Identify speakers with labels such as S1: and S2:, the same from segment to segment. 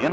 S1: In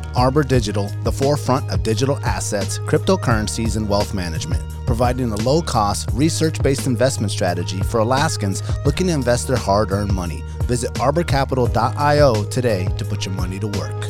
S2: Arbor Digital, the forefront of digital assets, cryptocurrencies, and wealth management, providing a low cost, research based investment strategy for Alaskans looking to invest their hard earned money. Visit arborcapital.io today to put your money to work.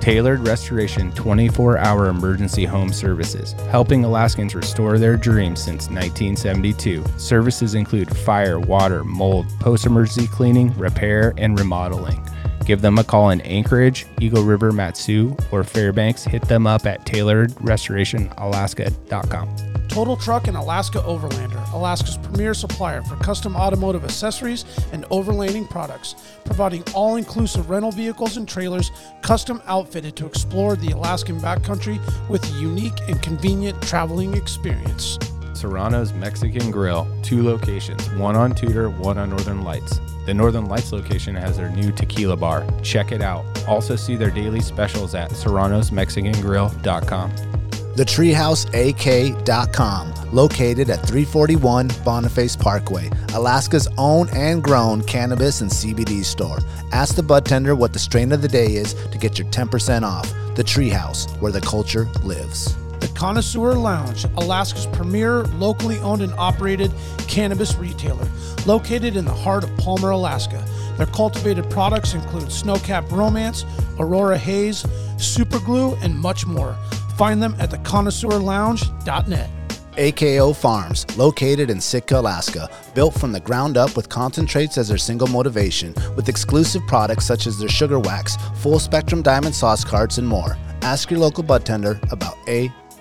S3: Tailored Restoration 24 hour emergency home services, helping Alaskans restore their dreams since 1972. Services include fire, water, mold, post emergency cleaning, repair, and remodeling. Give them a call in Anchorage, Eagle River, Matsu, or Fairbanks. Hit them up at tailoredrestorationalaska.com.
S4: Total Truck and Alaska Overlander, Alaska's premier supplier for custom automotive accessories and overlanding products, providing all inclusive rental vehicles and trailers custom outfitted to explore the Alaskan backcountry with a unique and convenient traveling experience.
S3: Serrano's Mexican Grill, two locations, one on Tudor, one on Northern Lights. The Northern Lights location has their new tequila bar. Check it out. Also see their daily specials at serranosmexicangrill.com.
S2: TheTreehouseAK.com, located at 341 Boniface Parkway, Alaska's own and grown cannabis and CBD store. Ask the bud tender what the strain of the day is to get your 10% off. The Treehouse, where the culture lives.
S4: The Connoisseur Lounge, Alaska's premier locally owned and operated cannabis retailer, located in the heart of Palmer, Alaska. Their cultivated products include Snowcap Romance, Aurora Haze, Superglue, and much more. Find them at theconnoisseurlounge.net.
S2: AKO Farms, located in Sitka, Alaska, built from the ground up with concentrates as their single motivation, with exclusive products such as their sugar wax, full spectrum diamond sauce carts, and more. Ask your local bud tender about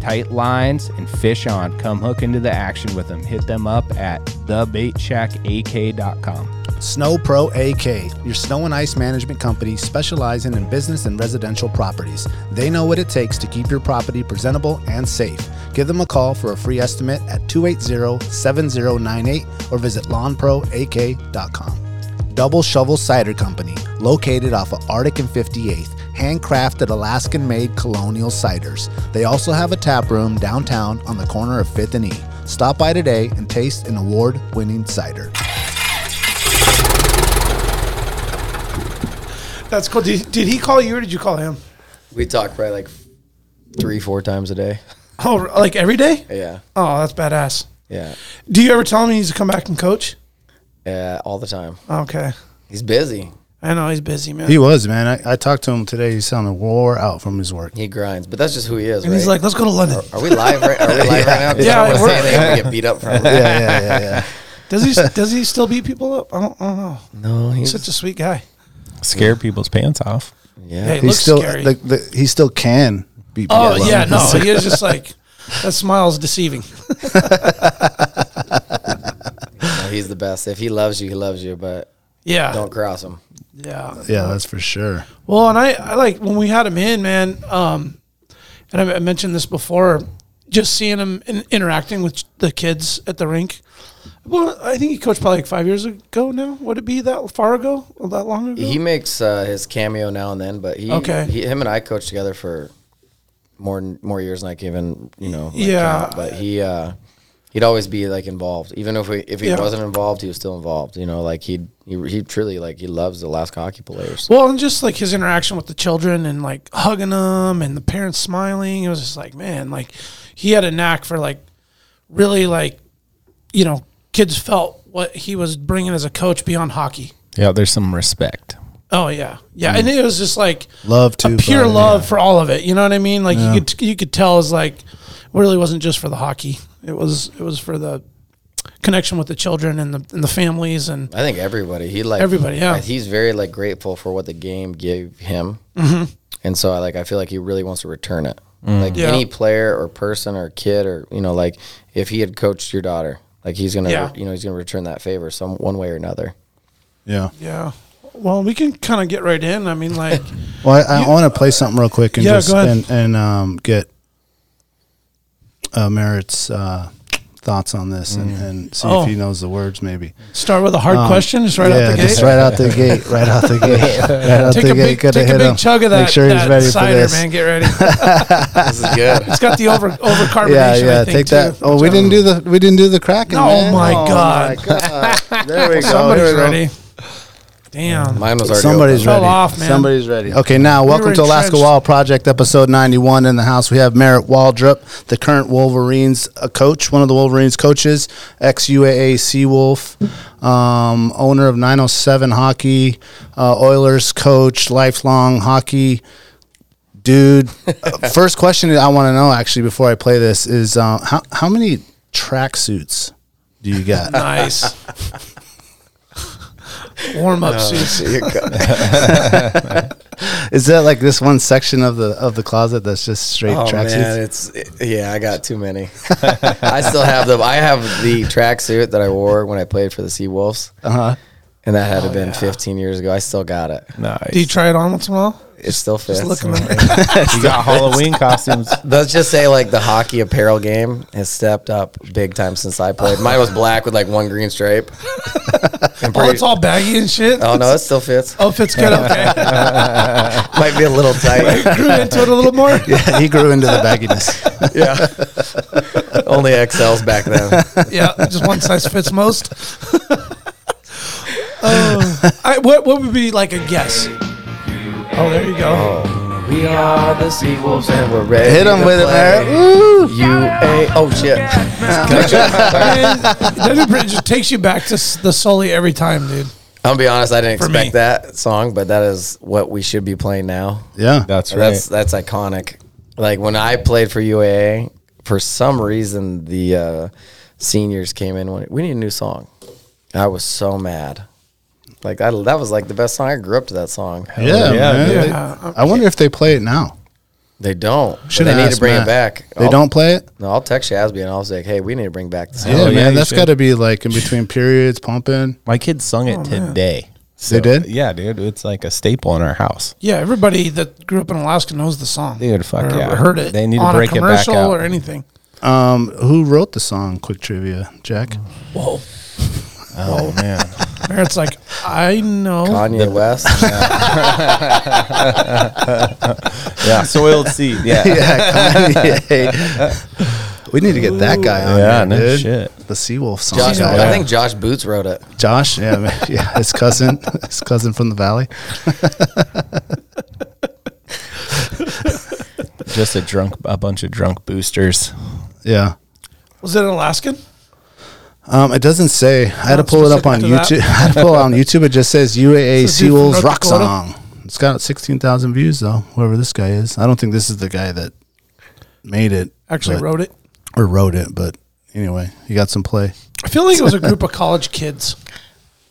S3: Tight lines and fish on. Come hook into the action with them. Hit them up at thebaitshackak.com.
S2: Snow Pro AK, your snow and ice management company specializing in business and residential properties. They know what it takes to keep your property presentable and safe. Give them a call for a free estimate at 280 7098 or visit lawnproak.com. Double Shovel Cider Company, located off of Arctic and 58th, handcrafted Alaskan made colonial ciders. They also have a tap room downtown on the corner of 5th and E. Stop by today and taste an award winning cider.
S4: That's cool. Did, did he call you or did you call him?
S5: We talk probably like three, four times a day.
S4: Oh, like every day?
S5: Yeah,
S4: Oh, that's badass.
S5: yeah,
S4: Do you ever tell him he needs to come back and coach?
S5: yeah, all the time.
S4: Okay.
S5: He's busy.
S4: I know he's busy, man.
S2: He was, man. I, I talked to him today. He sounded wore out from his work.
S5: He grinds, but that's just who he is.
S4: and he's
S5: right?
S4: like, let's go to London.
S5: "Are we live? Right? Are we live right now? 'Cause
S4: Yeah,
S5: I don't want to
S4: we're-
S5: say anything. I'm gonna get beat up from it.
S2: Yeah, yeah, yeah, yeah.
S4: Does he does he still beat people up? I don't, I don't know.
S5: No,
S4: He's
S5: he's
S4: such a sweet guy.
S6: scare people's pants off.
S4: Yeah,
S5: yeah.
S4: he
S2: He
S4: looks
S2: still,
S4: scary.
S2: the, the, he still can be.
S4: oh yeah, no, he is just like that. Smile's deceiving.
S5: No, he's the best. If he loves you, he loves you. But
S4: Yeah,
S5: don't cross him.
S4: yeah.
S2: yeah, that's for sure.
S4: Well, and I, I like when we had him in, man. Um, and I, I mentioned this before, just seeing him in, interacting with the kids at the rink. Well, I think he coached probably like five years ago now. Would it be that far ago? Or that long ago?
S5: He makes uh, his cameo now and then, but he,
S4: Okay.
S5: he, him and I coached together for more than- more years than I can even you know. like,
S4: Yeah.
S5: count. but he, uh, he'd always be like involved, even if we, if he
S4: Yeah.
S5: wasn't involved, he was still involved. You know, like he'd he, he truly like he loves the Alaska hockey players.
S4: Well, and just like his interaction with the children and like hugging them and the parents smiling, it was just like, man, like he had a knack for like really like, you know, kids felt what he was bringing as a coach beyond hockey.
S3: Yeah, there's some respect.
S4: Oh yeah, yeah, and it was just like
S2: Love
S4: a
S2: to
S4: pure
S2: Brian.
S4: love for all of it. You know what I mean? Like you could you could tell is like it really wasn't just for the hockey. It was it was for the connection with the children and the and the families and
S5: I think everybody. He like
S4: Everybody, yeah.
S5: like, he's very like grateful for what the game gave him, and so I like I feel like he really wants to return it. Like
S4: Mm-hmm. Yeah.
S5: any player or person or kid or you know like if he had coached your daughter, like he's gonna
S4: Yeah.
S5: you know he's gonna return that favor some one way or another.
S2: Yeah.
S4: yeah. Well, we can kind of get right in. I mean, like
S2: Well, I, I want to play something real quick and
S4: Yeah,
S2: just
S4: go ahead.
S2: and, and um, get uh, Merritt's uh, thoughts on this and, and see
S4: Oh.
S2: if he knows the words maybe.
S4: start with a hard question just right
S2: um, yeah,
S4: out the
S2: just
S4: gate.
S2: right out the gate, right out the gate, right out
S4: Take
S2: the
S4: a
S2: gate.
S4: big,
S2: Gotta
S4: take a
S2: hit
S4: big
S2: him.
S4: chug of that,
S2: Make sure he's
S4: that
S2: ready
S4: cider,
S2: for this.
S4: man. Get ready.
S5: This is good.
S4: It's got the over overcarbonation.
S2: Yeah, yeah.
S4: I think,
S2: take that.
S4: too.
S2: Oh, we didn't do the we didn't do the cracking.
S4: Oh,
S2: man.
S4: my
S2: Oh,
S4: God.
S2: my God. Oh, There we go.
S4: Somebody's
S2: Here we go.
S4: ready. Damn.
S5: Mine was already
S2: Somebody's
S5: open.
S4: Fell
S2: ready.
S4: off, man.
S2: Somebody's ready. Okay, now welcome
S4: were
S2: to Alaska
S4: entrenched.
S2: Wall Project, episode ninety-one. In the house, we have Merritt Waldrop, the current Wolverines uh, coach, one of the Wolverines coaches, ex UAA Seawolf, um, owner of nine hundred seven hockey, uh, Oilers coach, lifelong hockey dude. Uh, First question I want to know actually before I play this is uh, how how many tracksuits do you got?
S4: Nice. Warm up suits.
S2: Is that like this one section of the of the closet that's just straight
S5: Oh man,
S2: tracksuits?
S5: it's yeah. I got too many. I still have them. I have the tracksuit that I wore when I played for the Seawolves,
S2: Uh
S4: Uh-huh.
S2: huh.
S5: and that had to been 15 years ago. I still got it.
S3: Nice.
S4: Do you try it on once in a while?
S5: It still fits.
S4: Just look in the
S3: you got Halloween costumes.
S5: Let's just say like the hockey apparel game has stepped up big time since I played. Mine was black with like one green stripe. And
S4: Oh,
S5: pretty-
S4: it's all baggy and shit.
S5: oh no, it still fits.
S4: Oh, fits good. Okay.
S5: Might be a little tight.
S4: Grew into it a little more.
S2: yeah, he grew into the bagginess.
S5: yeah. Only XLs back then.
S4: Yeah, just one size fits most. oh, I, what, what would be like a guess? Oh, there you go.
S5: We are the Seawolves and we're ready.
S2: Hit him
S5: to
S2: with it,
S5: play.
S2: man. Woo!
S5: You a oh shit.
S4: that bridge just takes you back to s- the Sully every time, dude.
S5: I'm gonna be honest, I didn't
S4: For me.
S5: expect that song, but that is what we should be playing now.
S2: Yeah.
S3: That's right.
S5: That's that's iconic. Like when I played for UAA, for some reason the uh, seniors came in. When, we need a new song. I was so mad. Like I, that was like the best song. I grew up to that song.
S2: yeah, Oh,
S3: Yeah,
S2: man.
S3: dude.
S2: They- I wonder if they play it now.
S5: They don't. but
S2: Should've
S5: they need
S2: asked
S5: to bring
S2: Matt.
S5: it back.
S2: They
S5: I'll-
S2: don't play it.
S5: No, I'll text Shazby and I'll say, hey, we need to bring back the song.
S2: Yeah,
S3: Oh, yeah,
S2: man.
S3: you
S2: That's
S3: should.
S2: got to be like in between periods, pumping.
S3: My kids sung
S4: Oh,
S3: it today. So,
S2: did?
S3: Yeah, dude. It's like a staple in our house.
S4: Yeah, everybody that grew up in Alaska knows the song.
S3: Dude, fuck
S4: or,
S3: yeah.
S4: or heard it.
S3: They need to
S4: on
S3: break
S4: a
S3: it back
S4: commercial
S3: out.
S4: or anything.
S2: Um, who wrote the song? Quick trivia, Jack.
S4: Whoa.
S3: Oh man.
S4: Merritt's like, I know.
S5: Kanye West.
S3: Yeah. Soiled seed. Yeah.
S2: yeah, Kanye. we need to get that guy on.
S3: Yeah,
S2: Yeah,
S3: no
S2: dude.
S3: shit.
S2: The Seawolf song.
S5: Josh,
S2: guy.
S5: I think Josh Boots wrote it.
S2: Josh. Yeah, man. yeah. His cousin, his cousin from the valley.
S3: Just a drunk, a bunch of drunk boosters.
S2: Yeah.
S4: Was it an Alaskan?
S2: Um, it doesn't say. I had to
S4: Not
S2: pull it up
S4: specific
S2: on
S4: to that.
S2: YouTube. I had to pull it on YouTube. It just says UAA
S4: This is dude from
S2: Seawolves
S4: North
S2: Rock
S4: Dakota?
S2: Song. It's got 16,000 views, though, whoever this guy is. I don't think this is the guy that made it.
S4: Actually,
S2: but-
S4: wrote it.
S2: Or wrote it, but anyway, he got some play.
S4: I feel like it was a group of college kids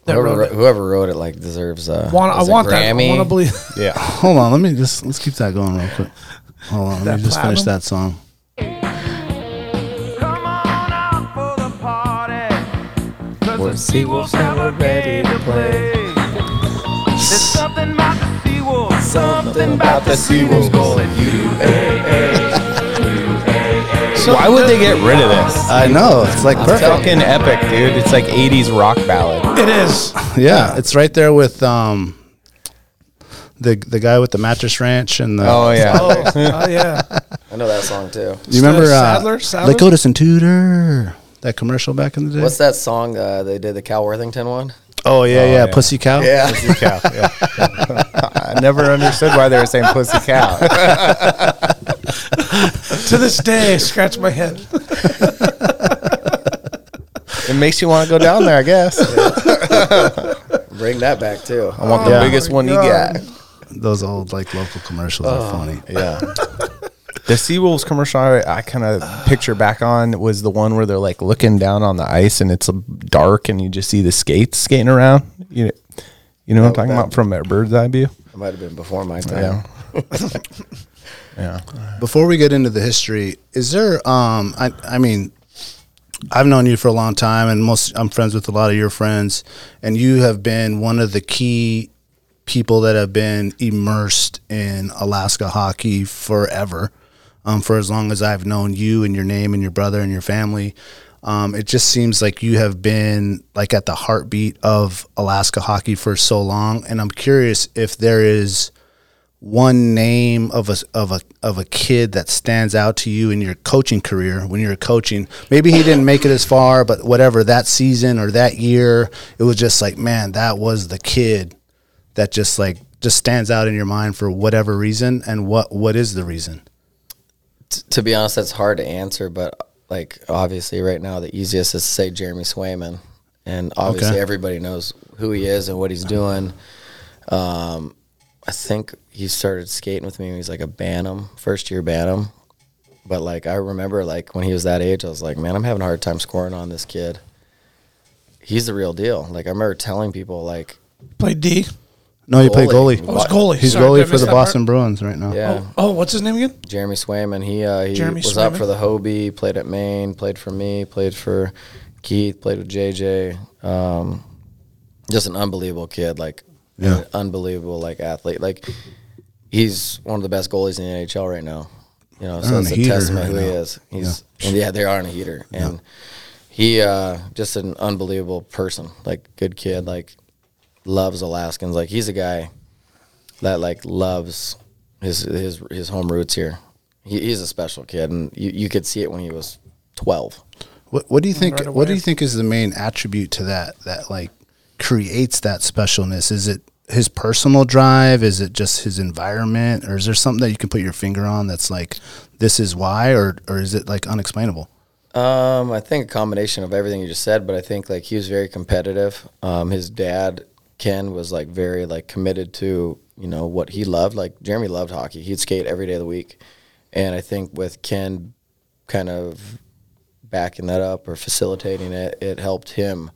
S4: that
S5: Whoever
S4: wrote,
S5: wrote,
S4: it.
S5: whoever wrote it like deserves uh,
S4: Want, I
S5: is it
S4: want that. I
S5: Grammy.
S4: want to believe.
S3: Yeah.
S2: Hold on. Let me just, let's keep that going real quick. Hold on. Let
S4: That
S2: me just finish
S4: platinum?
S2: that song.
S5: We're Seawolves and we're ready to play.
S7: Something about the Seawolves.
S5: Something about the Seawolves calling UAA.
S4: So
S3: Why would they get rid of this?
S2: I know. It's like perfect.
S3: Fucking epic, dude. It's like 80s rock ballad.
S4: It is.
S2: Yeah. It's right there with um, the the guy with the mattress ranch and the.
S3: Oh, yeah.
S4: Oh, yeah.
S5: I know that song too.
S2: You remember
S4: Sadler?
S2: uh,
S4: Sadler?
S2: Lakotas and Tudor? That commercial back in the day.
S5: What's that song uh, they did the Cal Worthington one?
S2: Oh yeah, yeah,
S3: yeah.
S2: Pussy Cow.
S5: Yeah,
S3: Pussy cow. Yeah. I never understood why they were saying pussy cow.
S4: to this day, I scratch my head.
S3: It makes you want to go down there, I guess.
S5: bring that back too.
S3: I want the
S2: Yeah.
S3: biggest one you
S4: Oh, God.
S3: got.
S2: Those old like local commercials
S4: Oh.
S2: are funny.
S3: Yeah. The Seawolves commercial I, I kind of picture back on was the one where they're like looking down on the ice and it's uh, dark and you just see the skates skating around. You know, you know what I'm talking about from a bird's eye view?
S5: It might have been before my time.
S3: Yeah. yeah.
S2: Before we get into the history, is there? Um, I, I mean, I've known you for a long time, and most I'm friends with a lot of your friends, and you have been one of the key people that have been immersed in Alaska hockey forever, um, for as long as I've known you and your name and your brother and your family. Um, it just seems like you have been like at the heartbeat of Alaska hockey for so long, and I'm curious if there is one name of a of a of a kid that stands out to you in your coaching career when you're coaching maybe he didn't make it as far but whatever that season or that year it was just like man that was the kid that just like just stands out in your mind for whatever reason and what what is the reason
S5: T- to be honest, that's hard to answer, but like obviously right now the easiest is to say Jeremy Swayman. And obviously
S2: Okay.
S5: everybody knows who he is and what he's doing. Um, I think he started skating with me when he was like a Bantam, first year Bantam. But like I remember like when he was that age, I was like, Man, I'm having a hard time scoring on this kid. He's the real deal. Like I remember telling people like
S4: Play D.
S2: no you play
S5: Goalie.
S2: goalie
S4: Oh, it's goalie.
S2: he's
S4: Sorry, did I
S2: goalie for
S4: miss
S2: the
S4: that part?
S2: Boston Bruins right now
S5: Yeah.
S4: Oh, what's his name again?
S5: Jeremy Swayman. He uh, he
S4: Jeremy
S5: was up
S4: Swayman.
S5: for the Hobie, played at Maine, played for me, played for Keith, played with JJ. Um, just an unbelievable kid, like
S2: Yeah.
S5: an unbelievable like athlete. Like he's one of the best goalies in the NHL right now. You know, so
S2: On
S5: it's
S2: a
S5: a
S2: heater
S5: testament
S2: right
S5: who he
S2: now.
S5: is. He's and yeah, they are on a heater, and he uh, just an unbelievable person. Like good kid, like loves Alaskans. Like he's a guy that like loves his his his home roots here. He, he's a special kid, and you, you could see it when he was twelve.
S2: What, what do you think?
S4: Right away.
S2: what do you think is the main attribute to that? That like creates that specialness. Is it his personal drive? Is it just his environment? Or is there something that you can put your finger on that's like this is why? Or or is it like unexplainable?
S5: Um, I think a combination of everything you just said, but I think like he was very competitive. Um, his dad Ken was like very like committed to you know what he loved. Like Jeremy loved hockey. He'd skate every day of the week, and I think with Ken kind of backing that up or facilitating it, it helped him,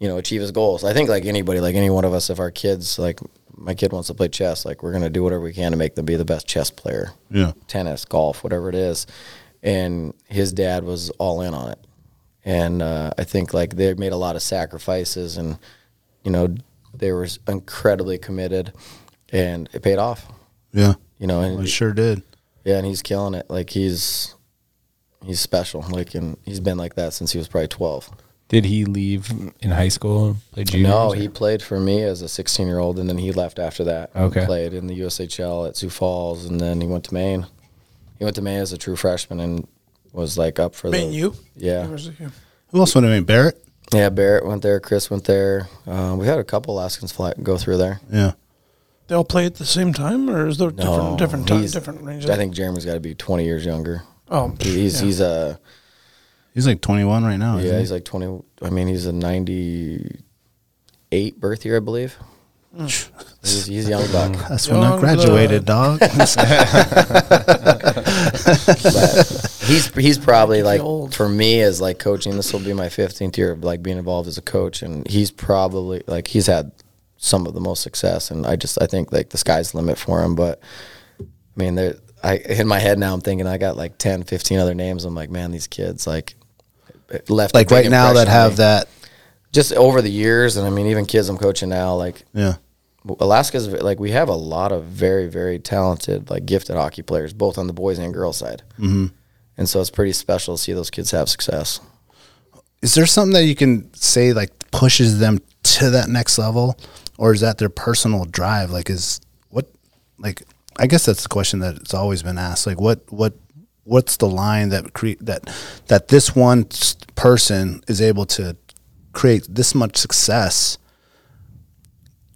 S5: you know, achieve his goals. I think like anybody, like any one of us, if our kids like my kid wants to play chess, like we're gonna do whatever we can to make them be the best chess player.
S2: Yeah.
S5: Tennis, golf, whatever it is. And his dad was all in on it. And uh, I think like they made a lot of sacrifices and you know, they were incredibly committed and it paid off.
S2: Yeah,
S5: You know, and
S2: I sure did.
S5: yeah, and he's killing it. Like he's he's special. Like and he's been like that since he was probably twelve.
S8: Did he leave in high school and play junior?
S5: No, he played for me as a 16 year old, and then he left after that. He
S8: Okay.
S5: played in the USHL at Sioux Falls, and then he went to Maine. He went to Maine as a true freshman and was like up for
S4: Ben,
S5: the
S4: you?
S5: Yeah.
S4: Where's it? Yeah.
S2: Who else would have been Barrett?
S5: yeah. Barrett went there. Chris went there. Uh, we had a couple Alaskans fly, go through there.
S2: Yeah.
S4: They all play at the same time, or is there different different time,
S5: he's-
S4: different ranges?
S5: I think Jeremy's got to be 20 years younger.
S4: Oh,
S5: He- He's
S4: yeah.
S5: he's a
S2: He's like 21 right now.
S5: yeah he's like 20. I mean he's a 98 birth year I believe. He's, he's a young buck.
S2: Hmm. That's when I
S4: Young
S2: graduated, dog.
S5: but he's he's probably like
S4: old.
S5: for me as like coaching this will be my 15th year of like being involved as a coach and he's probably like he's had some of the most success and i just i think like the sky's the limit for him but i mean there i in my head now i'm thinking i got like 10 15 other names i'm like man these kids like left a
S2: like
S5: big
S2: right now that
S5: impression on
S2: have
S5: me.
S2: that.
S5: just over the years and i mean even kids i'm coaching now like
S2: Yeah.
S5: Alaska's like we have a lot of very very talented like gifted hockey players both on the boys and girls side. Mm-hmm. And so it's pretty special to see those kids have success.
S2: Is there something that you can say like pushes them to that next level, or is that their personal drive? Like, is what like I guess that's the question that it's always been asked. Like, what what
S9: what's the line that cre- that that this one s- person is able to create this much success?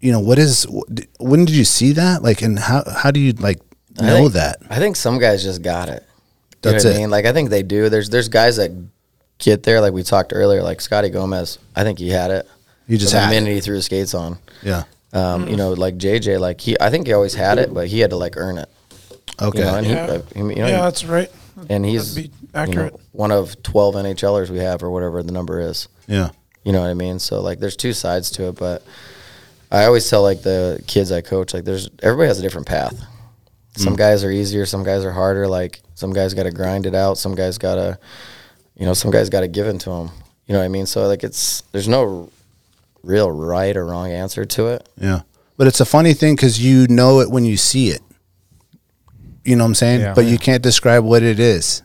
S9: You know, what is wh- d- when did you see that? Like, and how how do you like know
S5: think-
S9: that?
S5: I think some guys just got it. You
S9: That's
S5: know what
S9: it.
S5: I mean? Like I think they do. There's there's guys that get there, like we talked earlier, like Scotty Gomez. I think he had it.
S9: You just
S5: the
S9: had it.
S5: minute he threw his skates on.
S9: Yeah.
S5: Um,
S4: Mm.
S5: you know, like JJ, like he, I think he always had it, but he had to like earn it.
S9: Okay.
S5: You know, and he,
S4: Yeah.
S5: like, he- you know,
S4: yeah, that's right.
S5: and he's
S4: that'd be
S5: you know,
S4: accurate.
S5: one of twelve NHLers we have, or whatever the number is.
S9: yeah.
S5: You know what I mean? So like, there's two sides to it, but I always tell like the kids I coach, like there's everybody has a different path. Some guys are easier, some guys are harder. Like some guys got to grind it out, some guys got to, you know, some guys got to give into them. You know what I mean? So like, it's there's no real right or wrong answer to it.
S9: Yeah. But it's a funny thing because you know it when you see it. You know what I'm saying?
S2: Yeah.
S9: but you can't describe what it is,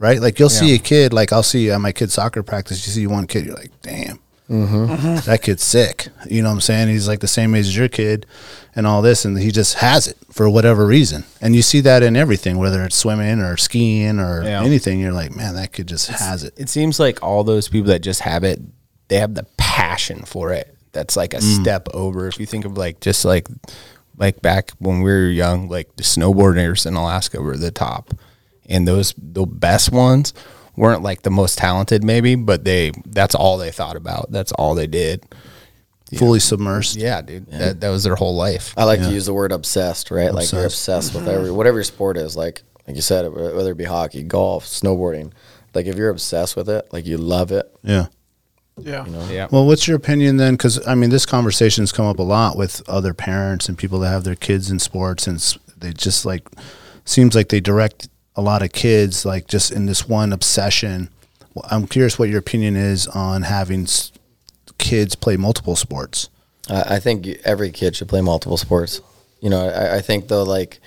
S9: right? Like you'll see
S2: Yeah.
S9: a kid, like I'll see you at my kid's soccer practice. You see one kid, you're like, damn, that kid's sick. You know what I'm saying? He's like the same age as your kid and all this. And he just has it for whatever reason. And you see that in everything, whether it's swimming or skiing or
S2: Yeah.
S9: anything. You're like, man, that kid just has it.
S3: It seems like all those people that just have it, they have the passion for it. That's like a step over. If you think of like just like like back when we were young, like the snowboarders in Alaska were the top, and those the best ones weren't like the most talented maybe, but they that's all they thought about. That's all they did.
S9: Fully submersed.
S3: Yeah, dude, That, that was their whole life.
S5: I like to use the word obsessed, right? Like you're obsessed with every whatever your sport is. Like like you said, whether it be hockey, golf, snowboarding. Like if you're obsessed with it, like you love it.
S9: Yeah.
S4: Yeah.
S9: Well, what's your opinion then? Because I mean, this conversation's come up a lot with other parents and people that have their kids in sports, and s- they just like seems like they direct a lot of kids like just in this one obsession. Well, I'm curious what your opinion is on having s- kids play multiple sports.
S5: I, I think every kid should play multiple sports. You know, I, I think though, like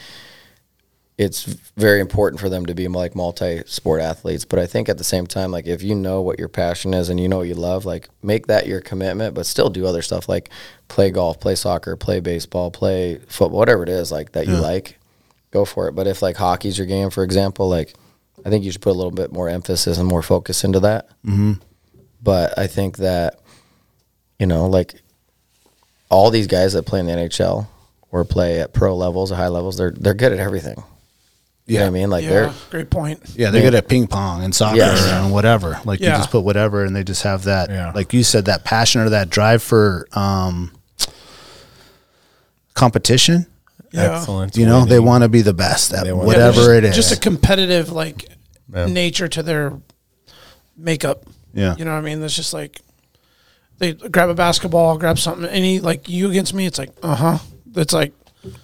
S5: it's very important for them to be like multi-sport athletes. But I think at the same time, like if you know what your passion is and you know what you love, like make that your commitment. But still do other stuff like play golf, play soccer, play baseball, play football, whatever it is like that you like. Go for it. But if like hockey's your game, for example, like I think you should put a little bit more emphasis and more focus into that. Mm-hmm. But I think that you know, like all these guys that play in the NHL or play at pro levels or high levels, they're they're good at everything. You know what I mean? Like
S4: Yeah.
S5: they're
S4: Great point.
S9: Yeah, they're good at ping pong and soccer
S5: Yes.
S9: and whatever. Like you
S4: Yeah.
S9: just put whatever, and they just have that,
S2: Yeah.
S9: like you said, that passion or that drive for um, competition.
S4: Yeah.
S2: Excellent.
S9: You know, they want to be the best at
S2: wanna-
S4: Yeah,
S9: whatever
S4: there's
S9: it is.
S4: Just a competitive like nature to their makeup.
S9: Yeah.
S4: You know what I mean? That's just like they grab a basketball, grab something, any like you against me, it's like, uh huh. It's like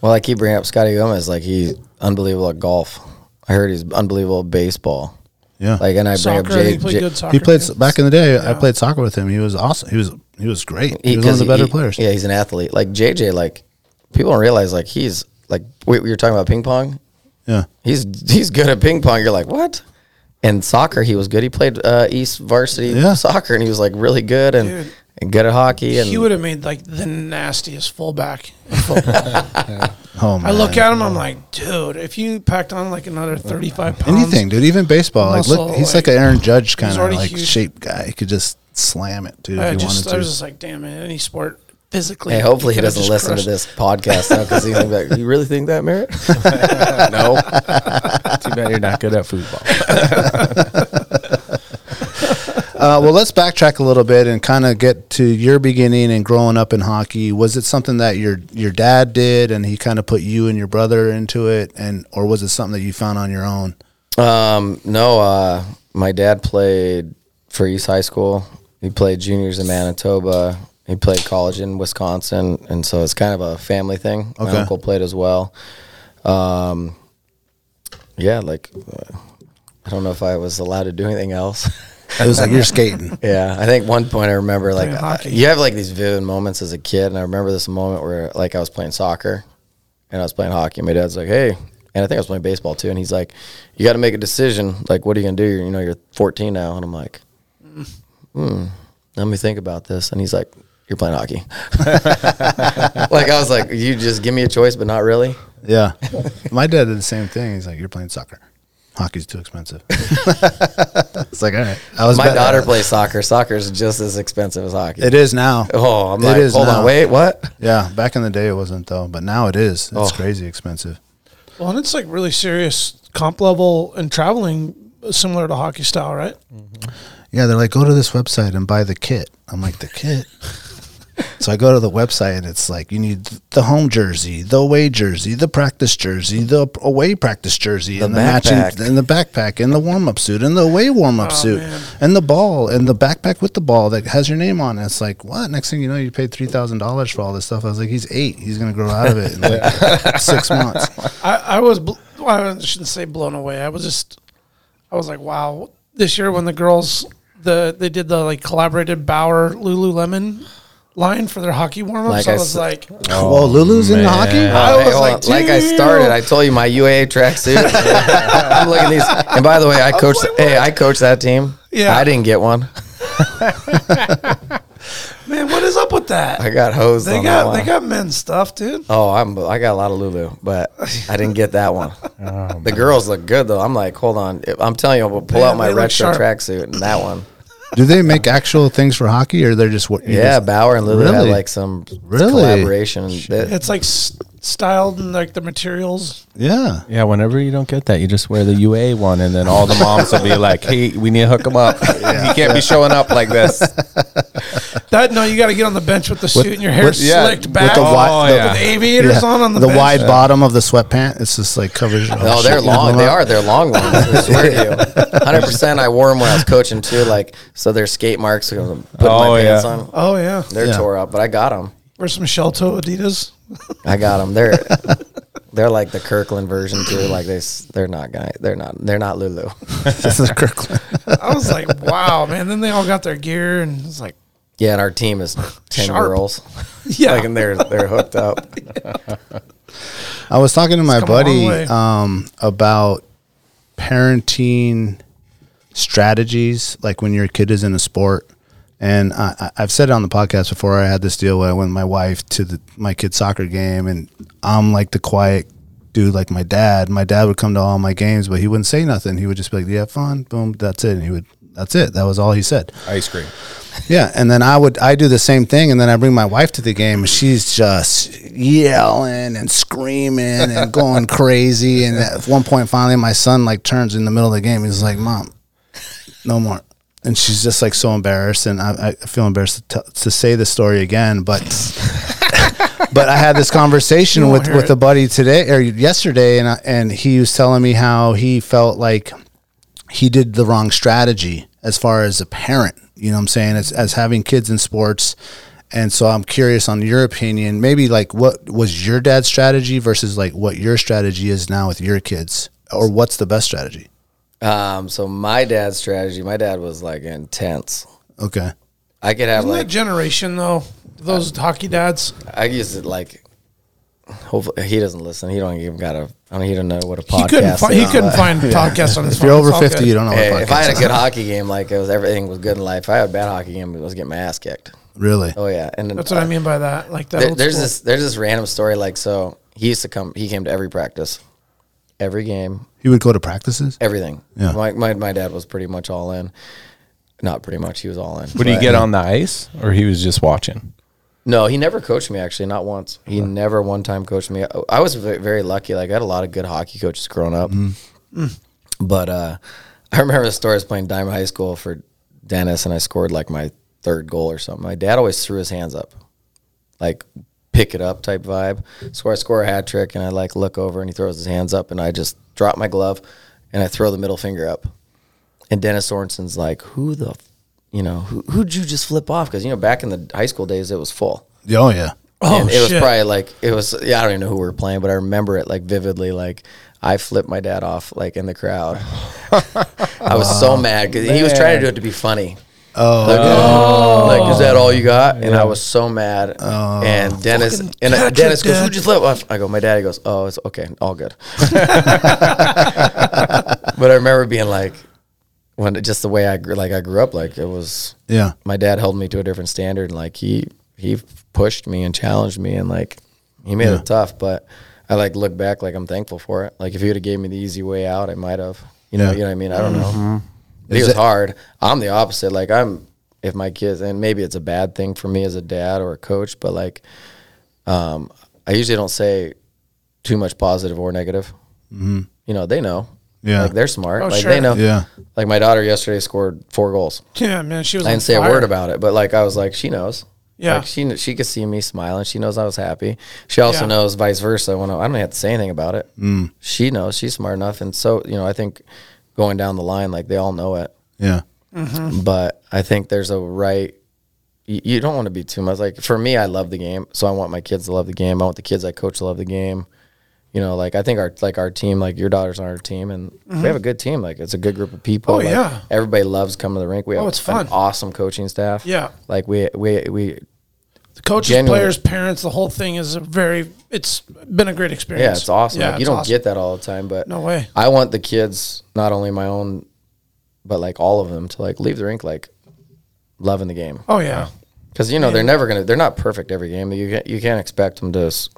S5: well, I keep bringing up Scotty Gomez, like he's unbelievable at golf. I heard he's unbelievable at baseball.
S9: yeah.
S5: Like and I bring
S4: soccer.
S5: up Jay,
S4: he played
S5: Jay-
S4: good soccer.
S9: he played
S4: too.
S9: back in the day. I played soccer with him. He was awesome. He was he was great. He, was one of
S5: 'cause
S9: the better
S5: he-
S9: players.
S5: Yeah, he's an athlete. Like JJ, like people don't realize like he's like we, we were talking about ping pong.
S9: yeah,
S5: He's he's good at ping pong. You're like what? And soccer, he was good. He played uh, East Varsity
S9: Yeah.
S5: soccer, and he was like really good and,
S4: Dude.
S5: and good at hockey. And
S4: He would have made like the nastiest fullback. in football.
S9: Oh man,
S4: I look at him, I'm like, dude, if you packed on like another 35 pounds,
S9: anything, dude. Even baseball. Like look,
S4: Muscle,
S9: he's
S4: like-
S9: like, an Aaron Judge kind of
S4: already
S9: like
S4: huge.
S9: shaped guy. He could just slam it, dude.
S4: I
S9: if he
S4: just, I
S9: wanted
S4: was
S9: to.
S4: just like, damn it, any sport physically.
S5: Hey, hopefully he
S4: could've
S5: doesn't
S4: just
S5: listen
S4: crushed-
S5: to this podcast now because he's gonna be like, "You really think that, Merritt?" no.
S2: Too bad you're not good at football.
S9: Uh, well, let's backtrack a little bit and kind of get to your beginning and growing up in hockey. Was it something that your your dad did, and he kind of put you and your brother into it, and or was it something that you found on your own?
S5: Um, no. Uh, my dad played for East High School. He played juniors in Manitoba. He played college in Wisconsin, and so it's kind of a family thing.
S9: Okay.
S5: My uncle played as well. Um, yeah, like uh, I don't know if I was allowed to do anything else.
S9: It was like you're skating.
S5: Yeah, I think one point I remember like
S4: Playing hockey.
S5: uh, you have like these vivid moments as a kid, and I remember this moment where like I was playing soccer, and I was playing hockey. and My dad's like, "Hey," and I think I was playing baseball too, and he's like, "You got to make a decision. Like, what are you gonna do? You're, you know, you're 14 now." And I'm like, "Hmm, let me think about this." And he's like, "You're playing hockey." like I was like, "You just give me a choice, but not really."
S9: Yeah, my dad did the same thing. He's like, "You're playing soccer." Hockey's too expensive. it's like all right. I was
S5: My
S9: bet-
S5: daughter plays soccer. Soccer is just as expensive as hockey.
S9: It is now.
S5: Oh, I'm
S9: It
S5: like,
S9: is
S5: hold
S9: now.
S5: on, wait, what?
S9: Yeah, back in the day it wasn't though, but now it is. It's
S5: Oh.
S9: crazy expensive.
S4: Well, and it's like really serious comp level and traveling uh, similar to hockey style, right?
S9: Yeah, they're like, go to this website and buy the kit. I'm like, the kit. so I go to the website and it's like, you need the home jersey, the away jersey, the practice jersey, the away practice jersey, and the
S5: backpack.
S9: matching, and the backpack, and the warm up suit, and the away warm up suit, and the ball, and the backpack with the ball that has your name on it. It's like, what? Next thing you know, you paid three thousand dollars for all this stuff. I was like, he's eight. He's gonna grow out of it in like six months.
S4: I, I was, bl- well, I shouldn't say blown away. I was just, I was like, wow. This year when the girls, the they did the like collaborated Bauer Lululemon line for their hockey warm ups.
S5: Like
S4: I,
S5: I
S4: was
S5: said-
S4: like,
S9: Whoa, Lulu's in the hockey.
S5: Uh,
S4: I was
S5: hold
S4: like,
S5: on. I started, I told you my UAA tracksuit. I'm looking at these. And by the way, I coached. hey, I coached that team.
S4: Yeah.
S5: I didn't get one.
S4: man, what is up with that?
S5: I got hosed.
S4: they
S5: on that
S4: got
S5: one.
S4: they got men's stuff, dude.
S5: Oh, I'm I got a lot of Lulu, but I didn't get that one.
S9: Oh,
S5: the girls look good though. I'm like, hold on. I'm telling you, I'll pull
S4: Yeah,
S5: out my
S4: they look
S5: retro
S4: sharp.
S5: tracksuit and that one.
S9: Do they make actual things for hockey, or they're just what? you
S5: Yeah,
S9: just-
S5: Bauer and Lulu had
S9: Really?
S5: like some
S9: Really?
S5: collaboration. That,
S4: It's like s- styled in like the materials.
S9: yeah.
S3: Yeah, whenever you don't get that, you just wear the UA one, and then all the moms will be like, "Hey, we need to hook him up. He can't be showing up like this."
S4: That no, you got to get on the bench with the suit and your hair
S9: with- yeah,
S4: slicked
S9: with
S4: back
S9: the wi-
S3: Oh,
S9: the-
S3: yeah.
S4: with aviators
S9: Yeah,
S4: on on the, bench.
S9: wide bottom of the sweatpant. It's just like covers. your-
S5: no,
S9: oh,
S5: they're
S9: shit,
S5: long.
S9: you
S5: They
S9: know
S5: are. They're long ones. I swear to you. 100. percent I wore them when I was coaching too. Like so, there's skate marks. 'cause I'm putting
S3: Oh,
S5: my pants
S3: yeah.
S5: on.
S4: Oh yeah,
S5: They're
S9: Yeah.
S5: tore up, but I got them.
S4: or some shell toe Adidas.
S5: I got them. They're they're like the Kirkland version too. Like they s- they're not guy. They're not they're not Lulu.
S9: This is Kirkland.
S4: I was like, wow, man. Then they all got their gear and it's like,
S5: Yeah, and our team is ten
S4: Sharp.
S5: girls.
S4: yeah,
S5: Like and they're they're hooked up.
S9: I was talking to my
S4: come a long
S9: buddy
S4: way.
S9: um, about parenting strategies, like when your kid is in a sport. And I, I- I've said it on the podcast before. I had this deal where I went with my wife to the, my kid's soccer game, and I'm like the quiet dude, like my dad. My dad would come to all my games, but he wouldn't say nothing. He would just be like, "You have fun, boom, that's it." And he would, "That's it." That was all he said.
S3: Ice cream.
S9: Yeah, and then I would I do the same thing, and then I bring my wife to the game, and she's just yelling and screaming and going crazy. And at one point, finally, my son like turns in the middle of the game. He's like, "Mom, no more." And she's just like so embarrassed, and I, I feel embarrassed to, t- to say this story again, but but I had this conversation with with a buddy today or yesterday, and I, and he was telling me how he felt like he did the wrong strategy as far as a parent. You know what I'm saying? As as having kids in sports. And so I'm curious on your opinion, maybe like what was your dad's strategy versus like what your strategy is now with your kids, or what's the best strategy?
S5: Um, so my dad's strategy. My dad was like intense.
S9: Okay,
S5: I could have
S4: Isn't that
S5: like
S4: generation though? Those hockey dads.
S5: I used it like. Hopefully he doesn't listen. He don't even got a. I mean, he don't know what a podcast.
S4: He couldn't find.
S5: is.
S4: He couldn't find podcasts on his.
S9: if you're
S4: phone.
S9: over
S4: It's all
S9: 50,
S4: good.
S9: you don't know.
S5: Hey,
S9: what
S5: if I had
S9: podcast
S5: a good hockey game, like it was everything was good in life. If I had a bad hockey game, I was getting my ass kicked.
S9: is. really,
S5: Oh yeah, and then,
S4: That's what I mean by that. Like that.
S5: There-
S4: old
S5: there's
S4: school.
S5: this there's this random story. Like so, he used to come. He came to every practice, every game,
S9: he would go to practices.
S5: everything.
S9: Yeah.
S5: My my, my dad was pretty much all in. Not pretty much. He was all in.
S3: Would he
S5: But-
S3: get on the ice, or he was just watching?
S5: No, he never coached me. Actually, not once. He never one time coached me. I- I was ve- very lucky. Like I had a lot of good hockey coaches growing up. Mm. But uh, I remember the story. I was playing Diamond High School for Dennis, and I scored like my third goal or something. My dad always threw his hands up, like pick it up type vibe. So I score a hat trick, and I like look over, and he throws his hands up, and I just drop my glove, and I throw the middle finger up. And Dennis Sorensen's like, "Who the, f- you know, who who'd you just flip off? Because you know, back in the high school days, it was full."
S9: Oh yeah,
S4: Oh
S5: And it
S4: shit.
S5: was probably like it was yeah, I don't even know who we were playing, but I remember it like vividly like I flipped my dad off like in the crowd. I was so mad because he was trying to do it to be funny. Oh, like, like, is that all you got? And I was so mad.
S4: Oh.
S5: and Dennis and I,
S4: catch
S5: Dennis
S4: it,
S5: goes,
S4: Dad.
S5: "Who'd you flip off?" I go, "My daddy goes, oh, it's okay, all good." but I remember being like, when just the way I grew, like I grew up, like it was
S9: yeah.
S5: my dad held me to a different standard and like he he pushed me and challenged me and like he made it tough but i like look back like i'm thankful for it like if he would have gave me the easy way out i might have You know, you know what I mean? I don't know. But He
S9: Mm-hmm. Is
S5: was
S9: it-
S5: hard. I'm the opposite. Like I'm if my kids and maybe it's a bad thing for me as a dad or a coach, but like um I usually don't say too much positive or negative. Mm-hmm. You know, they know.
S9: Yeah.
S5: Like they're smart.
S4: Oh,
S5: like
S4: sure.
S5: they know.
S9: Yeah.
S5: Like my daughter yesterday scored four goals.
S4: Yeah, man, she was.
S5: I
S4: on
S5: didn't say a
S4: fire.
S5: word about it, but like I was like, she knows.
S4: Yeah.
S5: Like she kn- she could see me smiling. She knows I was happy. She also
S4: Yeah.
S5: knows vice versa. When I, I don't have to say anything about it. Mm. She knows. She's smart enough, and so you know, I think going down the line, like they all know it.
S9: Yeah.
S5: But I think there's a right. You, you don't want to be too much. Like for me, I love the game, so I want my kids to love the game. I want the kids I coach to love the game. You know, like I think our like our team, like your daughter's on our team, and we have a good team. Like it's a good group of people.
S4: Mm-hmm. Oh,
S5: Like,
S4: yeah. Oh,
S5: everybody loves coming to the rink. We have
S4: it's
S5: an
S4: fun.
S5: awesome coaching staff.
S4: Yeah.
S5: like we we we
S4: The coaches,
S5: Genuinely.
S4: players, parents, the whole thing is a very. It's been a great experience.
S5: Yeah, it's awesome. like, you
S4: it's
S5: don't
S4: awesome.
S5: get that all the time, but
S4: No way.
S5: I want the kids, not only my own, but like all of them, to like leave the rink like loving the game
S4: Oh yeah,
S5: because you know they're never gonna. They're not perfect every game. You can't, you can't expect them to, s-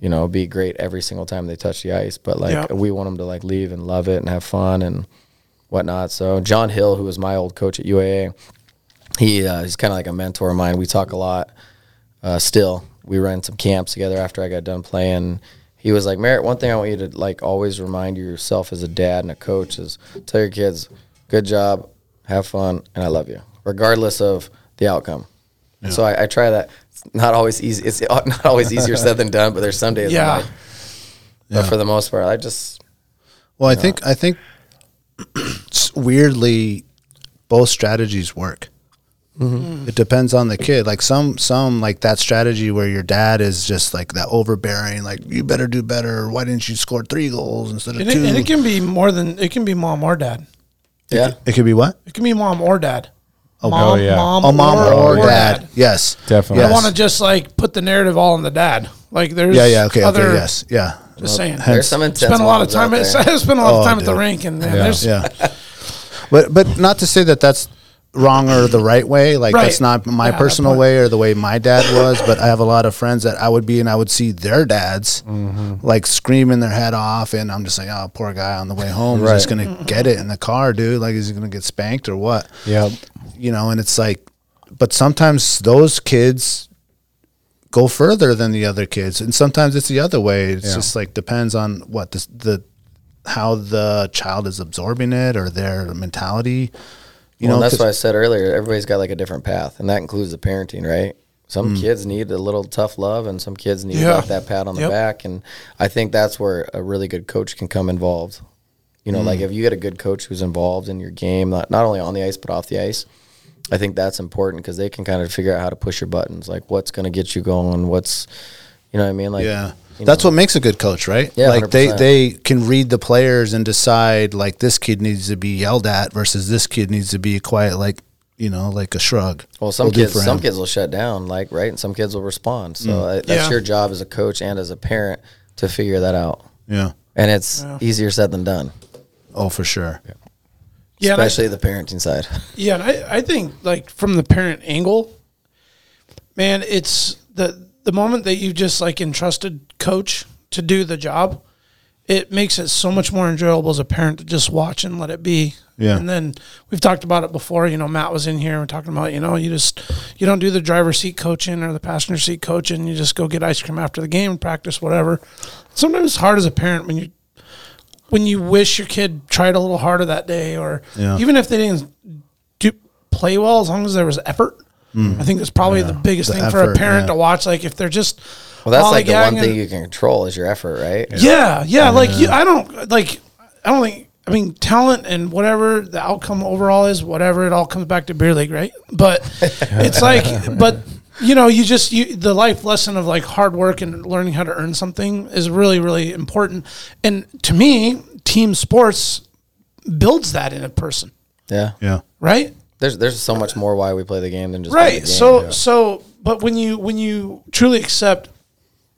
S5: you know, be great every single time they touch the ice. But like
S4: Yeah.
S5: we want them to like leave and love it and have fun and whatnot. So John Hill, who was my old coach at UAA, he uh, he's kind of like a mentor of mine. We talk a lot uh, still. We ran some camps together after I got done playing. He was like, Merritt, one thing I want you to like always remind yourself as a dad and a coach is tell your kids, good job, have fun, and I love you, regardless of the outcome. And So I, I try that. It's not always easy. It's not always easier said than done, but there's some days. I'm
S4: Yeah.
S5: like- But for the most part, I just
S9: Well, I think I think s- weirdly, both strategies work. It depends on the kid. Like some some like that strategy where your dad is just like that overbearing, like you better do better. Why didn't you score three goals instead of
S4: and it,
S9: two?
S4: and it can be more than it can be mom or dad.
S5: yeah.
S9: It could be what?
S4: It can be mom or dad. Oh,
S3: Oh, yeah.
S9: Oh, mom or, dad. Yes,
S3: Definitely.
S9: Yes.
S4: I want to just like put the narrative all on the dad. Like there's
S9: yeah, yeah. Okay,
S4: other,
S9: okay. Yes, yeah.
S4: Just saying.
S5: There's some intense.
S4: spent a lot of
S5: moms out
S4: time. At,
S5: there.
S4: I spent a lot
S9: Oh,
S4: of time at the
S9: dude.
S4: rink, and man,
S3: Yeah.
S4: there's
S9: Yeah. but but not to say that that's wrong or the right way. Like
S4: Right.
S9: that's not my
S4: Yeah, that
S9: personal
S4: point.
S9: way or the way my dad was. But I have a lot of friends that I would be and I would see their dads like screaming their head off, and I'm just like, oh, poor guy on the way home is just gonna get it in the car, dude. Like is he gonna get spanked or what?
S3: Yeah.
S9: You know, and it's like, but sometimes those kids go further than the other kids and sometimes it's the other way it's just like depends on what the, the how the child is absorbing it or their mentality
S5: Well,
S9: you know
S5: and that's
S9: 'cause-
S5: what I said earlier. Everybody's got like a different path, and that includes the parenting, right?
S9: Mm.
S5: Some kids need a little tough love, and some kids need
S4: Yeah.
S5: like that pat on the
S4: Yep.
S5: back. And I think that's where a really good coach can come involved. You know,
S9: Mm.
S5: like if you get a good coach who's involved in your game, not, not only on the ice, but off the ice, I think that's important because they can kind of figure out how to push your buttons. Like, what's going to get you going? What's, you know what I mean? Like,
S9: yeah
S5: you
S9: that's
S5: know.
S9: what makes a good coach right
S5: Yeah,
S9: like they
S5: 100%.
S9: they can read the players and decide like this kid needs to be yelled at versus this kid needs to be quiet like you know like a shrug
S5: Well, some
S9: will do
S5: kids,
S9: for
S5: some
S9: him.
S5: kids will shut down, like right, and some kids will respond.
S9: Mm.
S5: So uh, that's
S4: Yeah.
S5: your job as a coach and as a parent to figure that out.
S9: yeah
S5: And it's easier said than done,
S9: oh for sure
S4: yeah, and I-
S5: especially the parenting side.
S4: Yeah, and I, I think like from the parent angle, man, it's the the moment that you've just like entrusted coach to do the job, it makes it so much more enjoyable as a parent to just watch and let it be.
S9: Yeah.
S4: And then we've talked about it before. You know, Matt was in here. We're talking about you know you just you don't do the driver's seat coaching or the passenger seat coaching. You just go get ice cream after the game, and practice whatever. Sometimes it's hard as a parent when you when you wish your kid tried a little harder that day, or
S9: Yeah.
S4: even if they didn't do play well, as long as there was effort.
S5: Mm.
S4: I think that's probably the biggest
S9: The
S4: thing for a
S9: effort,
S4: parent
S9: yeah.
S4: to watch. Like if they're just
S5: Well, that's like the one
S4: lollygagging-
S5: thing you can control is your effort, right?
S4: yeah, yeah. Like you, I don't like. I don't think. I mean, talent and whatever the outcome overall is, whatever it all comes back to beer league, right? But it's like, but you know, you just you the life lesson of like hard work and learning how to earn something is really, really important. And to me, team sports builds that in a person,
S5: Yeah.
S9: yeah
S4: right?
S5: There's there's so much more why we play the game than just playing
S4: right
S5: the game.
S4: so so but when you when you truly accept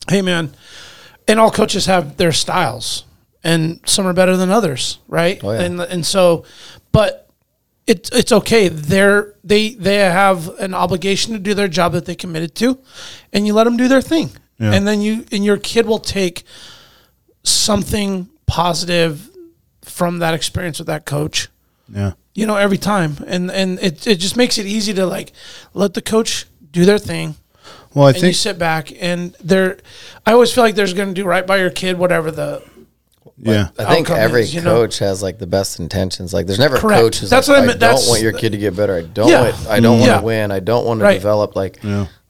S4: hey man and all coaches have their styles and some are better than others right
S5: Oh, yeah.
S4: and and so but it's it's okay they're they they have an obligation to do their job that they committed to and you let them do their thing and then you and your kid will take something positive from that experience with that coach.
S9: Yeah.
S4: You know, every time, and and it it just makes it easy to like let the coach do their thing.
S9: Well, I
S4: and you
S9: think
S4: sit back and they're i always feel like there's going to do right by your kid whatever the
S9: yeah.
S5: I think
S4: outcome
S5: every
S4: is, you know?
S5: coach has like the best intentions. Like, there's never
S4: Correct.
S5: a coach who's
S4: That's
S5: like,
S4: what I
S5: I,
S4: meant.
S5: don't
S4: That's-
S5: want your kid to get better. I don't.
S4: Yeah.
S5: Want, I don't
S4: Yeah.
S5: want to win. I don't want to
S4: Right.
S5: develop. Like,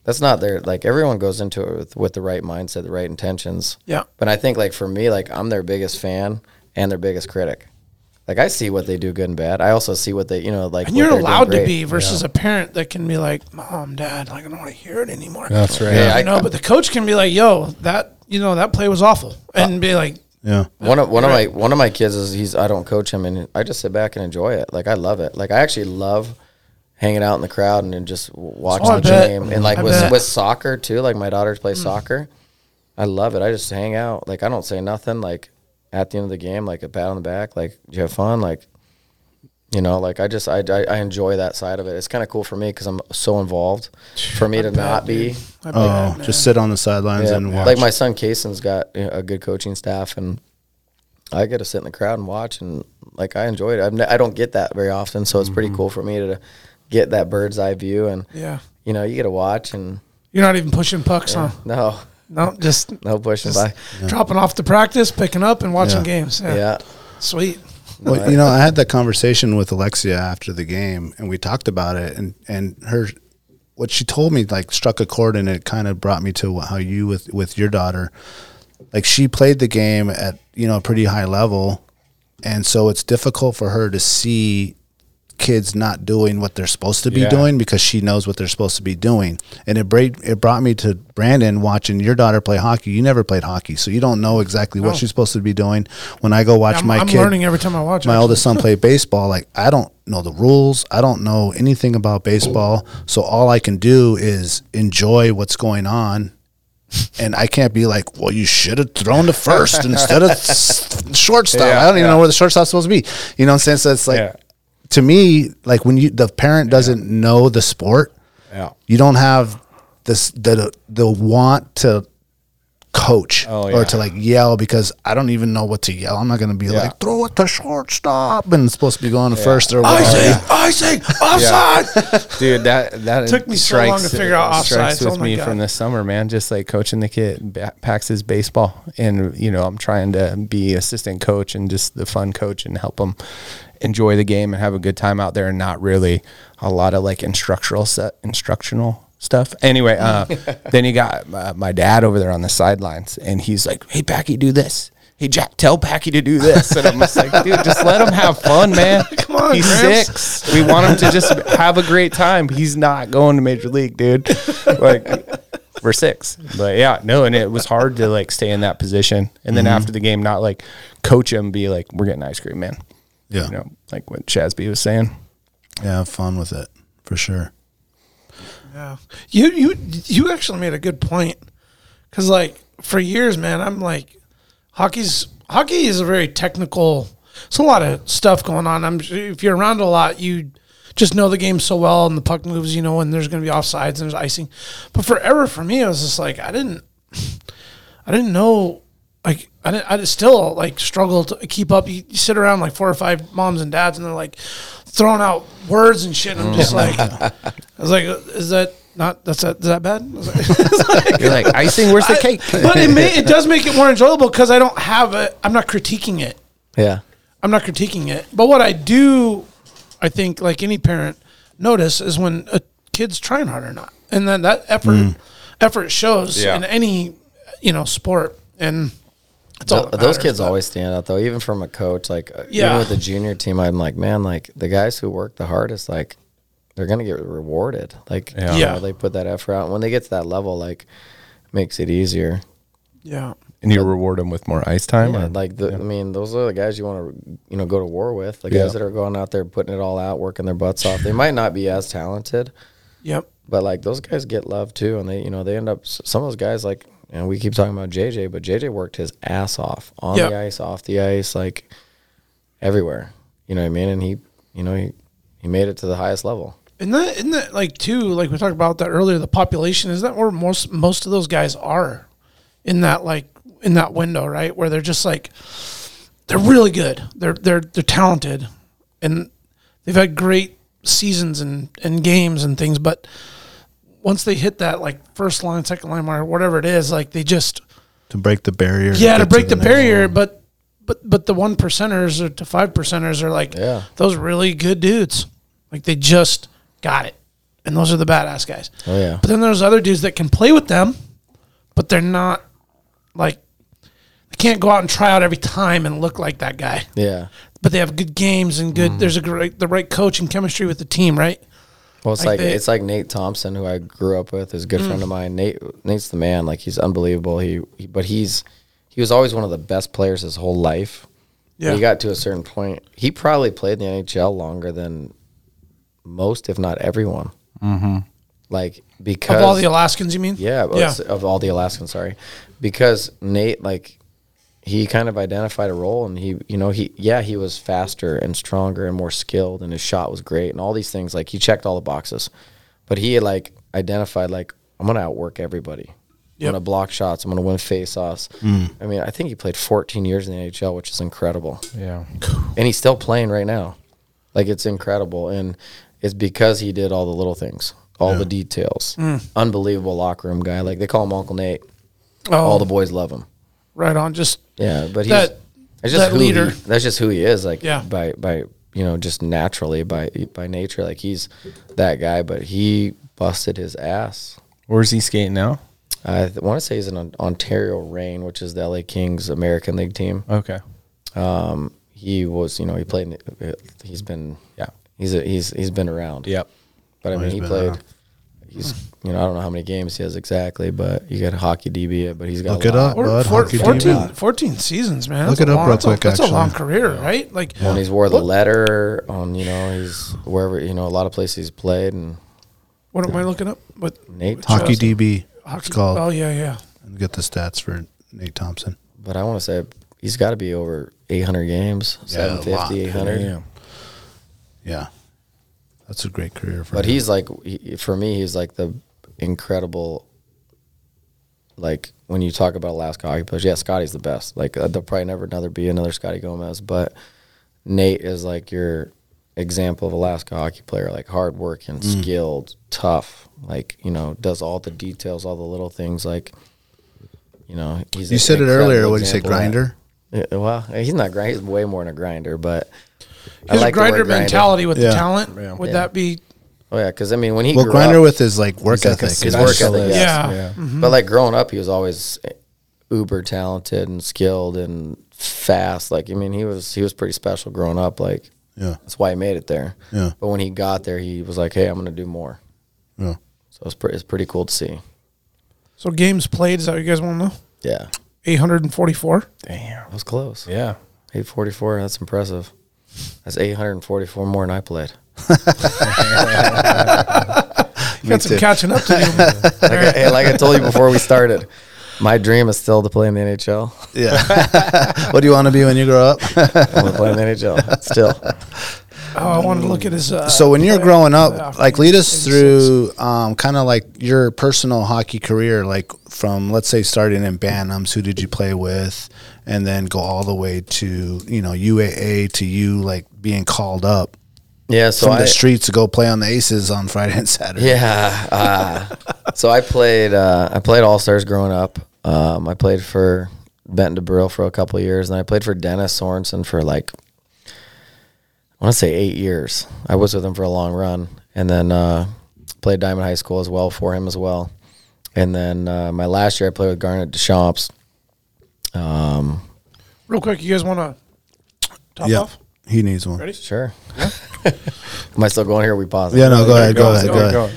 S5: that's not their. Like, everyone goes into it with, with the right mindset, the right intentions.
S4: Yeah.
S5: But I think like for me, like I'm their biggest fan and their biggest critic. Like I see what they do good and bad. I also see what they, you know, like
S4: and
S5: what
S4: you're
S5: they're doing
S4: allowed to
S5: great.
S4: be versus a parent that can be like mom dad like i don't want to hear it anymore
S3: That's right.
S5: Yeah,
S4: you
S5: I-
S4: know but the coach can be like yo that you know that play was awful and be like
S9: Yeah.
S5: One of one of my one of my kids is he's I don't coach him and I just sit back and enjoy it. Like I love it. Like I actually love hanging out in the crowd and then just w- watching
S4: Oh, I
S5: the
S4: bet.
S5: game and like
S4: I
S5: with
S4: bet.
S5: with soccer too. Like my daughters play soccer. I love it. I just hang out. Like I don't say nothing. Like at the end of the game, like a pat on the back. Like did you have fun. Like you know, like I just I I, I enjoy that side of it. It's kind of cool for me because I'm so involved. For me to not be
S4: I bet,
S9: Oh,
S4: man.
S9: just sit on the sidelines
S5: yeah.
S9: and watch.
S5: Like my son Kason's got you know, a good coaching staff, and I get to sit in the crowd and watch, and like I enjoy it. I've ne- I don't get that very often, so it's
S4: Mm-hmm.
S5: pretty cool for me to get that bird's eye view, and
S4: yeah
S5: you know, you get to watch and
S4: you're not even pushing pucks huh
S5: no,
S4: no just
S5: no pushing by.
S4: just dropping off to practice picking up and watching
S9: Yeah.
S4: games yeah.
S5: Yeah,
S4: sweet
S9: Well, you know, I had that conversation with Alexia after the game, and we talked about it, and and her, what she told me like struck a chord, and it kind of brought me to how you with with your daughter, like she played the game at you know a pretty high level, and so it's difficult for her to see kids not doing what they're supposed to be
S10: Yeah.
S9: doing because she knows what they're supposed to be doing. And it bra- it brought me to Brandon watching your daughter play hockey. You never played hockey, so you don't know exactly what she's supposed to be doing. When I go watch
S4: i'm,
S9: my
S4: I'm
S9: kid
S4: learning every time i watch
S9: my
S4: it.
S9: oldest son played baseball. Like I don't know the rules. I don't know anything about baseball. So all I can do is enjoy what's going on. And I can't be like, well, you should have thrown to first instead of s- shortstop. I don't even know where the shortstop's supposed to be. You know what I'm saying? So it's like,
S10: Yeah.
S9: to me, like when you the parent doesn't know the sport,
S10: Yeah.
S9: you don't have this the the want to coach
S10: Oh,
S9: or
S10: yeah.
S9: to like yell because I don't even know what to yell. I'm not going to be like throw it to shortstop and it's supposed to be going to first or
S4: I
S9: whatever.
S4: say, I say, offside.
S3: dude that that
S4: Took me so long
S3: strikes-
S4: to figure out
S3: strikes
S4: offsides.
S3: with
S4: Oh my
S3: me
S4: God.
S3: from this summer man just like coaching the kid ba- packs his baseball and you know i'm trying to be assistant coach and just the fun coach and help him enjoy the game and have a good time out there and not really a lot of like instructional set instructional stuff anyway uh, then you got uh, my dad over there on the sidelines and he's like hey packy do this Hey Jack, tell Packy to do this, and I'm just like, dude, just let him have fun, man. Come
S4: on,
S3: he's
S4: Gramps.
S3: six. We want him to just have a great time. He's not going to major league, dude. Like we're six, but yeah, no. And it was hard to like stay in that position, and then
S5: Mm-hmm.
S3: after the game, not like coach him, be like, "We're getting ice cream, man."
S9: Yeah.
S3: You know, like what Chazby was saying.
S9: Yeah, have fun with it for sure.
S4: Yeah. You you you actually made a good point. Cause like for years, man, I'm like hockey's hockey is a very technical it's a lot of stuff going on. I'm if you're around a lot, you just know the game so well and the puck moves, you know, and there's gonna be offsides and there's icing. But forever for me, I was just like I didn't I didn't know like I didn't, I just still like struggle to keep up. You, you sit around like four or five moms and dads, and they're like throwing out words and shit. And I'm just like, I was like, is that not that's that is that bad? I was like-
S3: You're like icing. Where's the cake?
S4: but it may, it does make it more enjoyable because I don't have it. I'm not critiquing it.
S5: yeah.
S4: I'm not critiquing it. But what I do, I think, like any parent, notice is when a kid's trying hard or not, and then that effort effort shows in any you know sport. And it's all
S5: Th-
S4: that
S5: those
S4: matters,
S5: kids
S4: but-
S5: always stand out though, even from a coach. Like uh,
S4: Yeah.
S5: even with the junior team, I'm like, man, like the guys who work the hardest, like they're gonna get rewarded. Like yeah,
S4: Yeah.
S5: they put that effort out. And when they get to that level, like makes it easier.
S4: Yeah.
S3: and you reward him with more ice time.
S5: Yeah,
S3: or-
S5: like the, I mean, those are the guys you want to, you know, go to war with. The
S3: Yeah.
S5: guys that are going out there putting it all out, working their butts off. They might not be as talented,
S4: Yep.
S5: but like those guys get love too, and they, you know, they end up. s- Some of those guys, like, and we keep talking about JJ, but JJ worked his ass off on
S4: Yeah.
S5: the ice, off the ice, like everywhere. You know what I mean? And he, you know, he he made it to the highest level.
S4: Isn't that, isn't that like too like we talked about that earlier? The population is that where most most of those guys are in that like in that window, right? Where they're just like they're really good. They're they're they're talented, and they've had great seasons and and games and things. But once they hit that like first line, second line, or whatever it is, like they just
S9: to break the barrier.
S4: yeah
S9: get
S4: to break the,
S9: next
S4: barrier.
S9: level.
S4: But but but the one percenters or to five percenters are like
S5: Yeah.
S4: those really good dudes. Like they just got it, and those are the badass guys.
S5: Oh yeah.
S4: But then there's other dudes that can play with them, but they're not like they can't go out and try out every time and look like that guy.
S5: Yeah.
S4: But they have good games and
S5: Mm-hmm.
S4: good. There's a great the right coach and chemistry with the team, right?
S5: Well, it's
S4: Like Mm.
S5: like,
S4: they-
S5: it's like Nate Thompson, who I grew up with, is a good friend of mine. Nate Nate's the man. Like he's unbelievable. He, he but he's he was always one of the best players his whole life. Yeah. He got to a certain point. He probably played in the NHL longer than most, if not everyone. Mm-hmm. Like because
S4: Of all the Alaskans, you mean?
S5: yeah, well,
S4: yeah.
S5: it's- of all the Alaskans, sorry, because Nate like he kind of identified a role, and he you know he yeah he was faster and stronger and more skilled, and his shot was great, and all these things like he checked all the boxes, but he like identified like I'm gonna outwork everybody. I'm gonna block shots. I'm gonna win faceoffs. I mean, I think he played 14 years in the NHL, which is incredible
S3: Yeah.
S5: and he's still playing right now. Like it's incredible, and it's because he did all the little things, all the details.
S4: Mm.
S5: Unbelievable locker room guy. Like they call him Uncle Nate.
S4: Oh,
S5: All the boys love him.
S4: right on. Just
S5: Yeah, but he's
S4: That-
S5: that's just
S4: that
S5: who
S4: leader.
S5: He, that's just who he is. Like
S4: Yeah.
S5: by by you know just naturally by by nature. Like he's that guy, but he busted his ass.
S3: Where's he skating now?
S5: I th- want to say he's an Ontario Reign, which is the LA Kings American League team.
S3: Okay.
S5: He was, you know, he played. in- He's been,
S3: Yeah.
S5: he's a, he's he's been around.
S3: Yep.
S5: But I mean,
S9: Oh, he's
S5: he
S9: been
S5: played.
S9: around.
S5: He's you know I don't know how many games he has exactly, but you got hockey DB, but he's got
S9: Look
S5: a
S9: it
S5: lot.
S9: up.
S4: Four,
S9: Bud,
S4: four,
S9: hockey
S4: 14,
S9: DB.
S4: 14 seasons, man.
S9: Look
S4: That's
S9: it
S4: a
S9: up
S4: long-
S9: real
S4: that's a-
S9: quick,
S4: That's a long
S9: actually.
S4: career, right? Like
S5: And he's wore the letter on you know he's wherever you know a lot of places he's played and
S4: what am I looking up? What uh,
S5: Nate
S9: hockey
S5: Thompson.
S9: DB. It's
S4: hockey?
S9: called.
S4: Oh yeah, yeah.
S9: Get the stats for Nate Thompson.
S5: But I want to say he's got to be over 800 games,
S9: Yeah, a lot.
S5: 750, 800.
S9: Yeah, that's a great career for.
S5: But
S9: him.
S5: he's like he, for me, he's like the incredible. Like when you talk about Alaska hockey players, yeah, Scotty's the best. Like uh, there'll probably never another be another Scotty Gomez, but Nate is like your example of Alaska hockey player, like hardworking,
S9: Mm.
S5: skilled, tough. Like you know, does all the details, all the little things. Like you know, he's
S9: You
S5: an
S9: said it
S5: incredible
S9: earlier. What do you say,
S5: example of that.
S9: grinder?
S5: Yeah, well, he's not grinder. He's way more than a grinder, but I
S4: His
S5: like the word
S4: grinder mentality with
S9: Yeah.
S4: the talent would
S5: Yeah.
S4: that be?
S5: Oh yeah, because I mean, when he
S9: Well,
S5: grew
S9: grinder
S5: up-
S9: with his like work
S3: like a
S9: ethic.
S5: his
S9: is
S5: work
S9: excellent.
S5: ethic.
S4: Yeah.
S3: Yeah.
S9: Mm-hmm.
S5: But like growing up, he was always uber talented and skilled and fast. Like I mean, he was he was pretty special growing up. Like
S9: Yeah,
S5: that's why he made it there.
S9: Yeah.
S5: But when he got there, he was like, "Hey, I'm gonna do more."
S9: yeah.
S5: So it's pretty it's pretty cool to see.
S4: So games played is that what you guys want to know?
S5: Yeah,
S4: Eight hundred and forty-four.
S5: that was close.
S3: Yeah.
S5: 844. That's impressive. That's 844 more than I played.
S4: You got some
S9: too.
S4: catching up to do.
S5: Like, I, hey, like I told you before we started, my dream is still to play in the NHL.
S9: Yeah. what do you want to be when you grow up?
S5: I want to play in the NHL still.
S4: Oh, I wanted to look at his. Uh,
S9: so when you're
S4: player
S9: growing
S4: playoff
S9: up, like lead us
S4: games.
S9: through um, kind of like your personal hockey career, like from let's say starting in Bantams, who did you play with, and then go all the way to you know UAA to you like being called up
S5: Yeah. So
S9: from
S5: I,
S9: the streets to go play on the Aces on Friday and Saturday.
S5: Yeah. Uh, so I played. Uh, I played All Stars growing up. Um, I played for Benton DeBrill for a couple of years, and I played for Dennis Sorensen for like I want to say eight years. I was with him for a long run, and then uh, played Diamond High School as well for him as well. And then uh, my last year, I played with Garnet Deschamps.
S4: real quick, you guys want to top
S9: Yeah.
S4: off?
S9: He needs one.
S4: Ready?
S5: Sure. Am I still going here? Or we pause.
S9: Yeah, no, go ahead, go
S3: Go,
S9: ahead,
S3: go,
S9: go ahead.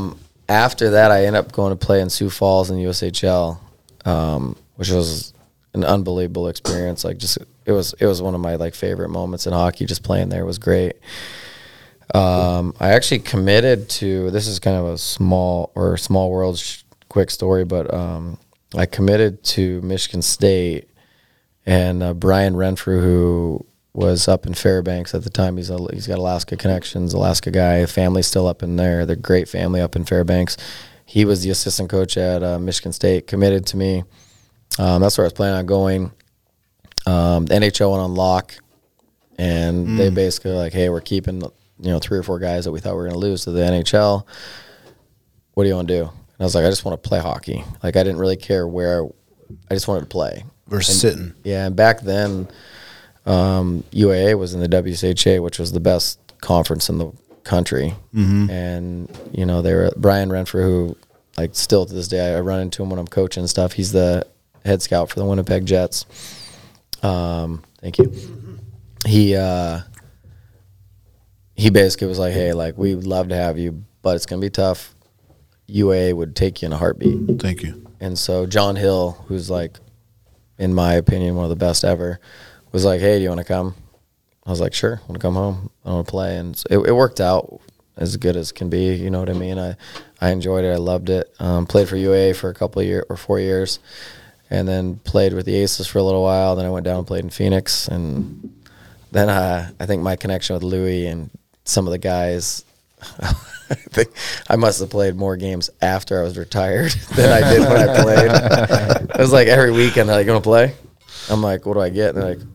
S3: go.
S5: after that, I ended up going to play in Sioux Falls in the USHL, um, which was an unbelievable experience. Like, just it was it was one of my like favorite moments in hockey. Just playing there was great. Um, I actually committed to this is kind of a small or small world sh- quick story, but um, I committed to Michigan State and uh, Brian Renfrew, who was up in Fairbanks at the time. He's a, he's got Alaska connections, Alaska guy. Family's still up in there. They're a great family up in Fairbanks. He was the assistant coach at uh, Michigan State. Committed to me. Um, that's where I was planning on going. um, the NHL went on lock, and they basically were like, hey, we're keeping you know three or four guys that we thought we were going to lose to the NHL. What do you want to do? And I was like, I just want to play hockey. Like I didn't really care where. I just wanted to play.
S9: We're sitting.
S5: Yeah, and back then, um, UAA was in the WSHA, which was the best conference in the country. Mm-hmm. And you know, they were Brian Renfrew, who like still to this day, I run into him when I'm coaching and stuff. He's the head scout for the Winnipeg Jets. Um, thank you. He uh, he basically was like, "Hey, like we would love to have you, but it's gonna be tough. UAA would take you in a heartbeat."
S9: Thank you.
S5: And so John Hill, who's like, in my opinion, one of the best ever, was like, "Hey, do you want to come?" I was like, "Sure, I want to come home. I want to play." And so it, it worked out as good as can be. You know what I mean? I I enjoyed it. I loved it. Um, played for UA for a couple of year or four years, and then played with the Aces for a little while. Then I went down and played in Phoenix, and then uh, I think my connection with Louis and some of the guys. I think I must have played more games after I was retired than I did when I played. it was like every weekend, they're like, "Gonna play?" I'm like, "What do I get?" And they're like,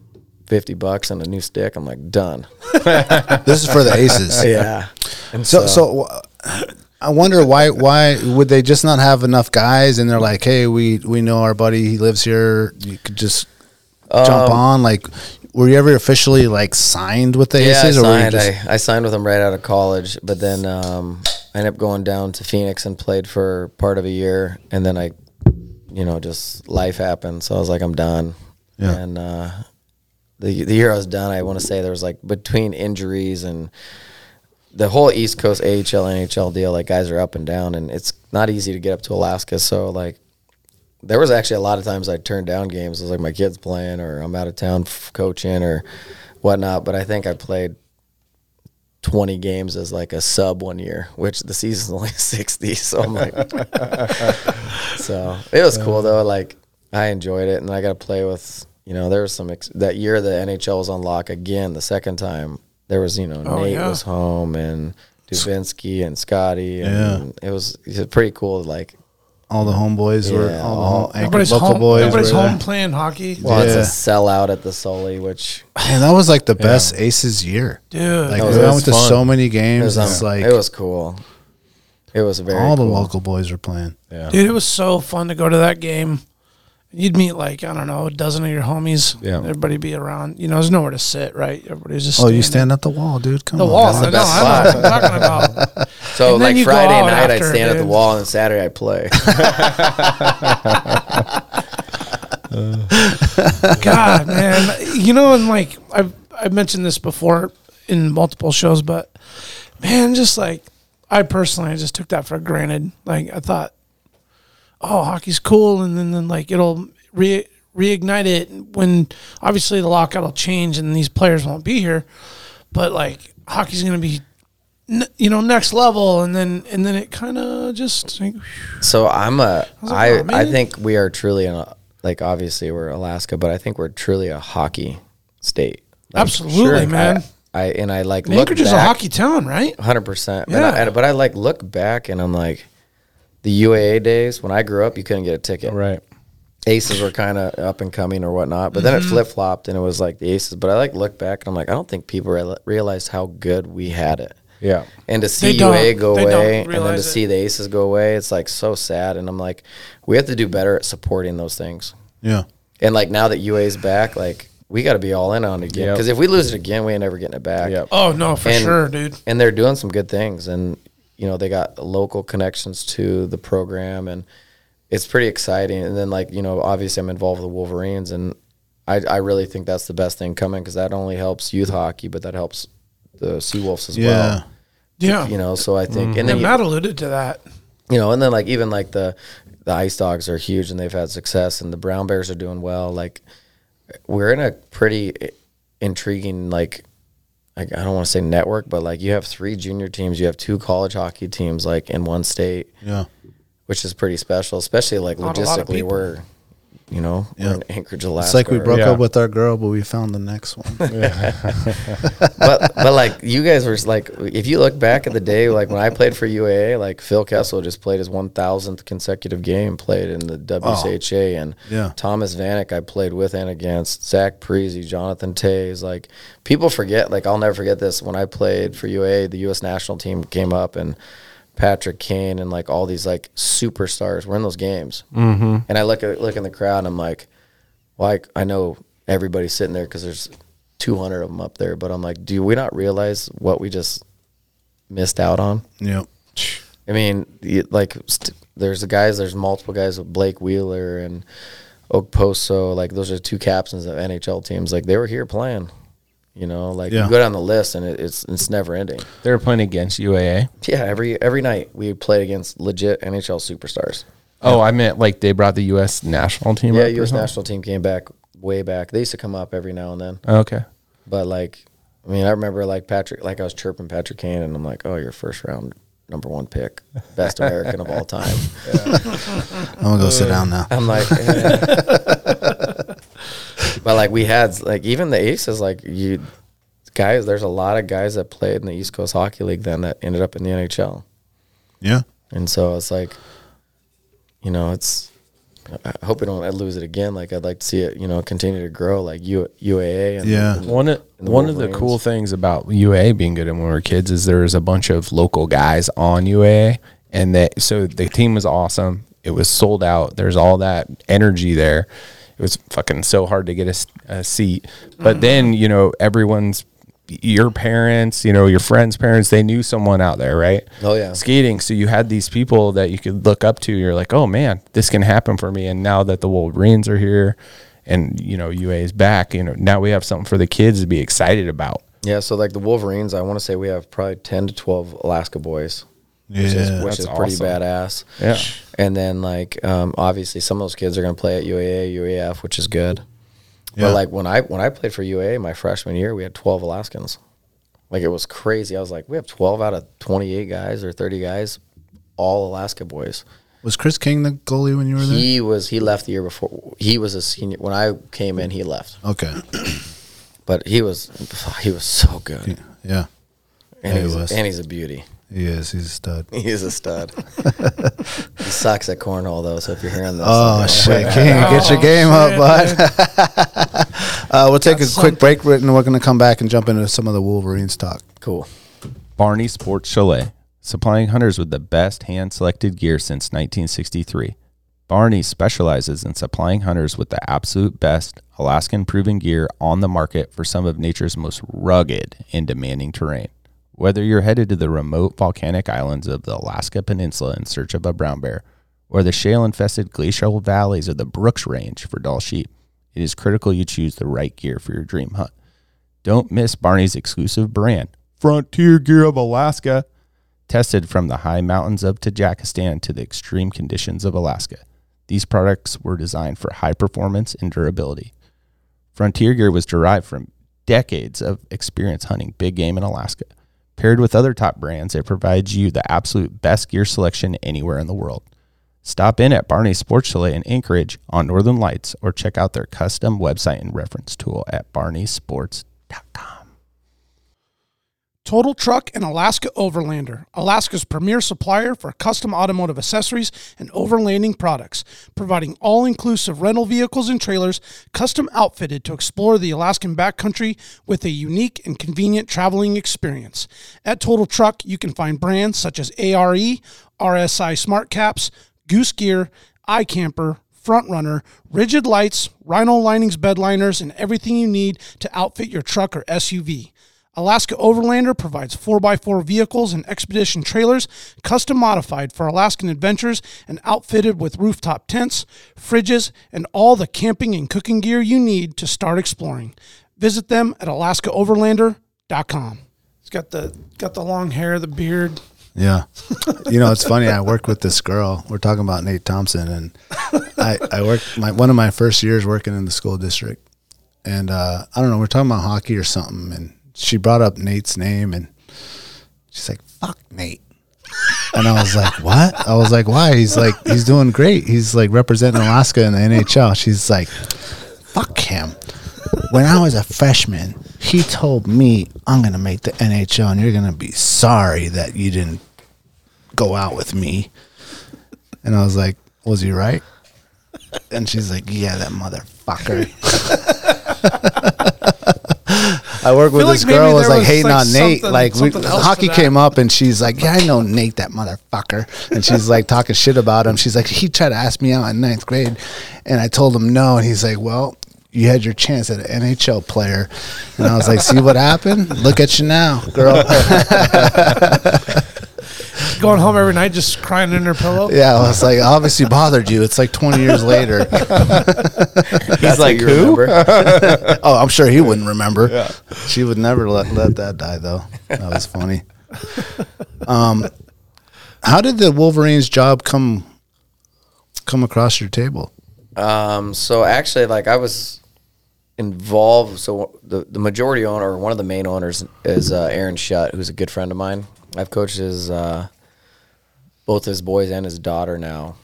S5: 50 bucks and a new stick. I'm like, "Done."
S9: This is for the aces.
S5: Yeah. And
S9: So, so uh, I wonder why why would they just not have enough guys? And they're like, hey, we we know our buddy. He lives here. You could just
S5: Um,
S9: jump on. Like, were you ever officially like signed with the
S5: yeah, I
S9: Aces? were you
S5: signed.
S9: just-
S5: I, I signed with them right out of college, but then um, I ended up going down to Phoenix and played for part of a year, and then I, you know, just life happened. So I was like, I'm done.
S9: Yeah.
S5: And uh, the the year I was done, I want to say there was like between injuries and the whole East Coast AHL NHL deal, like guys are up and down, and it's not easy to get up to Alaska. So like, there was actually a lot of times I turned down games. It was like my kids playing, or I'm out of town f- coaching, or whatnot. But I think I played 20 games as like a sub one year, which the season's only 60. So I'm like, so it was cool though. Like I enjoyed it, and I got to play with you know there was some ex- that year the NHL was on lock again the second time. There was you know Nate
S4: yeah.
S5: was home and Dubinsky and Scotty, and it was it was pretty cool. Like
S9: all the homeboys were
S5: Yeah,
S9: all the
S5: all-
S9: home, anchor,
S4: Everybody's
S9: local
S4: home.
S9: boys.
S4: everybody's
S9: were there.
S4: home playing hockey.
S5: well, it's
S9: Yeah.
S5: a sellout at the Sully, which
S9: Man, that was like the best Aces year.
S4: Dude,
S9: Like
S5: That was-
S9: we
S5: it
S9: went
S5: was
S9: to
S3: fun.
S9: so many
S5: it
S9: games.
S5: was,
S9: It's
S5: um,
S9: like
S5: it was cool. It was very
S9: all the
S5: cool.
S9: local boys were playing.
S4: dude, it was so fun to go to that game. You'd meet like I don't know a dozen of your homies.
S3: Yeah.
S4: everybody be around. You know, there's nowhere to sit, right? Everybody's just
S9: Oh,
S4: standing.
S9: you stand at the wall, dude. Come
S4: the
S9: on,
S4: wall.
S9: man.
S4: I know,
S5: best
S4: I know what I'm talking about.
S5: So
S4: And then
S5: like
S4: you go
S5: Friday
S4: out
S5: night, I'd
S4: after,
S5: stand at the
S4: dude.
S5: wall, and Saturday I would play.
S4: God, man, you know, and like I've I've mentioned this before in multiple shows, but man, just like I personally, I just took that for granted. Like I thought, oh, hockey's cool, and then, then like it'll re- reignite it when obviously the lockout will change and these players won't be here, but like hockey's gonna be. n- You know, next level, and then and then it kind of just like,
S5: So I'm a
S4: was like,
S5: I
S4: "Aw,
S5: I
S4: man."
S5: think we are truly in a, like obviously we're Alaska, but I think we're truly a hockey state. Like,
S4: Absolutely,
S5: I-
S4: man.
S5: I, and I like look
S4: Anchorage is a
S5: back-
S4: hockey town, right?
S5: hundred percent.
S4: Yeah.
S5: Yeah. But I like look back and I'm like, the UAA days when I grew up, you couldn't get a ticket.
S3: Right.
S5: Aces were kind of up and coming or whatnot, but
S4: Mm-hmm.
S5: then it flip flopped and it was like the Aces. But I like look back and I'm like, I don't think people real realized how good we had it.
S3: Yeah.
S5: And to see
S4: They don't.
S5: UA go
S4: They don't
S5: away and then to
S4: realize it.
S5: see the Aces go away, it's like so sad. And I'm like, we have to do better at supporting those things.
S9: Yeah.
S5: And like now that UA's back, like we got to be all in on it again.
S3: Yep.
S5: Because if we lose it again, we ain't never getting it back
S3: Yep.
S4: Oh no, for
S5: And-
S4: sure, dude.
S5: and they're doing some good things and you know they got local connections to the program and it's pretty exciting and then like you know obviously i'm involved with the wolverines and i, I really think that's the best thing coming because that only helps youth hockey but that helps the seawolves as
S9: Yeah.
S5: well
S4: Yeah,
S5: you know so i think and
S4: And
S5: then you,
S4: Matt alluded to that.
S5: you know, and then like even like the the Ice Dogs are huge and they've had success, and the Brown Bears are doing well. Like we're in a pretty eh, intriguing like like I don't want to say network, but like you have three junior teams, you have two college hockey teams, like in one state,
S9: Yeah.
S5: which is pretty special, especially like
S4: Not a lot of
S5: logistically
S4: people.
S5: we're you know, we're in Anchorage, Alaska.
S9: It's like we
S5: or-
S9: broke
S3: Yeah.
S9: up with our girl, but we found the next one.
S5: but but like you guys were like if you look back at the day like when I played for UAA like Phil Kessel just played his 1000th consecutive game played in the WSHA and
S9: Yeah.
S5: Thomas Vanek I played with and against Zach Parisi Jonathan Tays like people forget like I'll never forget this when I played for UAA the US national team came up and Patrick Kane and like all these like superstars were in those games mm-hmm. and I look at look in the crowd and I'm like like I know everybody's sitting there because there's 200 of them up there, but I'm like, do we not realize what we just missed out on?
S9: yep.
S5: I mean, y- like, st- there's the guys, there's multiple guys with Blake Wheeler and Oak Poso. Like, those are two captains of NHL teams. Like, they were here playing. You know, like
S9: Yeah.
S5: you go down the list and it, it's it's never ending.
S8: They were playing against UAA.
S5: Yeah, every every night we played against legit NHL superstars.
S3: Oh, I meant like they brought the U.S. national team.
S5: Yeah,
S3: up or
S5: U.S.
S3: something?
S5: national team came back way back. They used to come up every now and then.
S3: Okay.
S5: But like, I mean, I remember like Patrick, like I was chirping Patrick Kane, and I'm like, oh, you're first round number one pick, best American of all time.
S9: I'm gonna go sit down now.
S5: I'm like, eh. but like we had like even the aces, like you guys, there's a lot of guys that played in the East Coast Hockey League then that ended up in the NHL,
S9: Yeah.
S5: and so it's like, you know, it's. I- I hope we don't lose it again. Like I'd like to see it, you know, continue to grow, like U- UAA. And
S9: Yeah.
S3: One of
S5: and the
S3: one of the
S5: Wolverines.
S3: cool things about UAA being good when we were kids is there was a bunch of local guys on UAA, and that so the team was awesome. It was sold out. There's all that energy there. It was fucking so hard to get a s- a, seat, but then you know everyone's your parents, you know your friends' parents, they knew someone out there, right?
S5: Oh, yeah.
S3: skating. So you had these people that you could look up to. You're like, oh man, this can happen for me. And now that the Wolverines are here, and you know UA is back, you know now we have something for the kids to be excited about.
S5: Yeah, so like the Wolverines, I want to say we have probably ten to twelve Alaska boys, which is,
S9: Yeah.
S5: which is
S3: That's
S5: pretty
S3: awesome.
S5: badass.
S3: Yeah.
S5: and then like um, obviously some of those kids are going to play at UAA, UAF, which is good.
S9: Yeah.
S5: But like when I when I played for UAA my freshman year, we had twelve Alaskans. Like it was crazy. I was like, we have twelve out of twenty eight guys or thirty guys, all Alaska boys.
S9: Was Chris King the goalie when you were there?
S5: He was he left the year before. He was a senior when I came in. He left,
S9: okay.
S5: but he was he was so good,
S9: Yeah.
S5: and
S9: he
S5: he's
S9: was.
S5: and he's a beauty.
S9: He is. He's a stud.
S5: He is a stud. he sucks at cornhole though. So if you're hearing this,
S9: Oh
S5: like,
S9: shit, King, get your
S4: Oh,
S9: game
S4: shit.
S9: up, bud. uh, we'll take a
S4: something.
S9: quick break, Rick, and we're gonna come back and jump into some of the Wolverines talk.
S5: cool.
S8: Barney Sports Chalet, supplying hunters with the best hand selected gear since 1963. Barney specializes in supplying hunters with the absolute best Alaskan proven gear on the market for some of nature's most rugged and demanding terrain. Whether you're headed to the remote volcanic islands of the Alaska Peninsula in search of a brown bear, or the shale infested glacial valleys of the Brooks Range for doll sheep, it is critical you choose the right gear for your dream hunt. Don't miss Barney's exclusive brand, Frontier Gear of Alaska, tested from the high mountains of Tajikistan to the extreme conditions of Alaska. These products were designed for high performance and durability. Frontier Gear was derived from decades of experience hunting big game in Alaska. Paired with other top brands, it provides you the absolute best gear selection anywhere in the world. Stop in at Barney's Sports Chalet in Anchorage on Northern Lights or check out their custom website and reference tool at barneysports.com.
S4: Total Truck and Alaska Overlander, Alaska's premier supplier for custom automotive accessories and overlanding products, providing all inclusive rental vehicles and trailers custom outfitted to explore the Alaskan backcountry with a unique and convenient traveling experience. At Total Truck, you can find brands such as E, ARE, RSI Smart Caps, Goose Gear, iCamper, front runner, rigid lights, rhino linings, bed liners, and everything you need to outfit your truck or SUV. Alaska Overlander provides 4x4 vehicles and expedition trailers custom modified for Alaskan adventures and outfitted with rooftop tents, fridges, and all the camping and cooking gear you need to start exploring. Visit them at alaskaoverlander.com. He's got the got the long hair, the beard.
S9: Yeah. You know, it's funny. I worked with this girl. We're talking about Nate Thompson, and I, I worked my one of my first years working in the school district, and uh, I don't know. We're talking about hockey or something, and she brought up Nate's name, and she's like, "Fuck Nate."
S2: And I was like, what? I was like, why? He's like, he's doing great. He's like representing Alaska in the NHL. She's like, fuck him. When I was a freshman, he told me, I'm going to make the NHL and you're going to be sorry that you didn't go out with me. And I was like, was he right? And she's like, yeah, that motherfucker. I work with
S4: feel
S2: this
S4: like maybe
S2: girl was
S4: there
S2: like
S4: was,
S2: hating
S4: like,
S2: on Nate.
S4: something-
S2: Like we,
S4: something else to
S2: hockey
S4: that.
S2: came up and she's like, yeah, I know Nate, that motherfucker. And she's like talking shit about him. She's like, he tried to ask me out in ninth grade, and I told him no, and he's like, well. You had your chance at an NHL player, and I was like, "See what happened? Look at you now, girl."
S4: Going home every night just crying in her pillow.
S2: yeah, I was like, "Obviously bothered you." It's like twenty years later.
S5: He's like, who?
S2: Oh, I'm sure he wouldn't remember. She would never let, let that die, though. That was funny. Um, how did the Wolverines job come come across your table?
S5: Um, so actually, like I was involved. So the the majority owner, or one of the main owners, is uh, Aaron Shutt, who's a good friend of mine. I've coached his uh, both his boys and his daughter now.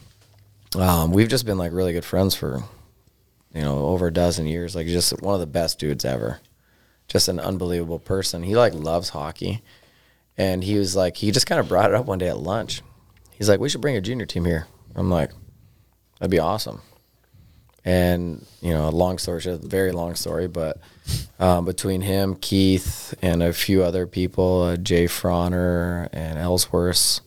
S5: Um, we've just been like really good friends for you know over a dozen years. Like just one of the best dudes ever. Just an unbelievable person. He like loves hockey, and he was like he just kind of brought it up one day at lunch. He's like, we should bring a junior team here. I'm like, that'd be awesome and you know, a long story, short, very long story, but um, between him, Keith, and a few other people, uh, Jay Froner and Ellsworth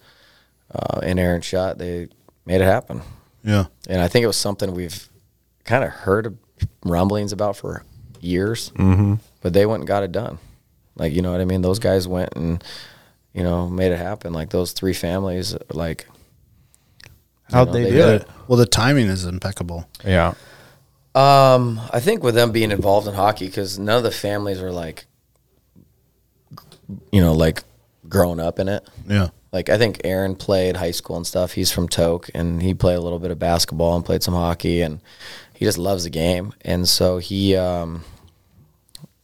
S5: uh, and Aaron Schott, they made it happen.
S2: Yeah,
S5: And I think it was something we've kind of heard rumblings about for years, but they went and got it done. Like, you know what I mean? Those guys went and, you know, made it happen. Like those three families, like,
S3: How'd
S5: know,
S3: they,
S5: they
S3: do
S5: did
S3: it?
S2: Well, the timing is impeccable.
S3: Yeah.
S5: Um, I think with them being involved in hockey, because none of the families were like, you know, like grown up in it.
S2: Yeah,
S5: Like I think Aaron played high school and stuff. He's from Toke, and he played a little bit of basketball and played some hockey, and he just loves the game. And so he, um,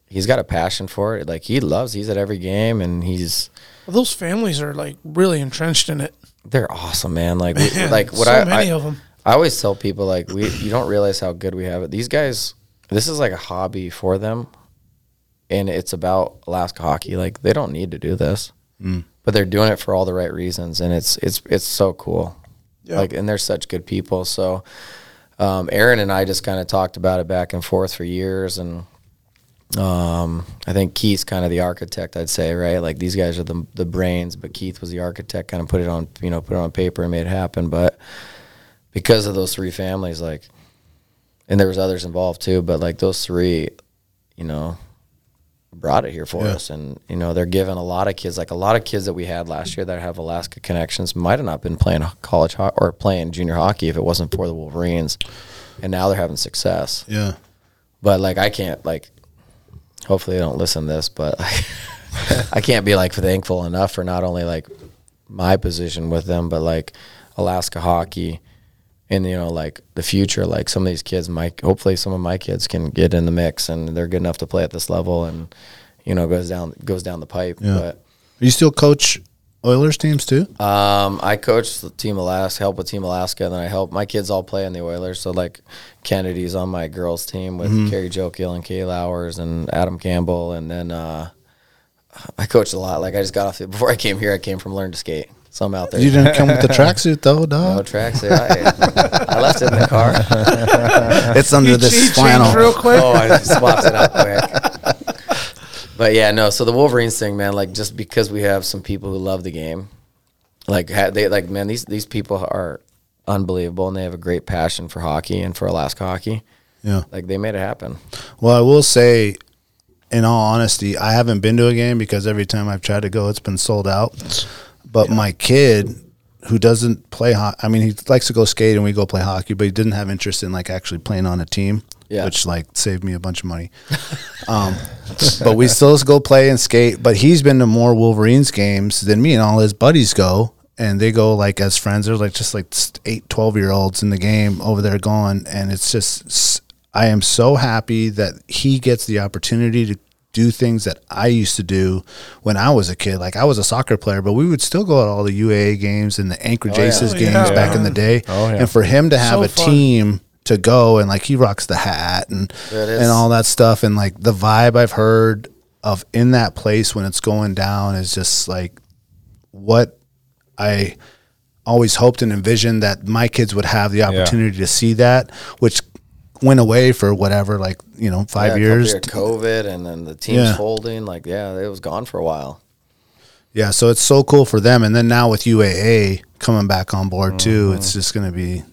S5: he's got a passion for it. Like he loves. He's at every game, and he's
S4: Well, those families are like really entrenched in it.
S5: they're awesome, man. Like we,
S4: Man,
S5: like what
S4: so
S5: I
S4: many
S5: I,
S4: of 'em.
S5: I always tell people like we you don't realize how good we have it. These guys, this is like a hobby for them, and it's about Alaska hockey. Like they don't need to do this, but they're doing it for all the right reasons, and it's it's it's so cool. Like and they're such good people. So, um, Aaron and I just kind of talked about it back and forth for years, and um, I think Keith's kind of the architect, I'd say, right? Like these guys are the the brains, but Keith was the architect, kind of put it on, you know, put it on paper and made it happen. But because of those three families, like, and there was others involved too, but like those three, you know, brought it here for us, and you know, they're giving a lot of kids, like a lot of kids that we had last year that have Alaska connections, might have not been playing college ho- or playing junior hockey if it wasn't for the Wolverines, and now they're having success
S2: yeah.
S5: but like I can't like hopefully they don't listen to this, but I can't be like thankful enough for not only like my position with them, but like Alaska hockey and you know like the future like some of these kids might hopefully some of my kids can get in the mix and they're good enough to play at this level and you know goes down goes down the pipe
S2: You still coach Oilers teams too?
S5: but um i coach the team alaska help with team alaska and then i help my kids all play in the oilers so like kennedy's on my girls team with Carrie jokiel and kay lowers and adam campbell and then uh I coached a lot. Like I just got off the, before I came here. I came from Learn to Skate. So I'm out there.
S2: You didn't come with the tracksuit though,
S5: no
S2: dog.
S5: tracks there. I, I left it in the car.
S2: It's under this flannel.
S4: real quick.
S5: Oh, I just swapped it out quick. But yeah, no. So the Wolverines thing, man. Like just because we have some people who love the game, like ha- they like man, these these people are unbelievable, and they have a great passion for hockey and for Alaska hockey.
S2: Yeah.
S5: Like they made it happen.
S2: Well, I will say, in all honesty, I haven't been to a game because every time I've tried to go, it's been sold out. But my kid, who doesn't play hockey, I mean, he likes to go skate and we go play hockey, but he didn't have interest in like actually playing on a team,
S5: Yeah.
S2: which like saved me a bunch of money. Um, but we still go play and skate. But he's been to more Wolverines games than me and all his buddies go. And they go like as friends. They're like just like s- eight, 12 year olds in the game over there going. And it's just, s- I am so happy that he gets the opportunity to do things that I used to do when I was a kid. Like I was a soccer player, but we would still go to all the UAA games and the Anchorage Aces
S4: Oh, yeah.
S2: games back in the day.
S3: Oh, yeah.
S2: And for him to have
S4: So
S2: a
S4: fun.
S2: team to go and like he rocks the hat and
S5: That is-
S2: and all that stuff and like the vibe I've heard of in that place when it's going down is just like what I always hoped and envisioned that my kids would have the opportunity to see that, which went away for whatever, like, you know,
S5: Yeah,
S2: five
S5: a couple
S2: years.
S5: year COVID, and then the team's
S2: Yeah.
S5: folding. Like, yeah, it was gone for a while.
S2: Yeah. So it's so cool for them. And then now with UAA coming back on board
S5: Mm-hmm.
S2: too, it's just going to be,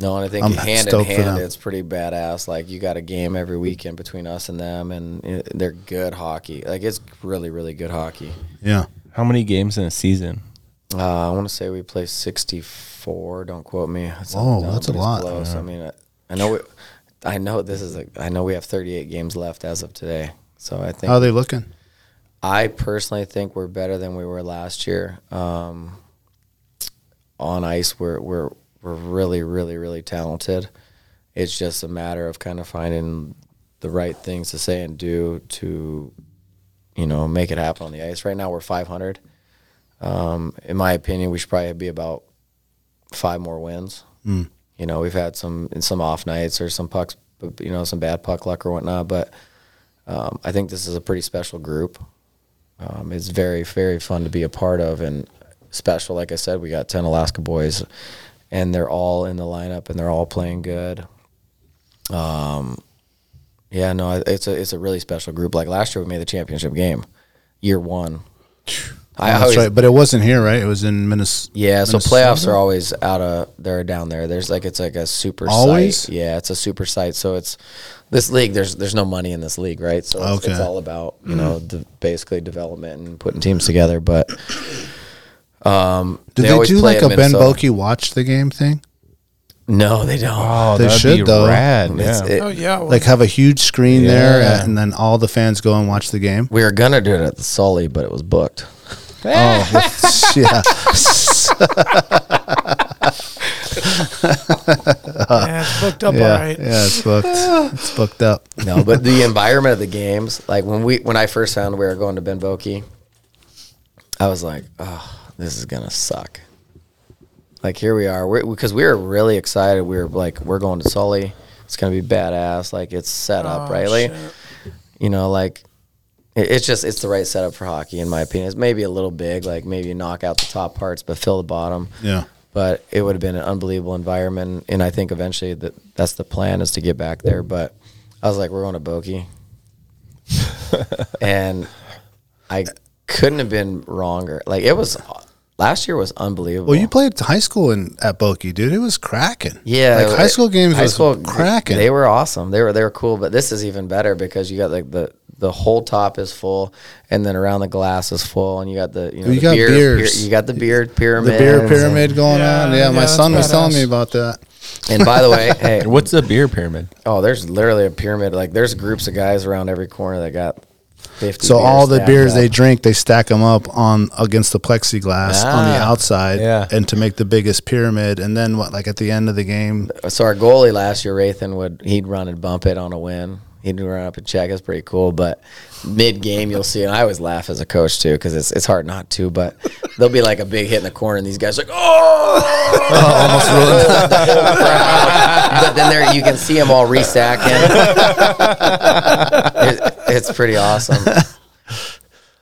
S5: No, and I think
S2: I'm
S5: hand in
S2: stoked for
S5: hand,
S2: them.
S5: it's pretty badass. Like, you got a game every weekend between us and them, and it, they're good hockey. Like, it's really, really good hockey.
S2: yeah.
S3: How many games in a season?
S5: Uh, I want to say we play 64. Don't quote me. It's
S2: Whoa,
S5: no,
S2: that's a
S5: but it's
S2: lot.
S5: Close. I mean, I, I know. We, I know this is. A, I know we have 38 games left as of today. So I think
S2: How are they looking?
S5: I personally think we're better than we were last year. Um, on ice, we're we're we're really, really, really talented. It's just a matter of kind of finding the right things to say and do to, you know, make it happen on the ice. Right now, we're 500. Um, in my opinion, we should probably be about five more wins.
S2: Hmm.
S5: Mm. You know, we've had some some off nights or some pucks, but you know, some bad puck luck or whatnot. But um, I think this is a pretty special group. Um, it's very, very fun to be a part of and special. Like I said, we got 10 Alaska boys and they're all in the lineup and they're all playing good. Um, yeah, no, I- it's a, it's a really special group. Like last year we made the championship game year one. I
S2: That's
S5: always,
S2: right. But it wasn't here, right? It was in Minnesota.
S5: yeah, so playoffs are always out of they're down there. There's like it's like a super
S2: Always?
S5: site. Yeah, it's a super site. So it's this league. There's there's no money in this league, right? So it's, it's
S2: Okay. Mm.
S5: all about you know de- basically development and putting teams together. But um,
S2: Do they,
S5: always
S2: do
S5: play
S2: like a
S5: in
S2: Ben
S5: Minnesota.
S2: Bokey watch the game thing?
S5: No, they don't.
S3: Oh,
S2: They
S3: that'd
S2: should,
S3: be
S2: though.
S3: rad.
S5: It's-
S3: Yeah.
S5: it-
S4: Oh yeah, well,
S2: Like have a huge screen there
S5: Yeah.
S2: and then all the fans go and watch the game?
S5: we were gonna do it at the Sully, but it was booked.
S2: Oh, with- yeah.
S4: yeah, it's booked up all
S2: Yeah.
S4: right.
S2: Yeah. It's booked. It's booked up.
S5: No, but the environment of the games, like when we when I first found we were going to Ben Bokey, I was like, oh, this is gonna suck. Like here we are, we're, because we were really excited. We were like, we're going to Sully. It's gonna be badass. Like it's set up right, like you know, like it, it's just it's the right setup for hockey in my opinion. It's maybe a little big, like maybe you knock out the top parts but fill the bottom
S2: Yeah.
S5: but it would have been an unbelievable environment. And I think eventually that that's the plan is to get back there. But I was like, we're going to Boki, and I couldn't have been wronger. Like it was last year was unbelievable.
S2: Well, you played high school in at Boki, dude. It was cracking.
S5: Yeah,
S2: like high
S5: it-
S2: school games
S5: high
S2: was
S5: school,
S2: cracking.
S5: They were awesome. They were they were cool, but this is even better because you got like the the whole top is full, and then around the glass is full, and you got the you know
S2: You
S5: the
S2: got
S5: beer,
S2: beers.
S5: you got the beer pyramid,
S2: the beer pyramid going
S4: Yeah,
S2: on. Yeah,
S4: yeah,
S2: my son
S4: that's
S2: was telling
S4: badass.
S2: me about that.
S5: And by the way, hey,
S3: What's the beer pyramid?
S5: Oh, there's literally a pyramid. Like there's groups of guys around every corner that got fifty.
S2: So
S5: beers
S2: all the
S5: stacked
S2: beers they
S5: up.
S2: drink, they stack them up on against the plexiglass on the
S5: Ah,
S2: outside,
S3: yeah.
S2: and to make the biggest pyramid. And then what? Like at the end of the game,
S5: So our goalie last year, Rathan would he'd run and bump it on a win. He'd run up and check. It's pretty cool. But mid game, you'll see, and I always laugh as a coach too because it's it's hard not to. But there'll be like a big hit in the corner, and these guys are like, oh, almost ruined the whole crowd. But then there you can see them all restacking. it, it's pretty awesome.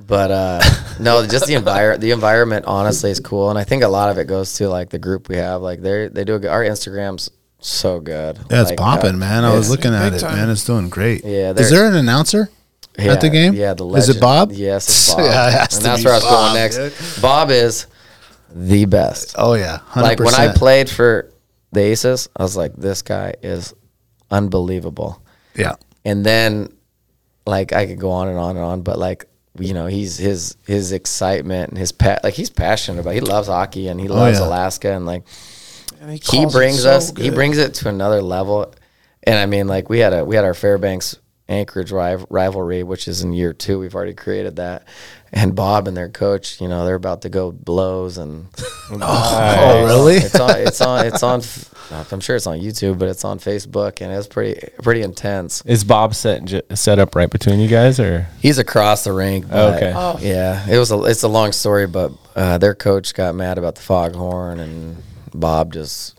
S5: But uh, no, just the environment. The environment, honestly, is cool, and I think a lot of it goes to like the group we have. Like they they do a, good- our Instagrams so good.
S2: that's
S5: Like,
S2: popping,
S5: uh,
S2: man. I was
S5: it's-
S2: looking at
S4: big
S2: it,
S4: time.
S2: man. It's doing great.
S5: Yeah,
S2: Is
S5: they're-
S2: there an announcer
S5: yeah,
S2: at the game?
S5: Yeah, the
S2: Is
S5: legend.
S2: it Bob?
S5: Yes, it's Bob.
S2: yeah, it has
S5: and
S2: to
S5: that's
S2: be
S5: where I was
S2: Bob,
S5: going next.
S2: dude.
S5: Bob is the best.
S2: Oh yeah, 100%.
S5: Like when I played for the Aces, I was like, this guy is unbelievable.
S2: yeah,
S5: and then like I could go on and on and on, but like you know, he's his his excitement and his pat like he's passionate about. He loves hockey and he loves
S2: yeah.
S5: Alaska and like
S4: And he,
S5: he
S4: calls it
S5: brings
S4: so
S5: us he
S4: good.
S5: brings it to another level. And I mean, like we had a we had our Fairbanks Anchorage riv- rivalry, which is in year two. We've already created that. And Bob and their coach, you know, they're about to go blows and
S9: Oh, really?
S5: it's on it's on it's on I'm sure it's on YouTube, but it's on Facebook and it's pretty pretty intense.
S3: Is Bob set j- set up right between you guys or
S5: He's across the rink. But
S3: Okay.
S4: Oh.
S5: okay. Yeah, it was a it's a long story, but uh, their coach got mad about the foghorn, and Bob just.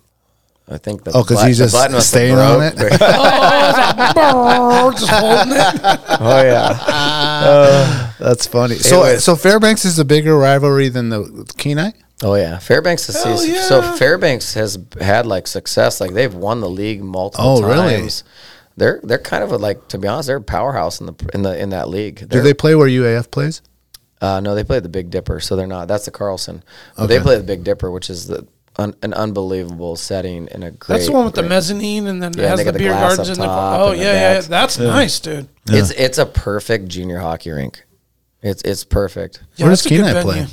S5: I think the
S9: Oh, 'cause
S5: button-
S9: he's
S5: the
S9: just
S5: button must have
S9: staying on
S5: broke.
S4: Oh,
S9: it?
S4: just holding it.
S5: oh yeah,
S9: That's funny. So, so Fairbanks is a bigger rivalry than the Kenai.
S5: oh yeah. Fairbanks is so Fairbanks has had like success, like they've won the league multiple
S9: Oh, really?
S5: times. They're they're kind of a, like to be honest, they're a powerhouse in the in the in that league.
S9: Do
S5: They're-
S9: they play where UAF plays?
S5: Uh, no, they play the Big Dipper, so they're not. That's the Carlson. But They play the Big Dipper, which is the un, an unbelievable setting and a great.
S4: That's the one with the
S5: great-
S4: mezzanine and then it
S5: Yeah, and
S4: has
S5: they
S4: the
S5: got the
S4: beer
S5: glass
S4: gardens
S5: up
S4: in the.
S5: top
S4: Oh
S5: and the
S4: yeah, yeah,
S5: back.
S4: that's nice, dude.
S5: It's it's a perfect junior hockey rink. It's it's perfect.
S4: Yeah,
S9: Where does
S4: that's a good
S9: Kenai play?
S4: venue.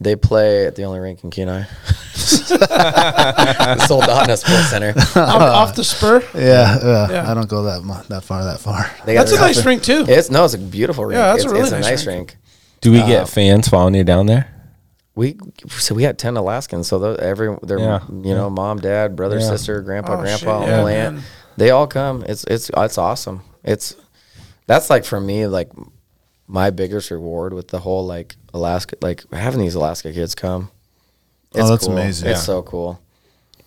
S5: They play at the only rink in Kenai. it's sold out in a sports center.
S4: Off, off the spur.
S9: Yeah, yeah,
S4: Yeah.
S9: I don't go that mu- that far. That far.
S5: They got
S4: That's a
S5: their-
S4: nice ring too.
S5: It's no, it's a beautiful rink.
S4: Yeah, that's
S5: it's,
S4: a really
S5: it's
S4: nice
S5: a nice
S4: rink.
S5: rink.
S3: do we get fans following you down there?
S5: We so we had ten Alaskans. So those, every their
S3: Yeah.
S5: you know mom, dad, brother,
S3: Yeah.
S5: sister, grandpa,
S4: Oh,
S5: grandpa,
S4: shit, yeah,
S5: uncle, aunt,
S4: man.
S5: they all come. It's it's it's awesome. It's that's like for me like my biggest reward with the whole like Alaska like having these Alaska kids come.
S9: Oh, that's amazing.
S5: It's
S9: Yeah.
S5: so cool,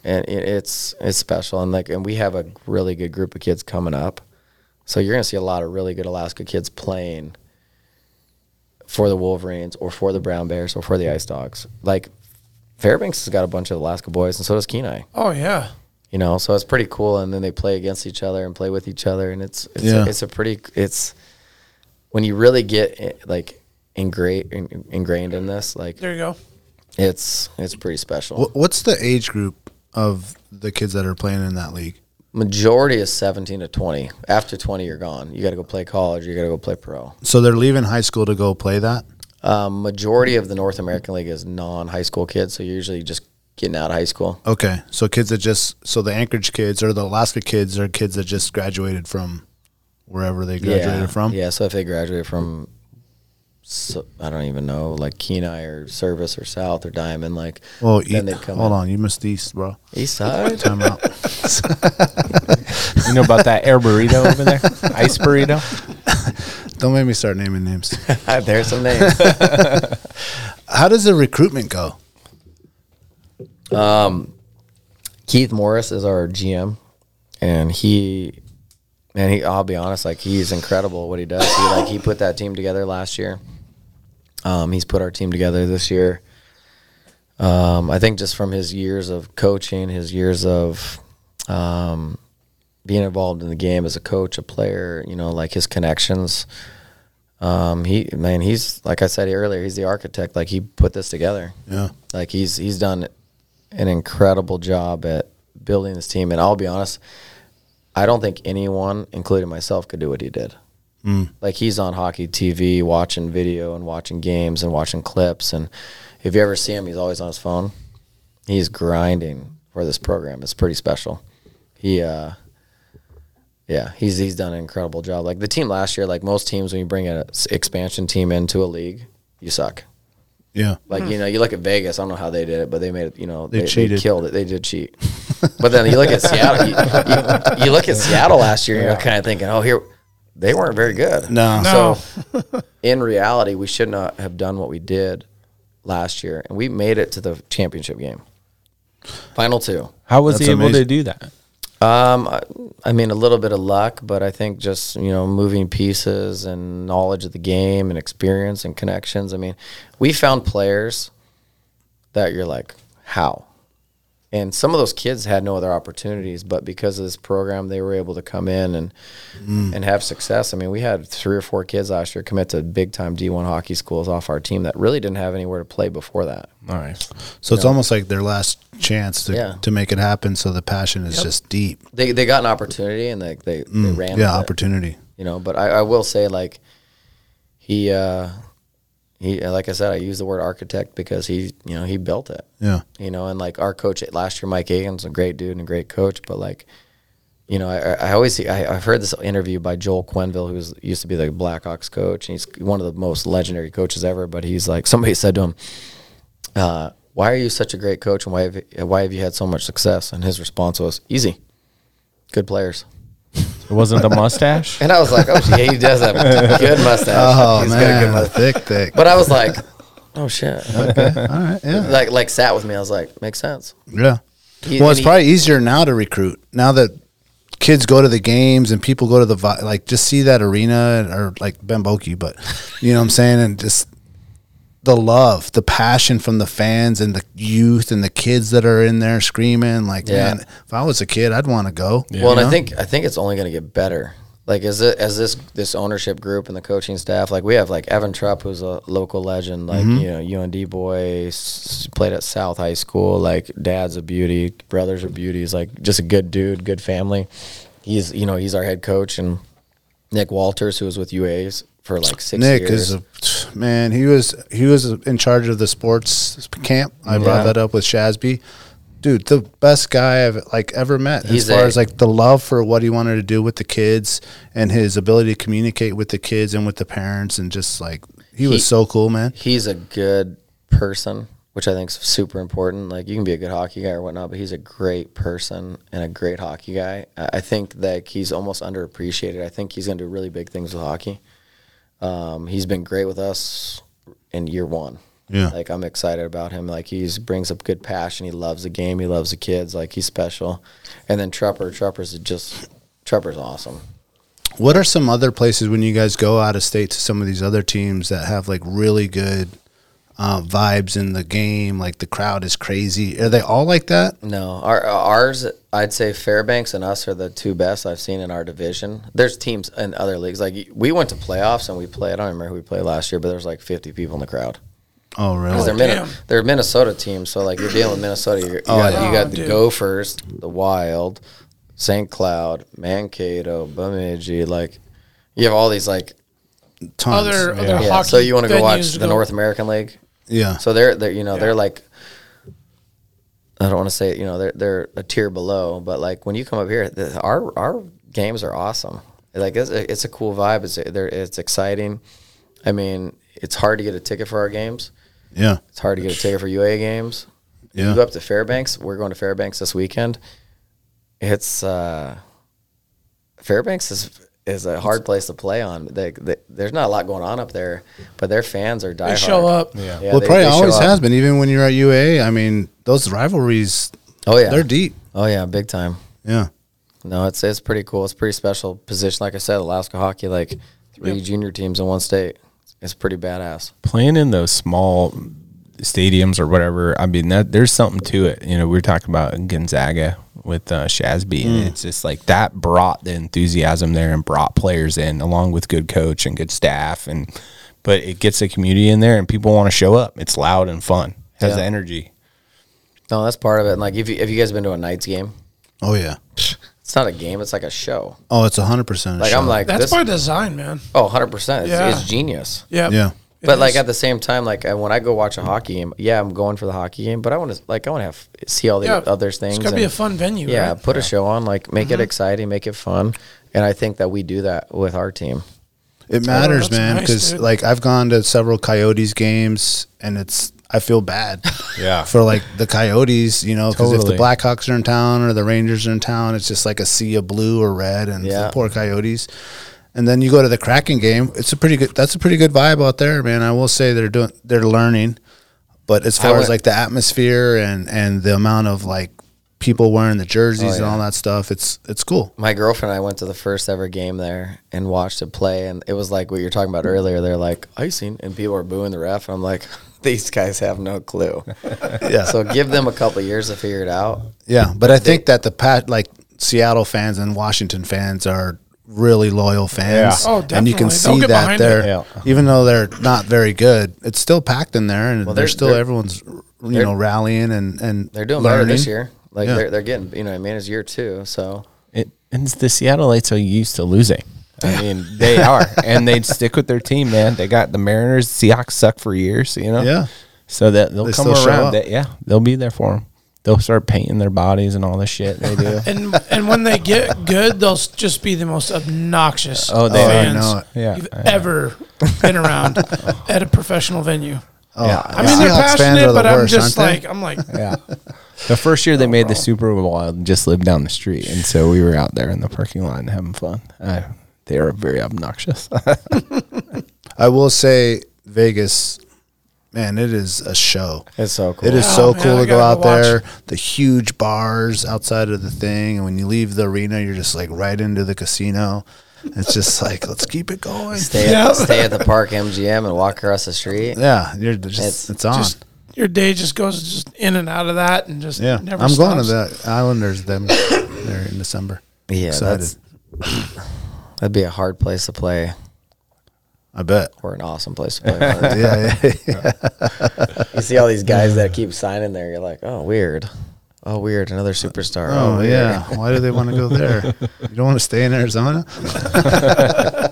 S5: and it, it's it's special. And like and we have a really good group of kids coming up. So you're gonna see a lot of really good Alaska kids playing for the Wolverines or for the Brown Bears or for the Ice Dogs. Like Fairbanks has got a bunch of Alaska boys, and so does Kenai.
S4: Oh yeah.
S5: You know, so it's pretty cool. And then they play against each other and play with each other, and it's it's, a,
S9: Yeah.
S5: it's a pretty it's when you really get eh, like ingrained ingrained in this, like
S4: There you go.
S5: it's it's pretty special.
S9: Wh- What's the age group of the kids that are playing in that league?
S5: Majority is seventeen to twenty. After twenty, you're gone. You got to go play college. You got to go play pro.
S9: So they're leaving high school to go play that.
S5: Um, majority of the North American League is non high school kids, so you're usually just getting out of high school.
S9: Okay, so kids that just so the Anchorage kids or the Alaska kids are kids that just graduated from wherever they graduated
S5: yeah.
S9: from.
S5: Yeah, so if they graduated from, so, I don't even know, like Kenai or Service or South or Diamond, like
S9: Oh,
S5: then
S9: e-
S5: they come
S9: hold
S5: in.
S9: on, you missed East, bro.
S5: East Side.
S9: Time out.
S3: You know about that air burrito over there? Ice burrito?
S9: Don't make me start naming names.
S5: Uh, There's some names.
S9: How does the recruitment go?
S5: Keith Morris is our GM, and he, and he, I'll be honest, like he's incredible what he does. He like he put that team together last year. Um, he's put our team together this year. Um, I think just from his years of coaching, his years of um, being involved in the game as a coach, a player, you know, like his connections. Um, he man, he's like I said earlier, he's the architect. Like he put this together.
S9: Yeah.
S5: Like he's he's done an incredible job at building this team. And I'll be honest, I don't think anyone, including myself, could do what he did. Like he's on hockey TV, watching video and watching games and watching clips. And if you ever see him, he's always on his phone. He's grinding for this program. It's pretty special. He, uh, yeah, he's he's done an incredible job. Like the team last year, like most teams, when you bring an expansion team into a league, you suck.
S9: Yeah.
S5: Like you know, you look at Vegas. I don't know how they did it, but they made it. You know, they, they
S9: cheated.
S5: killed it. They did cheat. but then you look at Seattle. You, you, you look at Seattle last year. and You're kind of thinking, oh, here they weren't very good.
S9: No.
S4: No.
S5: In reality, we should not have done what we did last year, and we made it to the championship game, final two.
S3: How was
S9: That's
S3: he able to
S9: amazing.
S3: do that?
S5: Um, I, I mean, a little bit of luck, but I think just you know moving pieces and knowledge of the game and experience and connections. I mean, we found players that you're like, how? And some of those kids had no other opportunities, but because of this program, they were able to come in and and have success. I mean, we had three or four kids last year commit to big time D1 hockey schools off our team that really didn't have anywhere to play before that.
S3: All right.
S9: So it's almost like their last chance to,
S5: Yeah.
S9: to make it happen. So the passion is just deep.
S5: They they got an opportunity and they they, they ran.
S9: yeah,
S5: with it.
S9: opportunity.
S5: you know but I, I will say like he uh he uh, like i said i use the word architect because he you know he built it
S9: Yeah.
S5: you know and like our coach last year mike Agan's a great dude and a great coach but like you know, I, I always see, I, I've heard this interview by Joel Quenville, who used to be the Blackhawks coach, and he's one of the most legendary coaches ever. But he's like, somebody said to him, uh, "Why are you such a great coach, and why have you, why have you had so much success?" And his response was, "Easy, good players."
S3: It wasn't the mustache.
S5: And I was like, "Oh, yeah, he does have a good mustache.
S9: Oh
S5: He's got a good
S9: man,
S5: mustache."
S9: thick, thick.
S5: But I was like, "Oh shit!"
S9: All right, yeah,
S5: Like, like sat with me. I was like, "Makes sense."
S9: yeah.
S5: He-
S9: well,
S5: and
S9: it's
S5: he-
S9: probably easier now to recruit now that kids go to the games and people go to the vi- like just see that arena or like Bemboki, but you know what I'm saying, and just the love, the passion from the fans and the youth and the kids that are in there screaming like,
S5: Yeah.
S9: man, if I was a kid, I'd want to go.
S5: Well, and
S9: You know?
S5: I think I think it's only going to get better. Like as it, as this this ownership group and the coaching staff, like we have like Evan Trupp, who's a local legend, like
S9: Mm-hmm.
S5: you know UND boy, s- played at South High School. Like dad's a beauty, brothers are beauties. Like just a good dude, good family. He's you know he's our head coach and Nick Walters, who was with UAs for like six
S9: Nick
S5: years.
S9: is a man. He was he was in charge of the sports camp. I brought that up with Shazby. Dude, the best guy I've like ever met
S5: He's
S9: as far
S5: a-
S9: as like the love for what he wanted to do with the kids and his ability to communicate with the kids and with the parents and just like he,
S5: He-
S9: was so cool, man.
S5: he's a good person, which I think is super important. Like you can be a good hockey guy or whatnot, but he's a great person and a great hockey guy. I I think that he's almost underappreciated. I think he's going to do really big things with hockey. Um, he's been great with us in year one.
S9: Yeah.
S5: like I'm excited about him. Like he's brings up good passion. He loves the game. He loves the kids. Like he's special. And then Trupper, Trupper's just Trupper's awesome.
S9: What are some other places when you guys go out of state to some of these other teams that have like really good uh, vibes in the game? Like the crowd is crazy. Are they all like that?
S5: No, our, ours. I'd say Fairbanks and us are the two best I've seen in our division. There's teams in other leagues. Like we went to playoffs and we played. I don't remember who we played last year, but there was like 50 people in the crowd.
S9: Oh, really?
S5: 'Cause they're, Min- they're Minnesota teams, so like you're dealing with Minnesota. You're, you got, you got the Gophers, the Wild, St. Cloud, Mankato, Bemidji. Like you have all these like
S9: Tons.
S4: Other-
S9: yeah.
S4: other-
S5: yeah.
S4: Hockey
S5: so you want to go
S4: venues
S5: watch the
S4: go-
S5: North American League?
S9: yeah.
S5: So they're they're you know they're like I don't want to say it, you know they're they're a tier below, but like when you come up here, the, our our games are awesome. Like it's, a- it's a cool vibe. It's they're, it's exciting. I mean, it's hard to get a ticket for our games.
S9: Yeah.
S5: It's hard to get a ticket for UA games.
S9: Yeah.
S5: You go up to Fairbanks. We're going to Fairbanks this weekend. It's uh, Fairbanks is is a hard place to play on. They, they, there's not a lot going on up there, but their fans are diehard.
S4: They show up.
S5: Yeah,
S9: well, it
S5: they-
S9: probably
S5: they show
S9: always
S5: up.
S9: has been. Even when you're at UA, I mean, those rivalries,
S5: Oh yeah,
S9: they're deep.
S5: Oh yeah, big time.
S9: Yeah.
S5: No, it's it's pretty cool. It's a pretty special position. Like I said, Alaska hockey, like three junior teams in one state. It's pretty badass.
S3: playing in those small stadiums or whatever. I mean, that there's something to it. You know, we were talking about Gonzaga with uh, Shazby, and it's just like that brought the enthusiasm there and brought players in, along with good coach and good staff, and but it gets the community in there and people want to show up. It's loud and fun. Has the energy.
S5: No, that's part of it. And like, if you, have you guys been to a Knights game?
S9: Oh yeah.
S5: It's not a game. It's like a show.
S9: Oh, it's hundred percent.
S5: Like I'm like
S4: That's
S5: this.
S4: by design, man.
S5: oh, 100 percent.
S4: Yeah.
S5: It's genius.
S4: Yeah.
S9: yeah.
S5: but like at the same time, like I- when I go watch a hockey game, yeah, I'm going for the hockey game, but I want to like I want to have see all the other things.
S4: It's gonna be
S5: and-
S4: a fun venue.
S5: Yeah,
S4: right? Mm-hmm.
S5: put a show on, like make it exciting, make it fun, and I think that we do that with our team.
S9: It matters,
S4: that's
S9: man,
S4: nice,
S9: because
S4: dude.
S9: like I've gone to several Coyotes games, and it's I feel bad.
S3: Yeah.
S9: For like the Coyotes, you know, because if
S3: Totally.
S9: the Blackhawks are in town or the Rangers are in town, it's just like a sea of blue or red, and
S5: Yeah.
S9: the poor Coyotes. And then you go to the Kraken game. It's a pretty good. That's a pretty good vibe out there, man. I will say they're doing. They're learning, but as far as
S5: went-
S9: like the atmosphere and and the amount of like people wearing the
S3: Oh,
S9: jerseys and all that stuff, it's it's cool.
S5: my girlfriend and I went to the first ever game there and watched it play, and it was like what you're talking about earlier. They're like icing, and people are booing the ref, and I'm like, these guys have no clue.
S9: Yeah.
S5: so give them a couple years to figure it out.
S9: Yeah, but I think that the pat like Seattle fans and Washington fans are really loyal fans.
S4: Yeah. Oh,
S9: And you can
S4: definitely. They'll
S9: see
S4: get
S9: that
S4: behind
S9: they're
S3: it.
S9: even though they're not very good, it's still packed in there, and
S5: they're-
S9: they're still
S5: they're-
S9: everyone's you know rallying and and
S5: They're doing better this year. Like they're they're getting, you know, what I mean, it's year two, so
S3: It, and the Seattleites are used to losing. I mean, they are, and they'd stick with their team, man. They got the Mariners. Seahawks suck for years, you know.
S9: Yeah.
S3: So that they'll
S9: They
S3: come
S9: still show
S3: around.
S9: up.
S3: That, yeah, they'll be there for them. they'll start painting their bodies and all this shit they do.
S4: And and when they get good, they'll s- just be the most obnoxious
S3: Oh, they are. I
S4: fans
S9: know it.
S3: Yeah,
S4: you've
S3: I know.
S4: ever been around at a professional venue.
S9: Oh,
S3: Yeah.
S4: I mean, they're passionate, but I'm just like, I'm like,
S3: yeah. The first year they made the Super Bowl, I just lived down the street, and so we were out there in the parking lot and having fun. Uh, they are very obnoxious.
S9: I will say Vegas, man, it is a show.
S5: It's so cool.
S9: It is
S4: Oh,
S9: so
S4: man,
S9: cool
S4: I
S9: to go
S4: gotta
S9: out
S4: go watch.
S9: there. The huge bars outside of the thing, and when you leave the arena, you're just like right into the casino. It's just like let's keep it going.
S5: stay,
S4: Yeah.
S5: at, stay at the park MGM and walk across the street.
S9: Yeah, you're just
S5: It's
S9: it's, on.
S4: just your day just goes just in and out of that, and just
S9: yeah,
S4: never
S9: I'm going to
S4: stops.
S9: the Islanders them there in December.
S5: Yeah,
S9: Excited.
S5: that's that'd be a hard place to play
S9: I bet.
S5: or an awesome place to play.
S9: Yeah, yeah, yeah.
S5: you see all these guys that keep signing there. You're like, oh, weird. Oh, weird. Another superstar.
S9: Oh
S5: weird."
S9: yeah. Why do they want to go there? You don't want to stay in Arizona.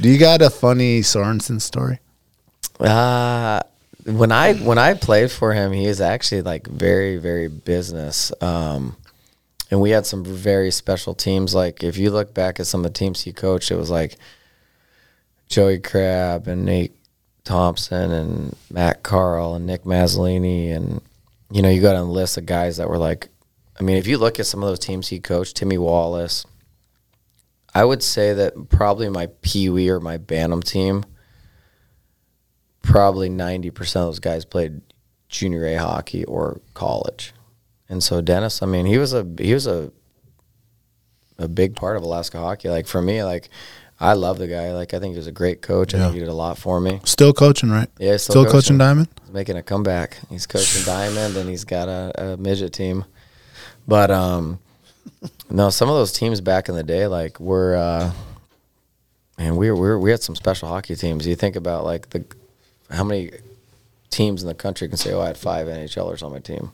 S9: do you got a funny Sorensen story?
S5: Uh when I when I played for him, he was actually like very very business. Um, and we had some very special teams. Like if you look back at some of the teams he coached, it was like Joey Crabb and Nate Thompson and Matt Carl and Nick Mazzolini and you know you got a list of guys that were like, I mean, if you look at some of those teams he coached, Timmy Wallace. I would say that probably my Pee Wee or my Bantam team probably 90% of those guys played junior A hockey or college. And so Dennis, I mean, he was a he was a a big part of Alaska hockey. Like for me, like I love the guy. Like I think he was a great coach. I think he did a lot for me.
S9: Still coaching, right?
S5: Yeah, he's
S9: still,
S5: still
S9: coaching.
S5: coaching.
S9: Diamond.
S5: He's making a comeback. He's coaching Diamond and he's got a, a midget team. But um no, some of those teams back in the day like were uh man, we were we had some special hockey teams. You think about like the how many teams in the country can say, "Oh, I had five NHLers on my team."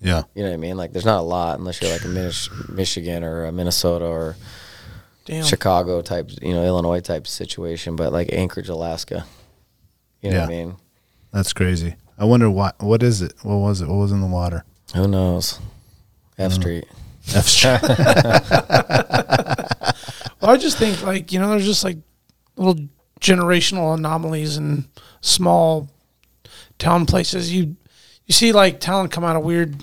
S9: Yeah,
S5: You know what I mean? Like there's not a lot unless you're like a Minis- Michigan or a Minnesota or
S4: Damn.
S5: Chicago type, you know, Illinois type situation, but like Anchorage, Alaska. You know what I
S9: Yeah.
S5: mean?
S9: that's crazy. I wonder why. What is it? What was it? What was in the water?
S5: Who knows? F Street.
S9: F Street.
S4: Well, I just think like you know, there's just like little generational anomalies in small town places. You you see like talent come out of weird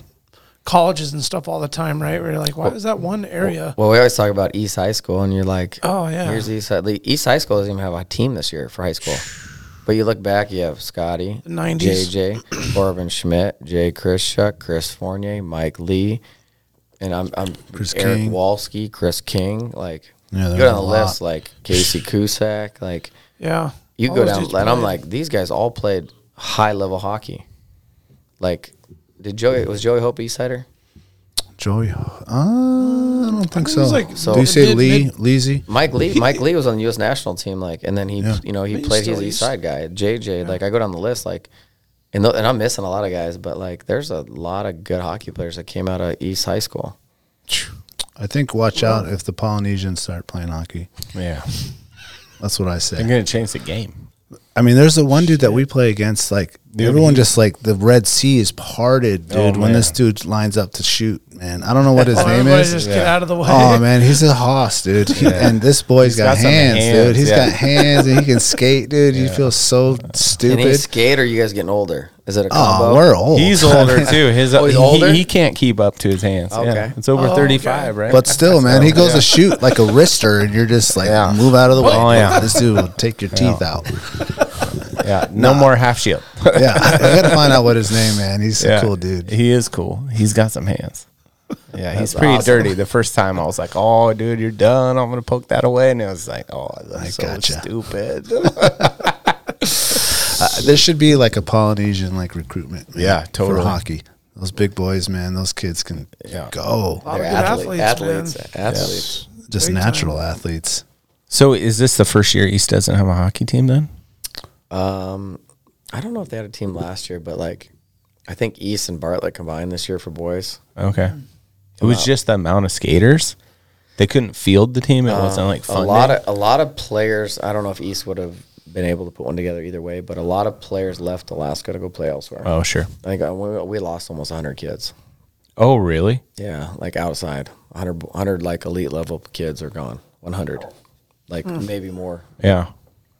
S4: colleges and stuff all the time, right? Where you're like, why is that one area?
S5: Well, we always talk about East High School, and you're like,
S4: Oh, yeah.
S5: here's East High. the East High School doesn't even have a team this year for high school. But you look back, you have Scotty,
S4: 90s.
S5: JJ, Corbin Schmidt, Jay Krishuk, Chris Fournier, Mike Lee, and I'm, I'm
S9: Chris
S5: Eric
S9: King.
S5: Walski, Chris King. Like,
S9: Yeah,
S5: you
S9: there's
S5: go down
S9: a
S5: the list,
S9: lot.
S5: like Casey Cusack. Like,
S4: Yeah.
S5: you
S4: All
S5: go
S4: those
S5: down, and
S4: dudes
S5: I'm
S4: played.
S5: like, these guys all played high level hockey. Like, did Joey, was Joey Hope East Sider?
S9: Joey. Uh, I don't think so.
S4: was like-
S5: So-
S9: Do you say
S4: Mid-
S9: Lee?
S4: mid-
S9: Leezy?
S5: Mike Lee, Mike Lee was on the U.S. national team, like, and then he,
S9: Yeah.
S5: you know, he
S4: But he's
S5: played.
S4: still
S5: He's an
S4: East.
S5: East Side guy. JJ, like, I go down the list, like, and tho- and I'm missing a lot of guys, but like, there's a lot of good hockey players that came out of East High School.
S9: I think watch out if the Polynesians start playing hockey.
S3: yeah,
S9: That's what I
S3: they're
S9: say.
S3: gonna change the game.
S9: I mean, there's the one dude that we play against. Like everyone, just like the Red Sea is parted, dude.
S3: Oh,
S9: when this
S3: man.
S9: dude lines up to shoot, man, I don't know what his
S4: Oh,
S9: name
S4: everybody
S9: is.
S4: Just get out of the way.
S9: Oh man, he's a hoss, dude. He- And this boy's
S3: He's
S9: got,
S3: got some
S9: hands, dude.
S3: hands,
S9: He's
S3: yeah.
S9: got hands, and he can skate, dude. You feel so
S5: And he's
S9: stupid.
S5: skate, or you guys getting older? Is it a combo?
S9: Oh, we're old.
S3: He's older too. His
S5: Oh, he's
S3: he-
S5: older?
S3: He, can't keep up to his hands. Okay,
S5: Okay.
S3: it's over thirty five, right?
S9: but still, man, he goes to shoot like a wrister, and you're just like,
S3: Yeah.
S9: move out of the way.
S3: Oh, yeah.
S9: This dude will take your teeth out.
S3: yeah, no more half shield.
S9: Yeah, I gotta find out what his name, man. He's a cool dude.
S3: He is cool. He's got some hands. Yeah, he's
S5: That's
S3: pretty
S5: awesome.
S3: dirty. The first time I was like, "Oh, dude, you're done. I'm gonna poke that away," and it was like, "Oh, that's
S9: I
S3: so
S9: gotcha.
S3: stupid."
S9: Uh, There should be like a Polynesian like recruitment. man,
S3: Yeah,
S9: For
S3: totally.
S9: hockey, those big boys, man. Those kids can
S3: Yeah.
S9: go.
S4: Lot of
S5: They're
S4: good
S5: athlete-
S4: athletes,
S5: athletes, athletes,
S4: man.
S9: Just
S4: big time.
S9: natural athletes.
S3: so, is this the first year East doesn't have a hockey team? Then
S5: Um, I don't know if they had a team last year, but like, I think East and Bartlett combined this year for boys.
S3: okay, it
S9: Uh,
S3: was just the amount of skaters.
S9: uh,
S3: They couldn't field the team. It wasn't like
S5: a
S3: fun.
S5: lot of a lot of players. I don't know if East would have been able to put one together either way. But a lot of players left Alaska to go play elsewhere.
S3: Oh, sure.
S5: I think uh, we, we lost almost 100 kids.
S3: Oh, really?
S5: Yeah, like outside, 100, 100 like elite level kids are gone. 100, like maybe more.
S3: Yeah.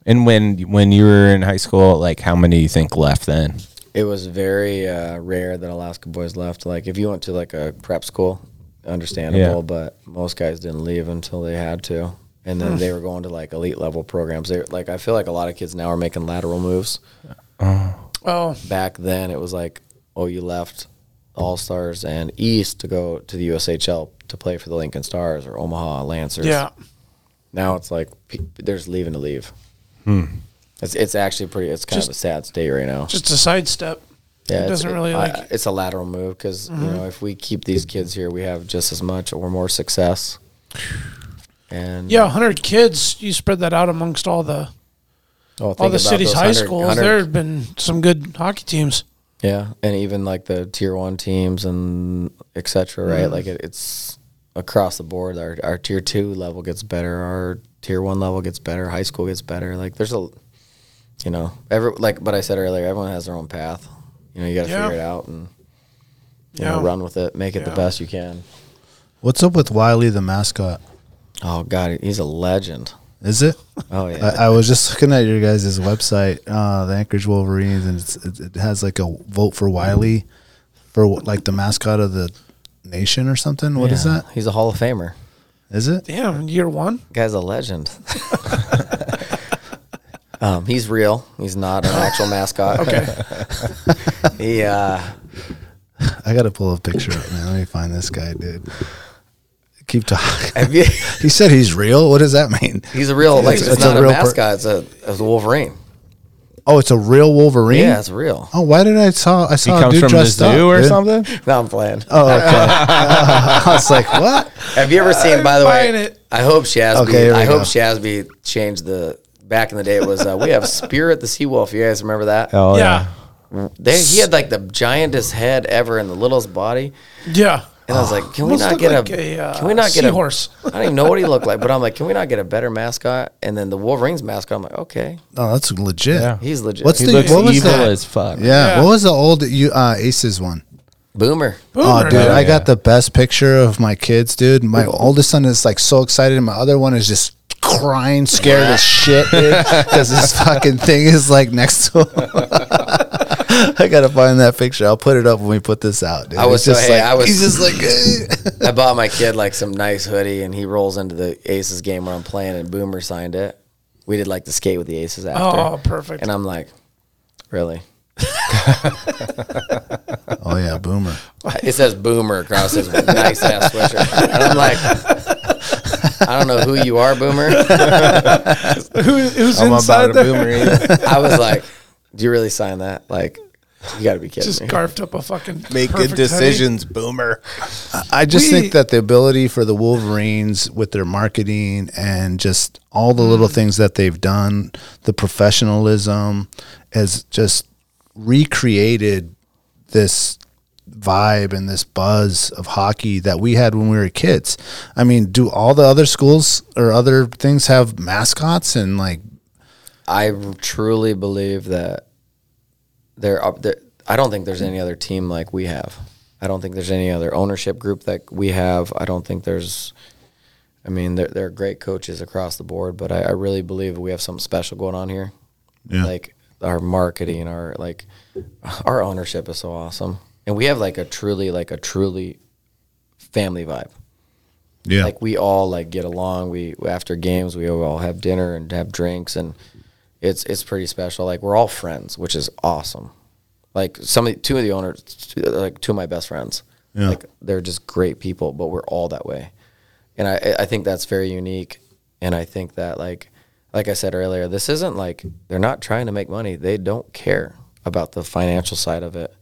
S3: And when when you were in high school, like how many do you think left then?
S5: It was very uh, rare that Alaska boys left. Like if you went to like a prep school, understandable,
S3: Yeah.
S5: but most guys didn't leave until they had to. And then they were going to like elite level programs. They like I feel like a lot of kids now are making lateral moves.
S4: Oh,
S5: Back then it was like, oh, you left All Stars and East to go to the USHL to play for the Lincoln Stars or Omaha Lancers.
S4: yeah.
S5: Now it's like pe- there's leaving to leave. It's it's actually pretty. It's kind of a sad state right now.
S4: Just a sidestep.
S5: Yeah,
S4: it
S5: it's-
S4: doesn't really
S5: I-
S4: like. Mm-hmm.
S5: it's a lateral move because you know if we keep these kids here, we have just as much or more success. And
S4: yeah, 100 kids. You spread that out amongst all the
S5: oh, think
S4: all the
S5: about
S4: city's
S5: those
S4: high
S5: 100
S4: schools.
S5: 100
S4: There have been some good hockey teams.
S5: yeah, and even like the tier one teams and et cetera, right?
S4: Mm-hmm.
S5: Like it, it's across the board. Our our tier two level gets better. Our tier one level gets better. High school gets better. Like there's a, you know, every like what I said earlier, everyone has their own path. You know, you got to
S4: Yeah.
S5: figure it out and you
S4: Yeah.
S5: know run with it, make it
S4: Yeah.
S5: the best you can.
S9: What's up with Wiley the mascot?
S5: Oh God, he's a legend.
S9: Is it?
S5: Oh yeah,
S9: I, I was just looking at your guys' website, uh, the Anchorage Wolverines, and it's, it, it has like a vote for Wiley for like the mascot of the nation or something. What is
S5: Yeah.
S9: that?
S5: He's a Hall of Famer.
S9: Is it?
S4: Damn, year one.
S5: Guy's a legend. um, he's real. He's not an actual mascot. okay. he uh,
S9: I gotta pull a picture up, man. Let me find this guy, dude. Keep talking.
S5: have you,
S9: he said he's real. What does that mean?
S5: he's a real. Like,
S9: It's-
S5: it's,
S9: it's a
S5: not a,
S9: real per-
S5: mascot. it's a it's a Wolverine.
S9: Oh, it's a real Wolverine.
S5: Yeah, it's real.
S9: Oh, why did I saw I
S3: He
S9: saw a
S3: comes
S9: Oh, dude
S3: from the
S9: dressed
S3: zoo
S9: up,
S3: or
S9: dude.
S3: something?
S5: No, I'm playing.
S9: Oh, okay. I was like, what?
S5: Have you ever seen? By the
S4: buying
S5: way,
S4: it.
S5: I hope Shazby.
S9: Okay, here we
S5: I
S9: go.
S5: hope Shazby changed the. Back in the day, it was uh, we have Spirit the Seawolf. You guys remember that?
S3: Oh
S4: yeah.
S5: They, he had like the giantest head ever and the littlest body.
S4: Yeah.
S5: And I was like, can we
S4: Almost
S5: not
S4: looked like
S5: get a,
S4: a, uh,
S5: can we not get
S4: seahorse.
S5: I I don't even know what he looked like, but I'm like, can we not get a better mascot? And then the Wolverines mascot, I'm like, okay,
S9: Oh, that's legit. Yeah.
S5: he's legit.
S9: What's
S3: He
S9: the
S3: looks
S9: what was
S3: evil
S9: that?
S3: as fuck.
S9: yeah.
S4: Yeah.
S9: What was the old you uh, Aces one?
S5: Boomer.
S9: Oh,
S4: Boomer,
S9: dude, I
S3: yeah.
S9: got the best picture of my kids, dude. My oldest son is like so excited, and my other one is just crying, scared as shit, dude, because this fucking thing is like next to him. I gotta find that picture. I'll put it up when we put this out. Dude.
S5: I was
S9: It's
S5: so-
S9: just
S5: hey,
S9: like,
S5: I was-
S9: he's just like,
S5: I bought my kid like some nice hoodie, and he rolls into the Aces game where I'm playing, and Boomer signed it. We did like the skate with the Aces after,
S4: Oh, perfect.
S5: and I'm like, really?
S9: oh yeah, boomer.
S5: It says Boomer across his nice ass sweatshirt, and I'm like, I don't know who you are, Boomer.
S4: Who, who's
S3: I'm
S4: inside
S3: about a
S4: there?
S3: boomerang.
S5: I was like, "Do you really sign that?" Like, you got to be kidding
S4: Just
S5: me.
S4: carved up a fucking perfect
S3: Make good
S4: hoodie.
S3: decisions, boomer.
S9: I just
S4: We-
S9: think that the ability for the Wolverines with their marketing and just all the little things that they've done, the professionalism has just recreated this vibe and this buzz of hockey that we had when we were kids. I mean, do all the other schools or other things have mascots and like
S5: I truly believe that there are. There, I don't think there's any other team like we have. I don't think there's any other ownership group that we have. I don't think there's. I mean, there, there are great coaches across the board, but I, I really believe we have something special going on here. Like our marketing, our like, our ownership is so awesome, and we have like a truly like a truly family vibe.
S9: yeah.
S5: like we all like get along we after games we all have dinner and have drinks and it's it's pretty special like we're all friends which is awesome like some of the, two of the owners two- like two of my best friends
S9: Yeah.
S5: like they're just great people but we're all that way and i i think that's very unique and i think that like like i said earlier this isn't like they're not trying to make money they don't care about the financial side of it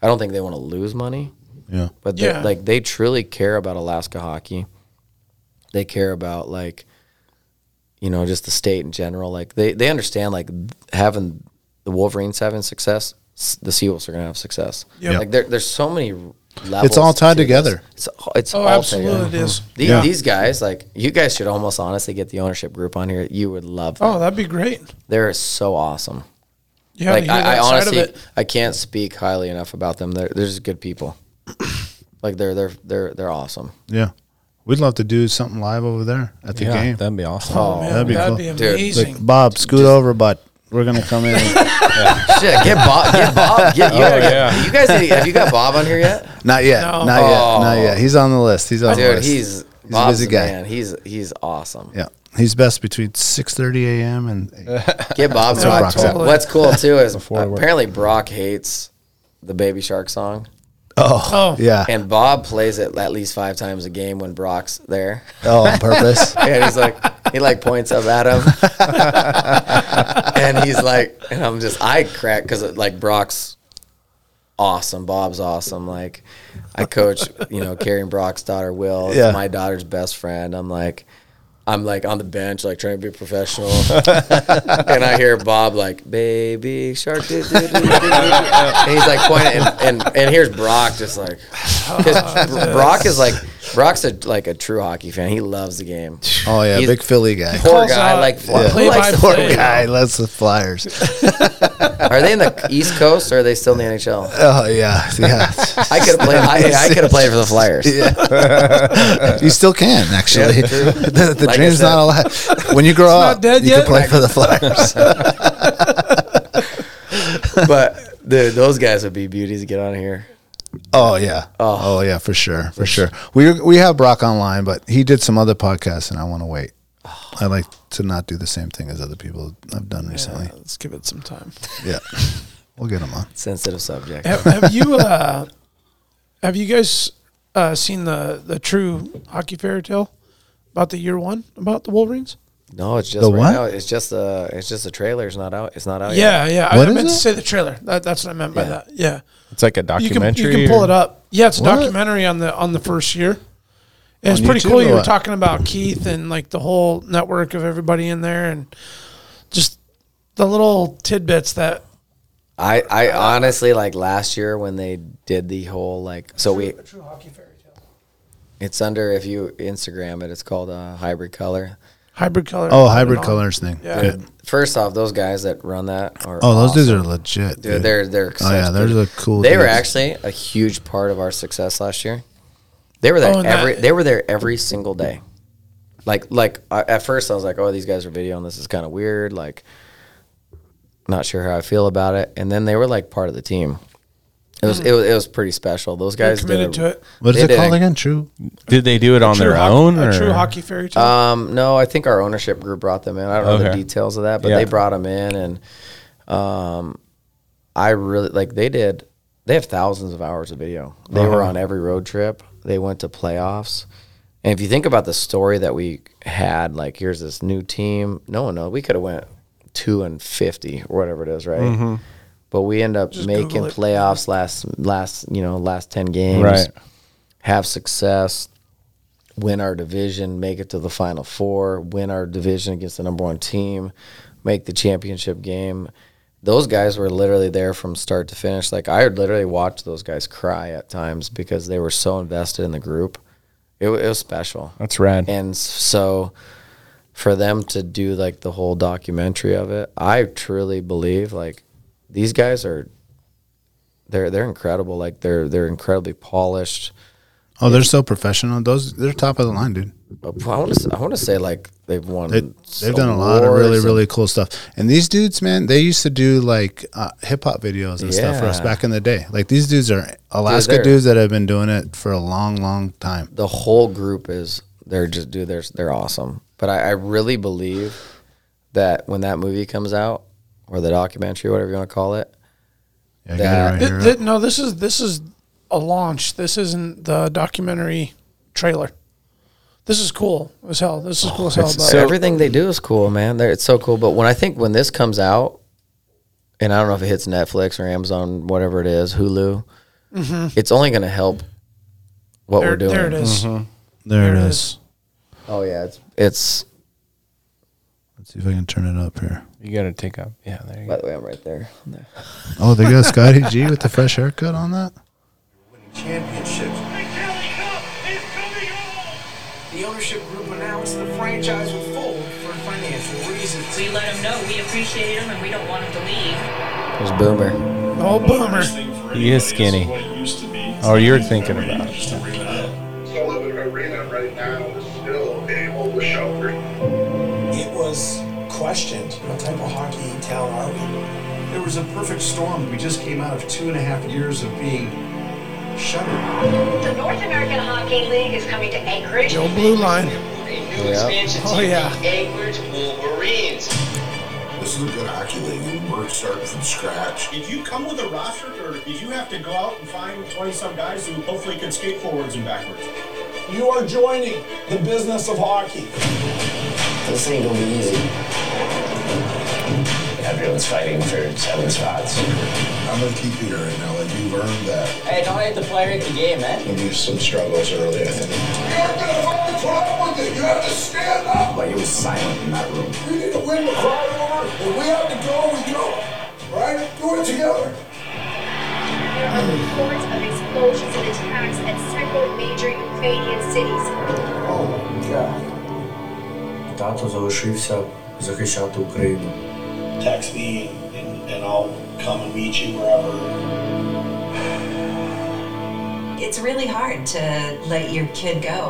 S5: i don't think they want to lose money
S9: yeah.
S5: but they,
S4: Yeah.
S5: like they truly care about Alaska hockey. They care about like, you know, just the state in general. Like they they understand like having the Wolverines having success, s- the Seawolves are gonna have success.
S4: Yep.
S5: Like there, there's so many levels
S9: all tied
S5: to this.
S9: together.
S5: It's it's
S4: Oh,
S5: all
S4: absolutely
S5: together.
S4: it is.
S5: The-
S9: Yeah.
S5: These guys, like you guys, should almost honestly get the ownership group on here. You would love. Them.
S4: Oh, that'd be great.
S5: They're so awesome.
S4: Yeah,
S5: like I, I honestly,
S4: it.
S5: I can't speak highly enough about them. They're they're just good people. like they're they're they're they're awesome.
S9: Yeah. We'd love to do something live over there at the game.
S3: that'd be awesome.
S4: Oh, man,
S9: that'd
S4: that'd
S9: be
S4: be,
S9: cool.
S5: Dude,
S4: amazing.
S9: Bob, scoot over, but we're gonna come in. and-
S5: Shit, get Bob, get Bob, get you. gotta get- You guys, need, have you got Bob on here yet?
S9: not yet,
S4: No.
S9: not yet, not yet. He's on the list. He's on the
S5: Oh. Dude,
S9: list.
S5: he's
S9: a
S5: Bob's
S9: busy
S5: the
S9: guy.
S5: man. He's he's awesome.
S9: yeah, he's best between six thirty a.m. and
S5: Get Bob's
S9: Yeah,
S5: on.
S9: Brock's out.
S5: What's cool too is
S3: Before work.
S5: apparently Brock hates the Baby Shark song,
S4: Oh,
S9: yeah,
S5: and Bob plays it at least five times a game when Brock's there.
S9: oh, on purpose.
S5: And he's like, he like points up at him, and he's like, and I'm just I crack because like Brock's awesome, Bob's awesome. Like I coach, you know, carrying Brock's daughter Will,
S9: Yeah.
S5: my daughter's best friend. I'm like. I'm like on the bench, like trying to be professional, and I hear Bob like "Baby Shark," doo, doo, doo, doo, doo, doo," and he's like pointing, and, and and here's Brock just like, because Brock is like Brock's a, like a true hockey fan. He loves the game.
S9: Oh yeah,
S5: He's-
S9: big Philly guy.
S5: Poor
S4: Calls
S5: guy,
S4: out
S5: like who likes
S4: play by
S5: the
S4: play.
S5: Oregon?
S9: guy, that's the Flyers.
S5: Are they in the East Coast or are they still in the NHL?
S9: Oh yeah, yeah.
S5: I could have played. I, I could have played for the Flyers.
S9: you still can actually.
S5: Yeah, true.
S9: the the
S5: Like I
S9: dream's
S5: said.
S9: not alive. When you grow
S4: not
S9: up,
S4: dead
S9: you
S4: yet.
S9: can play for the Flyers.
S5: But dude, those guys would be beauties to get on here.
S9: Oh yeah. Oh. yeah, for sure, for sure. We we have Brock online, but he did some other podcasts, and I want to wait. I like to not do the same thing as other people have done recently.
S4: let's give it some time.
S9: Yeah, we'll get him on.
S5: Sensitive subject.
S4: have, have you uh, have you guys uh, seen the the true hockey fairy tale about the year one about the Wolverines?
S5: No, it's just
S9: The
S5: right
S9: what?
S5: now. It's just uh it's just the trailer's not out. It's not out yet.
S4: Yeah, yeah.
S9: What
S4: I
S9: is
S4: meant to
S9: it?
S4: say the trailer. That, that's what I meant by
S5: Oh, Yeah.
S4: that. Yeah,
S3: It's like a
S4: you can
S3: documentary.
S4: you can pull
S3: or-
S4: it up. Yeah, it's a
S9: What?
S4: documentary on the on the first year. And it's
S9: On
S4: pretty
S9: YouTube
S4: cool.
S9: or
S4: You were
S9: what?
S4: talking about Keith and like the whole network of everybody in there, and just the little tidbits that
S5: I I honestly like last year when they did the whole like so we
S4: true hockey fairy tale
S5: it's under if you Instagram it it's called uh, hybrid color.
S4: hybrid color.
S9: Oh, hybrid colors thing.
S4: Yeah.
S9: Good.
S5: First off, those guys that run that are
S9: Oh, those
S5: awesome.
S9: dudes are legit.
S5: Dude, they're they're.
S9: Oh, yeah,
S5: such
S9: they're
S5: good-
S9: the cool
S5: They were
S9: dudes.
S5: actually a huge part of our success last year. They were there
S4: Oh, and
S5: every.
S4: that-
S5: they were there every single day. Like like I at first I was like, oh, these guys are videoing this is kind of weird. Like, not sure how I feel about it. And then they were like part of the team. It was it was, it was pretty special. Those guys did
S4: Hmm. committed
S5: a-
S4: to it.
S9: What is
S5: they
S9: it
S5: did
S9: called
S5: a-
S9: again? True.
S3: Did they do it on
S4: True
S3: their
S4: hoc-
S3: own?
S4: a
S3: or?
S4: true hockey fairy tale.
S5: Um, no, I think our ownership group brought them in. I don't know the
S3: Okay.
S5: details of that, but
S3: Yeah.
S5: they brought them in, and um, I really like they did. They have thousands of hours of video. They were
S3: Uh-huh.
S5: on every road trip. They went to playoffs, and if you think about the story that we had, like here's this new team. No one knows. We could have went two and fifty or whatever it is, right?
S3: Mm-hmm.
S5: But we end up making
S4: Google it.
S5: playoffs last last you know last ten games
S3: Right.
S5: have success, win our division, make it to the final four, win our division against the number one team, make the championship game. Those guys were literally there from start to finish. Like I would literally watch those guys cry at times because they were so invested in the group. It, wa- it was special.
S3: That's rad.
S5: And s- so for them to do like the whole documentary of it, I truly believe like these guys are they're they're incredible. Like they're they're incredibly polished.
S9: Oh, they're so professional. Those they're top of the line, dude.
S5: I want to. I want to say like they've won.
S9: They, they've done a lot of really
S5: awards and-
S9: really cool stuff. And these dudes, man, they used to do like uh, hip hop videos and stuff for us
S5: Yeah.
S9: back in the day. Like these dudes are Alaska
S5: they're-
S9: dudes that have been doing it for a long, long time.
S5: the whole group is. They're just dude. They're they're awesome. But I, I really believe that when that movie comes out or the documentary, whatever you want to call it,
S9: Yeah, I
S5: That-
S9: got it
S4: Th-
S9: right here.
S4: th- no, this is this is a launch. This isn't the documentary trailer. This is cool as hell. This is cool as hell.
S5: So
S4: But
S5: everything they do is cool, man. They're, it's so cool. But when I think when this comes out, and I don't know if it hits Netflix or Amazon, whatever it is, Hulu, it's only going to help
S4: Mm-hmm.
S5: what
S4: there,
S5: we're doing.
S4: there it is.
S9: There
S4: There
S9: it is.
S5: Oh yeah, it's it's.
S9: Let's see if I can turn it up here.
S3: You got to take up. Yeah, there you
S5: By the way, I'm right there.
S9: Oh, they got Scotty G with the fresh haircut on that.
S11: championships. The ownership group announced the franchise would fold for financial reasons.
S7: We let him know we appreciate him and we don't want him to leave.
S5: There's Boomer.
S4: Oh, boomer.
S3: He is skinny. Oh, you're thinking about it.
S11: Sullivan Arena right now is still a homeless shelter. It was questioned. What type of hockey town are we? There was a perfect storm. We just came out of two and a half years of being shuttered.
S7: The North American Hockey League is coming to Anchorage.
S4: Joe Blue Line.
S5: Yeah.
S4: Oh, yeah.
S11: Anchorage Wolverines. This is a good hockey league. We're starting from scratch. Did you come with a roster, or did you have to go out and find 20 some guys who hopefully could skate forwards and backwards? You are joining the business of hockey.
S5: This ain't gonna be easy.
S11: Everyone's fighting for seven spots. I'm gonna keep you here right now. Like you've earned that. Hey, don't let the player in the game, man. There'll be some struggles early, I think. You have to fight what's wrong with you. You have to stand up. But you were silent in that room. We need to win the crowd over, and we have to go with you. Right? Do it together.
S7: There are reports of explosions and attacks at several major Ukrainian cities.
S11: Тато залишився захищати Україну.
S12: text me and, and I'll come and meet you wherever.
S7: It's really hard to let your kid go.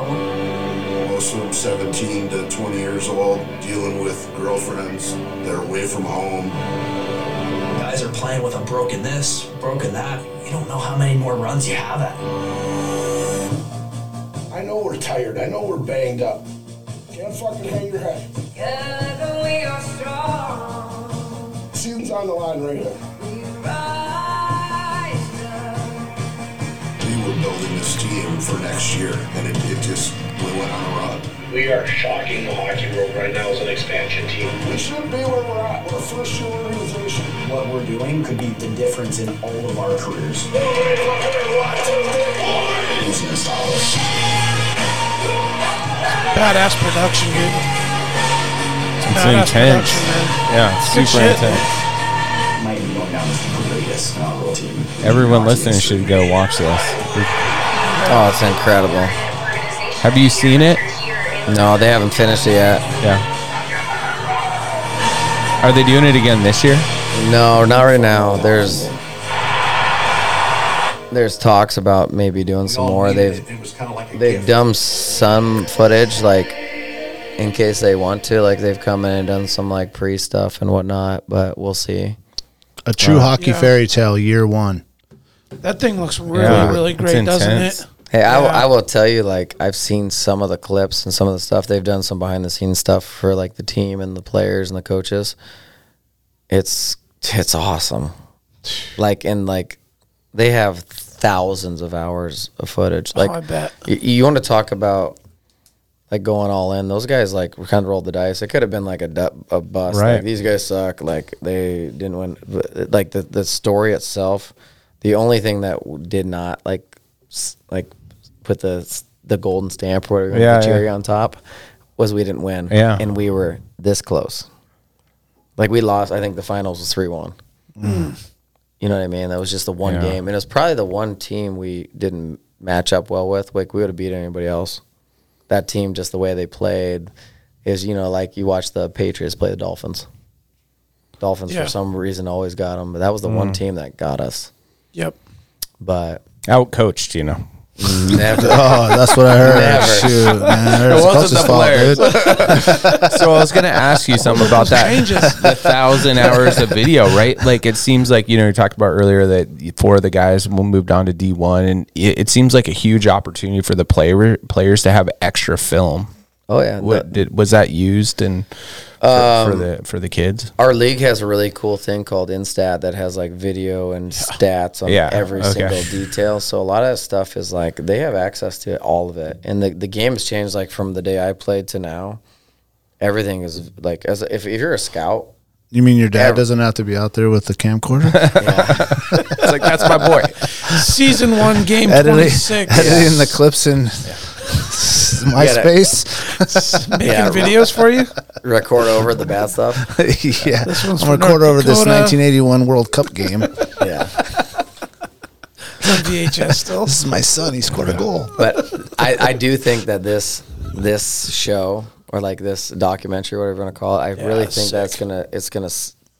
S11: Most of them 17 to 20 years old, dealing with girlfriends. They're away from home.
S12: Guys are playing with a broken this, broken that. You don't know how many more runs you have at.
S11: I know we're tired. I know we're banged up. Can't fucking hang your head. Season's on the line right here. We were building this team for next year, and it, it just we went on a run.
S12: We are shocking the hockey world right now as an expansion team.
S11: We should be where we're at. We're a first year organization.
S12: What we're doing could be the difference in all of our careers.
S11: Who's gonna stop us?
S4: Badass production, dude. It's
S3: It's intense. Yeah, it's
S4: Good
S3: super
S4: shit.
S3: intense.
S12: Might be going down as the greatest novel team.
S3: Everyone listening should go watch this.
S5: Oh, it's incredible.
S3: Have you seen it?
S5: No, they haven't finished it yet.
S3: Yeah. Are they doing it again this year?
S5: No, not right now. There's there's talks about maybe doing some more. They've
S12: It was kind of like a
S5: they've done some footage like in case they want to. Like they've come in and done some like pre stuff and whatnot, but we'll see.
S9: A true hockey fairy tale, year one.
S4: That thing looks really,
S3: Yeah,
S4: really
S3: it's
S4: great, doesn't
S3: intense.
S4: it?
S5: Hey, I, will-
S4: Yeah.
S5: I will tell you, like, I've seen some of the clips and some of the stuff. They've done some behind the scenes stuff for, like, the team and the players and the coaches. It's, it's awesome. Like, and, like, they have thousands of hours of footage. Like,
S4: Oh, I bet.
S5: y- you want to talk about, like, going all in. Those guys, like, kind of rolled the dice. It could have been, like, a, du- a bust.
S3: Right.
S5: Like, these guys suck. Like, they didn't win. But, Like, the, the story itself, the only thing that w- did not, like, s- like put the the golden stamp or whatever,
S3: Yeah,
S5: the cherry
S3: yeah.
S5: on top was we didn't win.
S3: Yeah.
S5: And we were this close. Like we lost, I think the finals was 3 1. You know what I mean? That was just the one
S3: Yeah.
S5: game. And it was probably the one team we didn't match up well with. Like we would have beat anybody else. That team, just the way they played, is, you know, like you watch the Patriots play the Dolphins. Dolphins,
S4: Yeah.
S5: for some reason, always got them. But that was the one team that got us.
S4: Yep.
S5: But
S3: Out coached, you know.
S5: never.
S9: Oh, that's what I heard.
S5: Never.
S9: Shoot, man. There's
S3: It wasn't
S9: coach's
S3: the
S9: fault,
S3: players.
S9: dude.
S3: so I was gonna ask you something about that. The thousand hours of video, right? Like it seems like you know you talked about earlier that four of the guys will moved on to D one, and it, it seems like a huge opportunity for the player players to have extra film.
S5: Oh, yeah.
S3: What did was that used and for, for the for the kids?
S5: our league has a really cool thing called Instat that has like video and stats on
S3: Yeah,
S5: every
S3: okay.
S5: single detail. So a lot of that stuff is like they have access to all of it, and the the game has changed like from the day I played to now. Everything is like as if, if you're a scout,
S9: You mean your dad
S5: Never.
S9: doesn't have to be out there with the camcorder?
S3: It's like that's my boy.
S4: Season one, game
S9: editing,
S4: 26.
S9: editing the clips in MySpace?
S4: Making
S5: Yeah.
S4: videos for you?
S5: record over the bad stuff.
S9: yeah.
S4: one's
S9: I'm
S4: from
S9: going to
S4: North
S9: over this
S4: Dakota.
S9: 1981 World Cup game.
S5: Yeah.
S4: on VHS still.
S9: this is my son. He scored a goal.
S5: but I, I do think that this this show or like this documentary, whatever you want to call it, I really think that's gonna it's gonna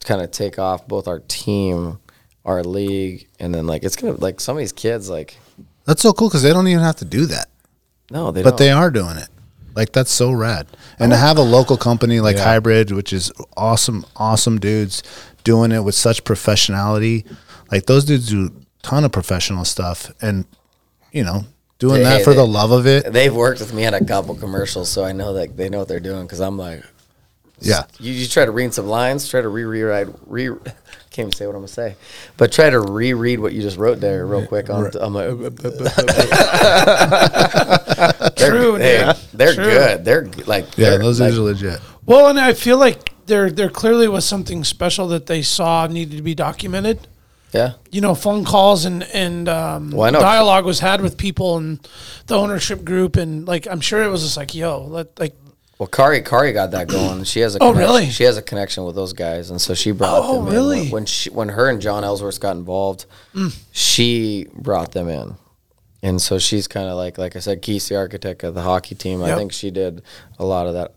S5: kind of take off both our team, our league, and then like it's gonna like some of these kids like
S9: That's so cool because they don't even have to do that.
S5: no they
S9: but
S5: don't.
S9: they are doing it. Like that's so rad. And to have a local company like Hybrid, which is awesome, awesome dudes doing it with such professionality. Like those dudes do ton of professional stuff and you know, doing
S5: Hey,
S9: that
S5: hey,
S9: for the
S5: they-
S9: love of it.
S5: They've worked with me on a couple commercials, so I know that they know what they're doing. Because I'm like,
S9: Yeah.
S5: you, you try to read some lines, try to re rewrite, re can't even say what I'm gonna say, but try to reread what you just wrote there real quick. On I'm like, They're-
S4: True,
S5: hey,
S4: dude.
S5: they're
S4: True.
S5: good. They're g- like,
S9: Yeah,
S5: they're,
S9: those
S5: like,
S9: dudes are legit.
S4: Well, and I feel like there there clearly was something special that they saw needed to be documented.
S5: yeah.
S4: You know, phone calls and and um,
S5: Well, I know-
S4: dialogue was had with people and the ownership group, and like I'm sure it was just like, yo, let like
S5: Well, Kari Kari got that going. She has a
S4: Oh,
S5: connection-
S4: really?
S5: She has a connection with those guys, and so she brought.
S4: Oh,
S5: them In.
S4: really? Mm.
S5: When- When she when her and John Ellsworth got involved, she brought them in, and so she's kind of like like I said, Keith, the architect of the hockey team. I
S4: Yep.
S5: think she did a lot of that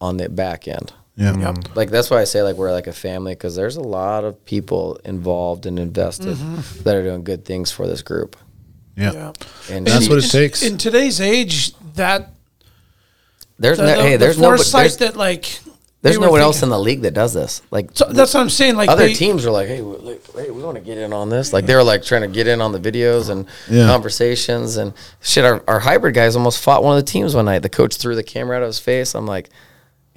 S5: on the back end.
S9: Yeah.
S5: Like that's why I say like we're like a family because there's a lot of people involved and invested
S4: Mm-hmm.
S5: that are doing good things for this group.
S9: Yeah.
S4: yeah.
S5: And
S9: That's
S5: she-
S9: what it takes.
S4: In today's age, that
S5: there's
S4: the,
S5: no,
S4: the-
S5: hey
S4: the
S5: there's no
S4: foresight
S5: there's,
S4: that like
S5: there's
S4: they
S5: no
S4: were
S5: one else
S4: thinking-
S5: in the league that does this. Like
S4: So that's what I'm saying. Like
S5: other
S4: they,
S5: teams are like, hey, we- like, hey, we want to get in on this. Like they were like trying to get in on the videos and
S9: Yeah.
S5: conversations and shit. Our, our hybrid guys almost fought one of the teams one night. The coach threw the camera out of his face. I'm like,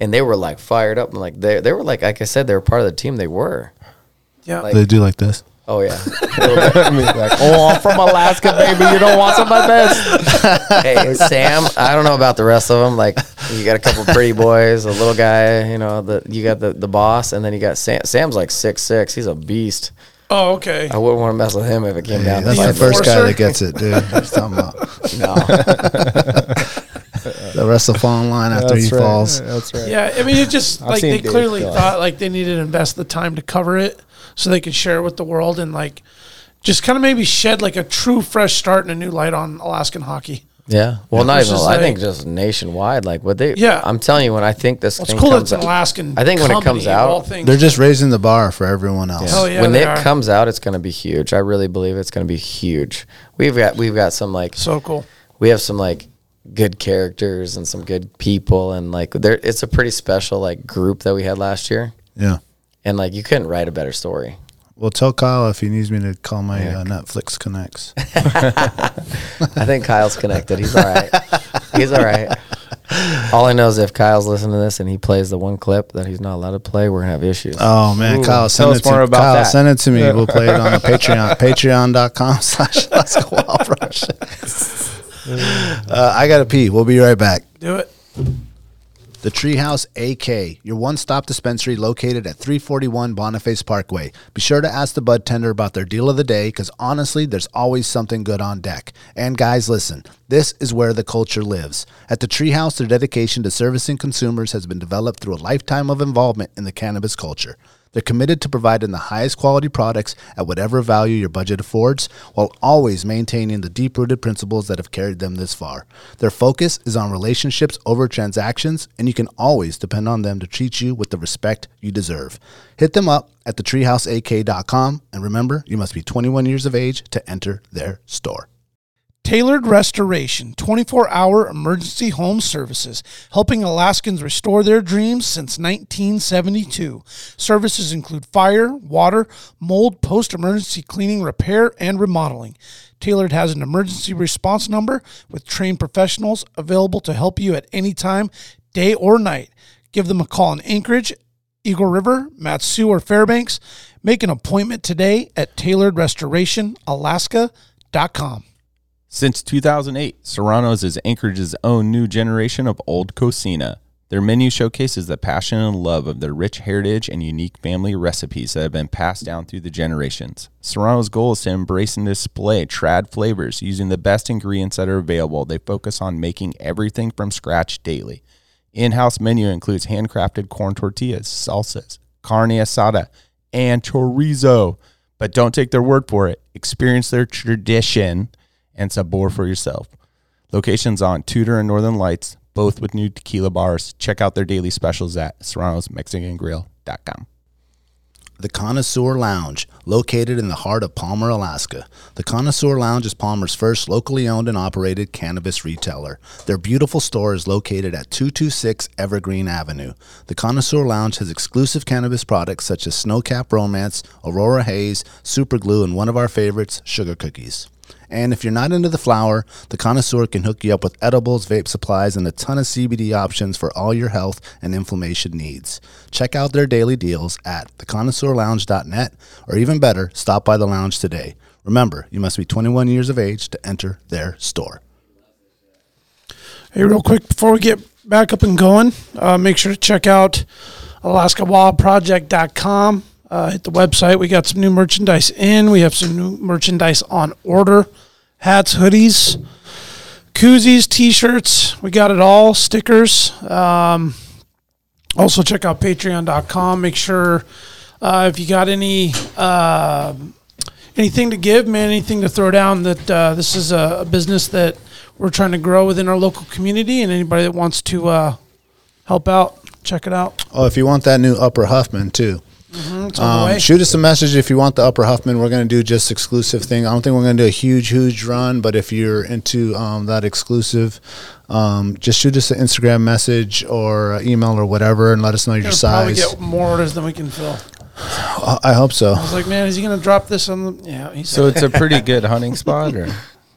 S5: and they were like fired up. I'm like, they they were like, like I said, they were part of the team. They were.
S4: Yeah.
S5: Like,
S9: They do like this.
S5: oh yeah. A little bit.
S3: I mean, like,
S5: oh, I'm from Alaska, baby. You don't want some of my best. hey, Sam. I don't know about the rest of them. Like, you got a couple pretty boys, a little guy. You know, the you got the, the boss, and then you got Sam. Sam's like six six. He's a beast.
S4: Oh, okay.
S5: I wouldn't want to mess with him if it came down. to
S9: That's
S5: fight.
S9: the first guy
S4: enforcer?
S9: that gets it, dude. That's talking about.
S5: No.
S9: The rest will fall in line after
S3: that's
S9: he
S3: right.
S9: falls.
S3: That's right.
S4: Yeah, I mean, it just like
S3: seen
S4: they
S3: Dave
S4: clearly
S3: Schiller.
S4: thought like they needed to invest the time to cover it so they could share it with the world and like just kind of maybe shed like a true fresh start and a new light on Alaskan hockey.
S5: Yeah. Well, not
S4: Which
S5: even.
S4: is
S5: I think
S4: like-
S5: just nationwide. Like what they.
S4: Yeah.
S5: I'm telling you, when I think this
S4: Well,
S5: thing
S4: it's cool that
S5: comes
S4: it's an
S5: out,
S4: Alaskan.
S5: I think when it comes
S4: company of
S5: out,
S4: all things.
S9: They're just raising the bar for everyone else.
S4: Hell yeah,
S5: when
S4: they
S5: it
S4: are.
S5: comes out, it's going to be huge. I really believe it's going to be huge. We've got we've got some like
S4: so cool.
S5: we have some like good characters and some good people and like there it's a pretty special like group that we had last year
S9: Yeah.
S5: and like you couldn't write a better story.
S9: Well, tell Kyle if he needs me to call my uh, Netflix connects.
S5: I think Kyle's connected. He's all right. He's all right. All I know is if Kyle's listening to this and he plays the one clip that he's not allowed to play, we're gonna have issues.
S9: Oh man,
S3: Ooh,
S9: Kyle,
S3: tell
S9: send
S3: us
S9: it to
S3: more about
S9: Kyle,
S3: that.
S9: send it to me. We'll play it on the Patreon, patreon.com slash Let's Go Wild Rush. Uh, I gotta pee. We'll be right back.
S4: Do it.
S2: The Treehouse AK, your one stop dispensary located at 341 Boniface Parkway. Be sure to ask the bud tender about their deal of the day because honestly, there's always something good on deck. And guys, listen, this is where the culture lives. At the Treehouse, their dedication to servicing consumers has been developed through a lifetime of involvement in the cannabis culture. They're committed to providing the highest quality products at whatever value your budget affords, while always maintaining the deep rooted principles that have carried them this far. Their focus is on relationships over transactions, and you can always depend on them to treat you with the respect you deserve. Hit them up at thetreehouseak.com, and remember, you must be 21 years of age to enter their store.
S4: Tailored Restoration, 24 hour emergency home services, helping Alaskans restore their dreams since 1972. Services include fire, water, mold, post emergency cleaning, repair, and remodeling. Tailored has an emergency response number with trained professionals available to help you at any time, day or night. Give them a call in Anchorage, Eagle River, Matsu, or Fairbanks. Make an appointment today at tailoredrestorationalaska.com.
S3: Since 2008, Serrano's is Anchorage's own new generation of old cocina. Their menu showcases the passion and love of their rich heritage and unique family recipes that have been passed down through the generations. Serrano's goal is to embrace and display trad flavors using the best ingredients that are available. They focus on making everything from scratch daily. In-house menu includes handcrafted corn tortillas, salsas, carne asada, and chorizo. But don't take their word for it. Experience their tradition and sabor for yourself. Locations on Tudor and Northern Lights, both with new tequila bars. Check out their daily specials at serranosmexicangrill.com.
S2: The Connoisseur Lounge, located in the heart of Palmer, Alaska. The Connoisseur Lounge is Palmer's first locally owned and operated cannabis retailer. Their beautiful store is located at 226 Evergreen Avenue. The Connoisseur Lounge has exclusive cannabis products such as Snowcap Romance, Aurora Haze, Super Glue, and one of our favorites, Sugar Cookies. And if you're not into the flower, the connoisseur can hook you up with edibles, vape supplies, and a ton of CBD options for all your health and inflammation needs. Check out their daily deals at theconnoisseurlounge.net, or even better, stop by the lounge today. Remember, you must be 21 years of age to enter their store.
S4: Hey, real quick before we get back up and going, uh, make sure to check out AlaskaWildProject.com. Uh, hit the website. We got some new merchandise in. We have some new merchandise on order: hats, hoodies, koozies, t-shirts. We got it all. Stickers. Um, also, check out Patreon.com. Make sure uh, if you got any. Uh, anything to give, man, anything to throw down that uh, this is a, a business that we're trying to grow within our local community and anybody that wants to uh, help out, check it out.
S2: Oh, if you want that new Upper Huffman too.
S4: Mhm, it's on the
S2: Um,
S4: way.
S2: shoot us a message if you want the Upper Huffman. We're going to do just exclusive thing. I don't think we're going to do a huge, huge run, but if you're into um, that exclusive, um, just shoot us an Instagram message or uh, email or whatever, and let us know your
S4: Gonna probably
S2: size.
S4: get more orders than we can fill.
S2: I I hope so.
S4: I was like, man, is he going to drop this on the? Yeah, he's
S3: So it's a pretty good hunting spot, or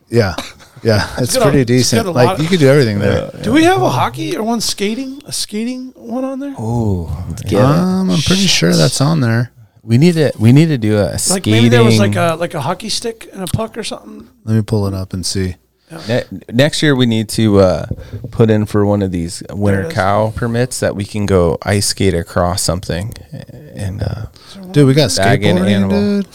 S2: Yeah, yeah,
S4: It's
S2: it's
S4: got a-
S2: pretty
S4: it's
S2: decent.
S4: got a
S2: Like
S4: lot-
S2: you could do everything there.
S4: Do we have a hockey or one skating? A skating one on there?
S3: oh,
S2: Um, I'm pretty sure that's on there.
S3: we need to we need to do a
S4: Like
S3: skating.
S4: maybe there was like a like a hockey stick and a puck or something.
S2: Let me pull it up and see.
S3: Ne- next year we need to uh, put in for one of these
S4: There
S3: winter
S4: it is.
S3: cow permits that we can go ice skate across something and uh,
S2: Dude, we got
S3: Bag in
S2: skateboarding,
S3: animal.
S2: dude.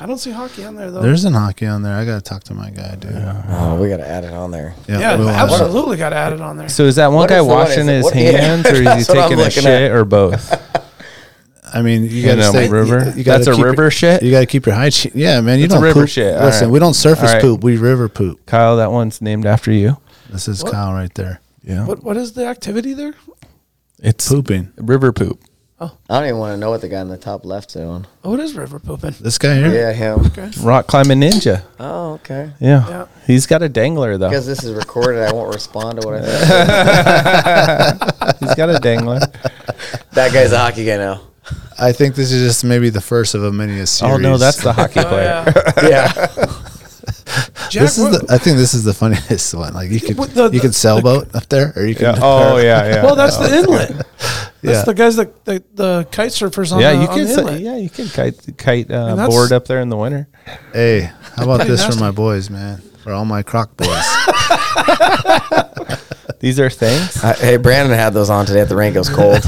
S4: I don't see hockey on there though.
S2: There's an hockey on there. I gotta talk to my guy, dude. Yeah,
S5: Oh, we gotta add it on there.
S4: yeah,
S2: we'll have to-
S4: absolutely got added on there.
S3: So is that one
S5: What
S3: guy
S5: is the- what
S3: washing
S5: is it?
S3: his
S5: What- yeah,
S3: hands, or is he
S5: that's what I'm
S3: taking a
S5: looking
S3: shit,
S5: at.
S3: or both?
S2: I mean, you
S3: In
S2: gotta
S3: a
S2: stay,
S3: river?
S2: You,
S3: That's
S2: gotta
S3: a
S2: keep
S3: river
S2: your-
S3: shit?
S2: You gotta keep your hygiene. Yeah, man. You
S3: That's a
S2: don't
S3: river
S2: poop.
S3: shit. All
S2: Listen,
S3: right.
S2: we don't surface
S3: All right.
S2: poop. We river poop.
S3: Kyle, that one's named after you.
S2: This is Kyle right there.
S3: Yeah,
S4: What what is the activity there?
S3: it's
S2: Pooping.
S3: river poop.
S5: I don't even want to know what the guy in the top left's doing.
S4: Oh, it is river pooping.
S2: This guy here.
S5: Yeah, him.
S3: Rock climbing ninja.
S5: Oh, okay.
S3: Yeah,
S4: Yeah.
S3: he's got a dangler though.
S5: Because this is recorded, I won't respond to what I think.
S3: He's got a dangler.
S5: that guy's a hockey guy now.
S2: I think this is just maybe the first of a mini series.
S3: oh no, that's the hockey
S4: Oh,
S3: player.
S4: yeah.
S5: Yeah.
S4: Jack,
S2: This is the,
S4: what-
S2: I think this is the funniest one. Like you could
S4: What the-
S2: you could sailboat up there, or you could.
S3: Yeah. Oh yeah, yeah.
S4: Well, that's the inlet. That's
S2: Yeah.
S4: the guys that the, the kite surfers on.
S3: yeah.
S4: the,
S3: You
S4: on
S3: can
S4: the
S3: sa-
S4: inlet.
S3: yeah you can kite kite uh,
S4: And that's-
S3: board up there in the winter.
S2: Hey, how about
S4: Pretty
S2: this
S4: nasty.
S2: for my boys, man? For all my croc boys.
S3: These are things.
S5: I, hey, Brandon had those on today at the rink. It was cold.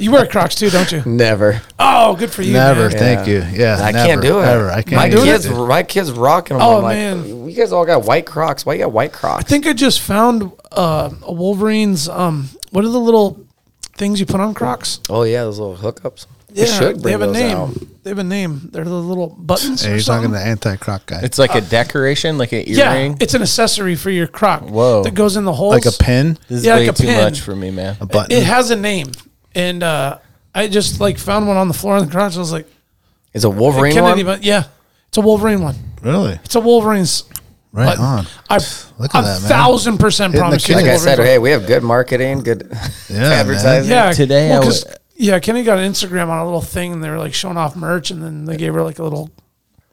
S4: You wear Crocs too, don't you?
S5: Never.
S4: Oh, good for you.
S2: never,
S4: man.
S2: thank you. Yeah,
S5: I
S2: never,
S5: can't do it.
S2: Ever. I can't.
S5: my
S2: do
S5: kids,
S2: it.
S5: my kids rocking them.
S4: Oh,
S5: I'm like,
S4: man.
S5: you guys all got white Crocs. Why you got white Crocs?
S4: I think I just found uh, a Wolverine's. Um, what are the little things you put on Crocs?
S5: oh yeah, those little hookups. Yeah, should
S4: they
S5: bring
S4: have a
S5: those
S4: name.
S5: out.
S4: They have a name. They're the little buttons.
S2: Hey,
S4: or
S2: you're talking
S4: something.
S2: to anti-croc guy.
S3: It's like a decoration, like an
S4: yeah,
S3: earring.
S4: it's an accessory for your Croc.
S3: Whoa.
S4: that goes in the holes.
S2: like a pin,
S3: this is
S4: yeah,
S3: way
S4: like a
S3: too
S4: pin.
S3: much for me, man.
S2: a button.
S4: It has a name, and uh, I just like found one on the floor in the garage. I was like,
S5: It's a Wolverine
S4: Kennedy,
S5: one.
S4: but yeah, it's a Wolverine one.
S2: really?
S4: It's a Wolverine's.
S2: Right
S4: But
S2: on.
S4: I
S2: Look
S4: a
S2: at that, man.
S4: thousand percent
S2: Hitting the
S4: promise you.
S2: kid.
S5: Like I
S4: Wolverine's
S5: said,
S4: one.
S5: hey, we have good marketing, good
S2: Yeah,
S5: advertising.
S4: yeah,
S3: Today
S4: well,
S3: I
S4: 'cause-
S3: wa-
S4: yeah, Kenny got an Instagram on a little thing, and they were like showing off merch, and then they gave her like a little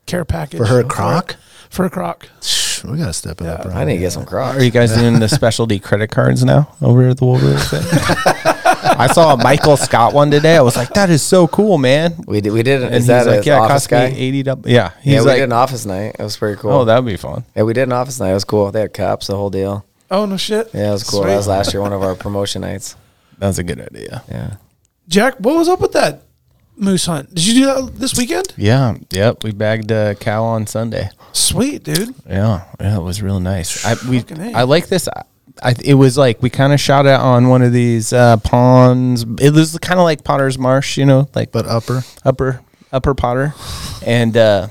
S4: care package
S2: For her
S4: it.
S2: Croc?
S4: For her Croc.
S2: Shh, We gotta step it up. Bro.
S5: I need to get some Crocs.
S3: Are you guys doing the specialty credit cards now over at the Wolverine thing? I saw a Michael Scott one today. I was like, that is so cool, man.
S5: we did. We did. Is
S3: And he's
S5: that
S3: like,
S5: an
S3: yeah, it
S5: office
S3: cost
S5: guy?
S3: me eighty dollars. Yeah, he's
S5: yeah, we
S3: like,
S5: did an office night. It was pretty cool.
S3: oh, that would be fun.
S5: yeah, we did an office night. It was cool. They had cups, the whole deal.
S4: Oh no shit.
S5: Yeah, it was cool.
S4: Sweet.
S5: That was last year, one of our promotion nights.
S3: That was a good idea.
S5: Yeah.
S4: Jack, what was up with that moose hunt? Did you do that this weekend?
S3: Yeah, yep. We bagged a cow on Sunday.
S4: Sweet, dude.
S3: Yeah, yeah, it was real nice. I we
S4: Fucking A.
S3: I like this. I, I it was like we kind of shot it on one of these uh, ponds. It was kind of like Potter's Marsh, you know, like
S2: But upper.
S3: upper Upper Potter, and uh,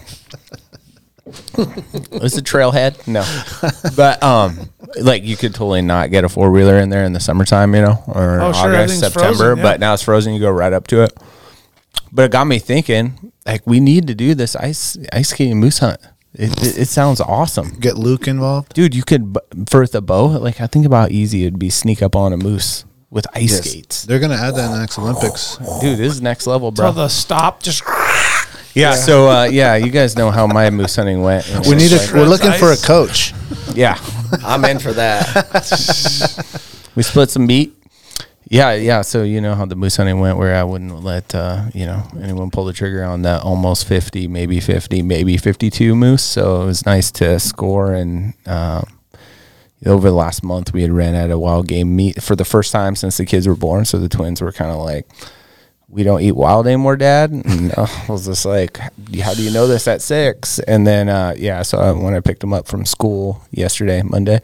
S3: was the trailhead. No, but um, like you could totally not get a four wheeler in there in the summertime, you know, or
S4: Oh, sure,
S3: August,
S4: everything's
S3: September.
S4: frozen, yeah.
S3: But now it's frozen. You go right up to it. But it got me thinking, like we need to do this ice ice skating moose hunt. It, it, it sounds awesome.
S9: Get Luke involved,
S3: dude. You could bu- for the bow. Like I think about how easy it'd be sneak up on a moose with ice
S9: Yes.
S3: skates. Oh,
S9: They're gonna add that in the next Olympics.
S3: Dude, this is next level,
S4: Till
S3: bro.
S4: the stop just
S3: yeah. So uh, yeah, you guys know how my moose hunting went. It's
S9: We need
S3: just
S9: a. We're looking for a coach.
S3: like- yeah.
S5: I'm in for that.
S3: We split some meat. Yeah, yeah. So you know how the moose hunting went, where I wouldn't let uh, you know anyone pull the trigger on that almost fifty, maybe fifty, maybe fifty-two moose. So it was nice to score, and um, over the last month we had ran out of wild game meat for the first time since the kids were born. So the twins were kind of like, "We don't eat wild anymore, Dad." And uh, I was just like, "How do you know this at six? And then uh, yeah, so I, when I picked them up from school yesterday, Monday,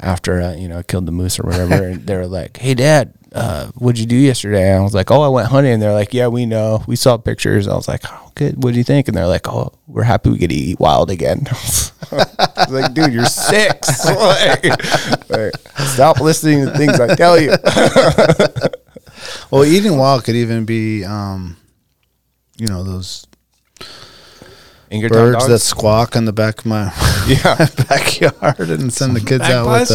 S3: after uh, you know I killed the moose or whatever, and they were like, "Hey, Dad, uh, what'd you do yesterday?" And I was like, "Oh, I went hunting." And they're like, "Yeah, we know. We saw pictures." I was like, "Oh, good. What'd you think?" And they're like, "Oh, we're happy we get to eat wild again." I was like, "Dude, you're six. Like, like, stop listening to things I tell you."
S9: Well, eating wild could even be, um, you know, those birds that squawk on the back of my
S3: yeah.
S9: backyard and send the kids out with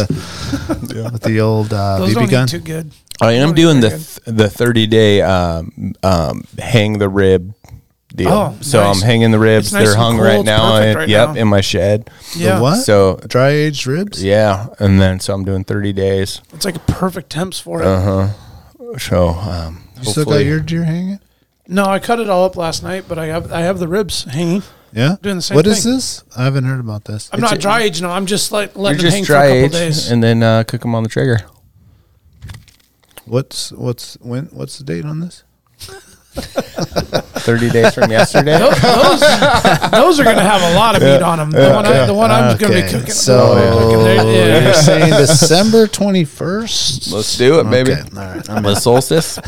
S9: the with the old uh,
S4: those
S9: BB
S4: don't
S9: gun.
S4: eat too good.
S3: I
S4: Those
S3: am
S4: don't
S3: doing
S4: eat
S3: the
S4: very good.
S3: th- the thirty day um, um, hang the rib deal.
S4: Oh,
S3: so
S4: nice.
S3: I'm hanging the ribs.
S4: It's nice
S3: They're
S4: and
S3: hung
S4: cool.
S3: right
S4: It's
S3: now.
S4: perfect
S3: in-
S4: right
S3: yep,
S4: now.
S3: in my shed.
S4: Yeah,
S9: The what?
S3: So
S9: Dry aged ribs.
S3: yeah, and then so I'm doing thirty days.
S4: it's like perfect temps for it.
S5: Uh-huh.
S3: So um,
S9: You still got
S3: hopefully-
S9: your deer hanging?
S4: No, I cut it all up last night, but I have I have the ribs hanging.
S9: Yeah.
S4: Doing the same
S9: What is
S4: thing.
S9: this? I haven't heard about this.
S4: I'm not dry aging them. I'm just like
S3: You're
S4: letting them
S3: just
S4: hang
S3: dry
S4: for a
S3: age
S4: couple days.
S3: and then uh, cook them on the trigger.
S9: What's what's when? What's the date on this?
S3: Thirty days from yesterday.
S4: those, those, those are going to have a lot of meat on them. The one, I, the one I'm going to be cooking.
S9: So
S4: cooking there, yeah.
S9: you're saying December 21st?
S3: Let's do it, baby.
S9: Okay, all right. I'm
S3: The solstice.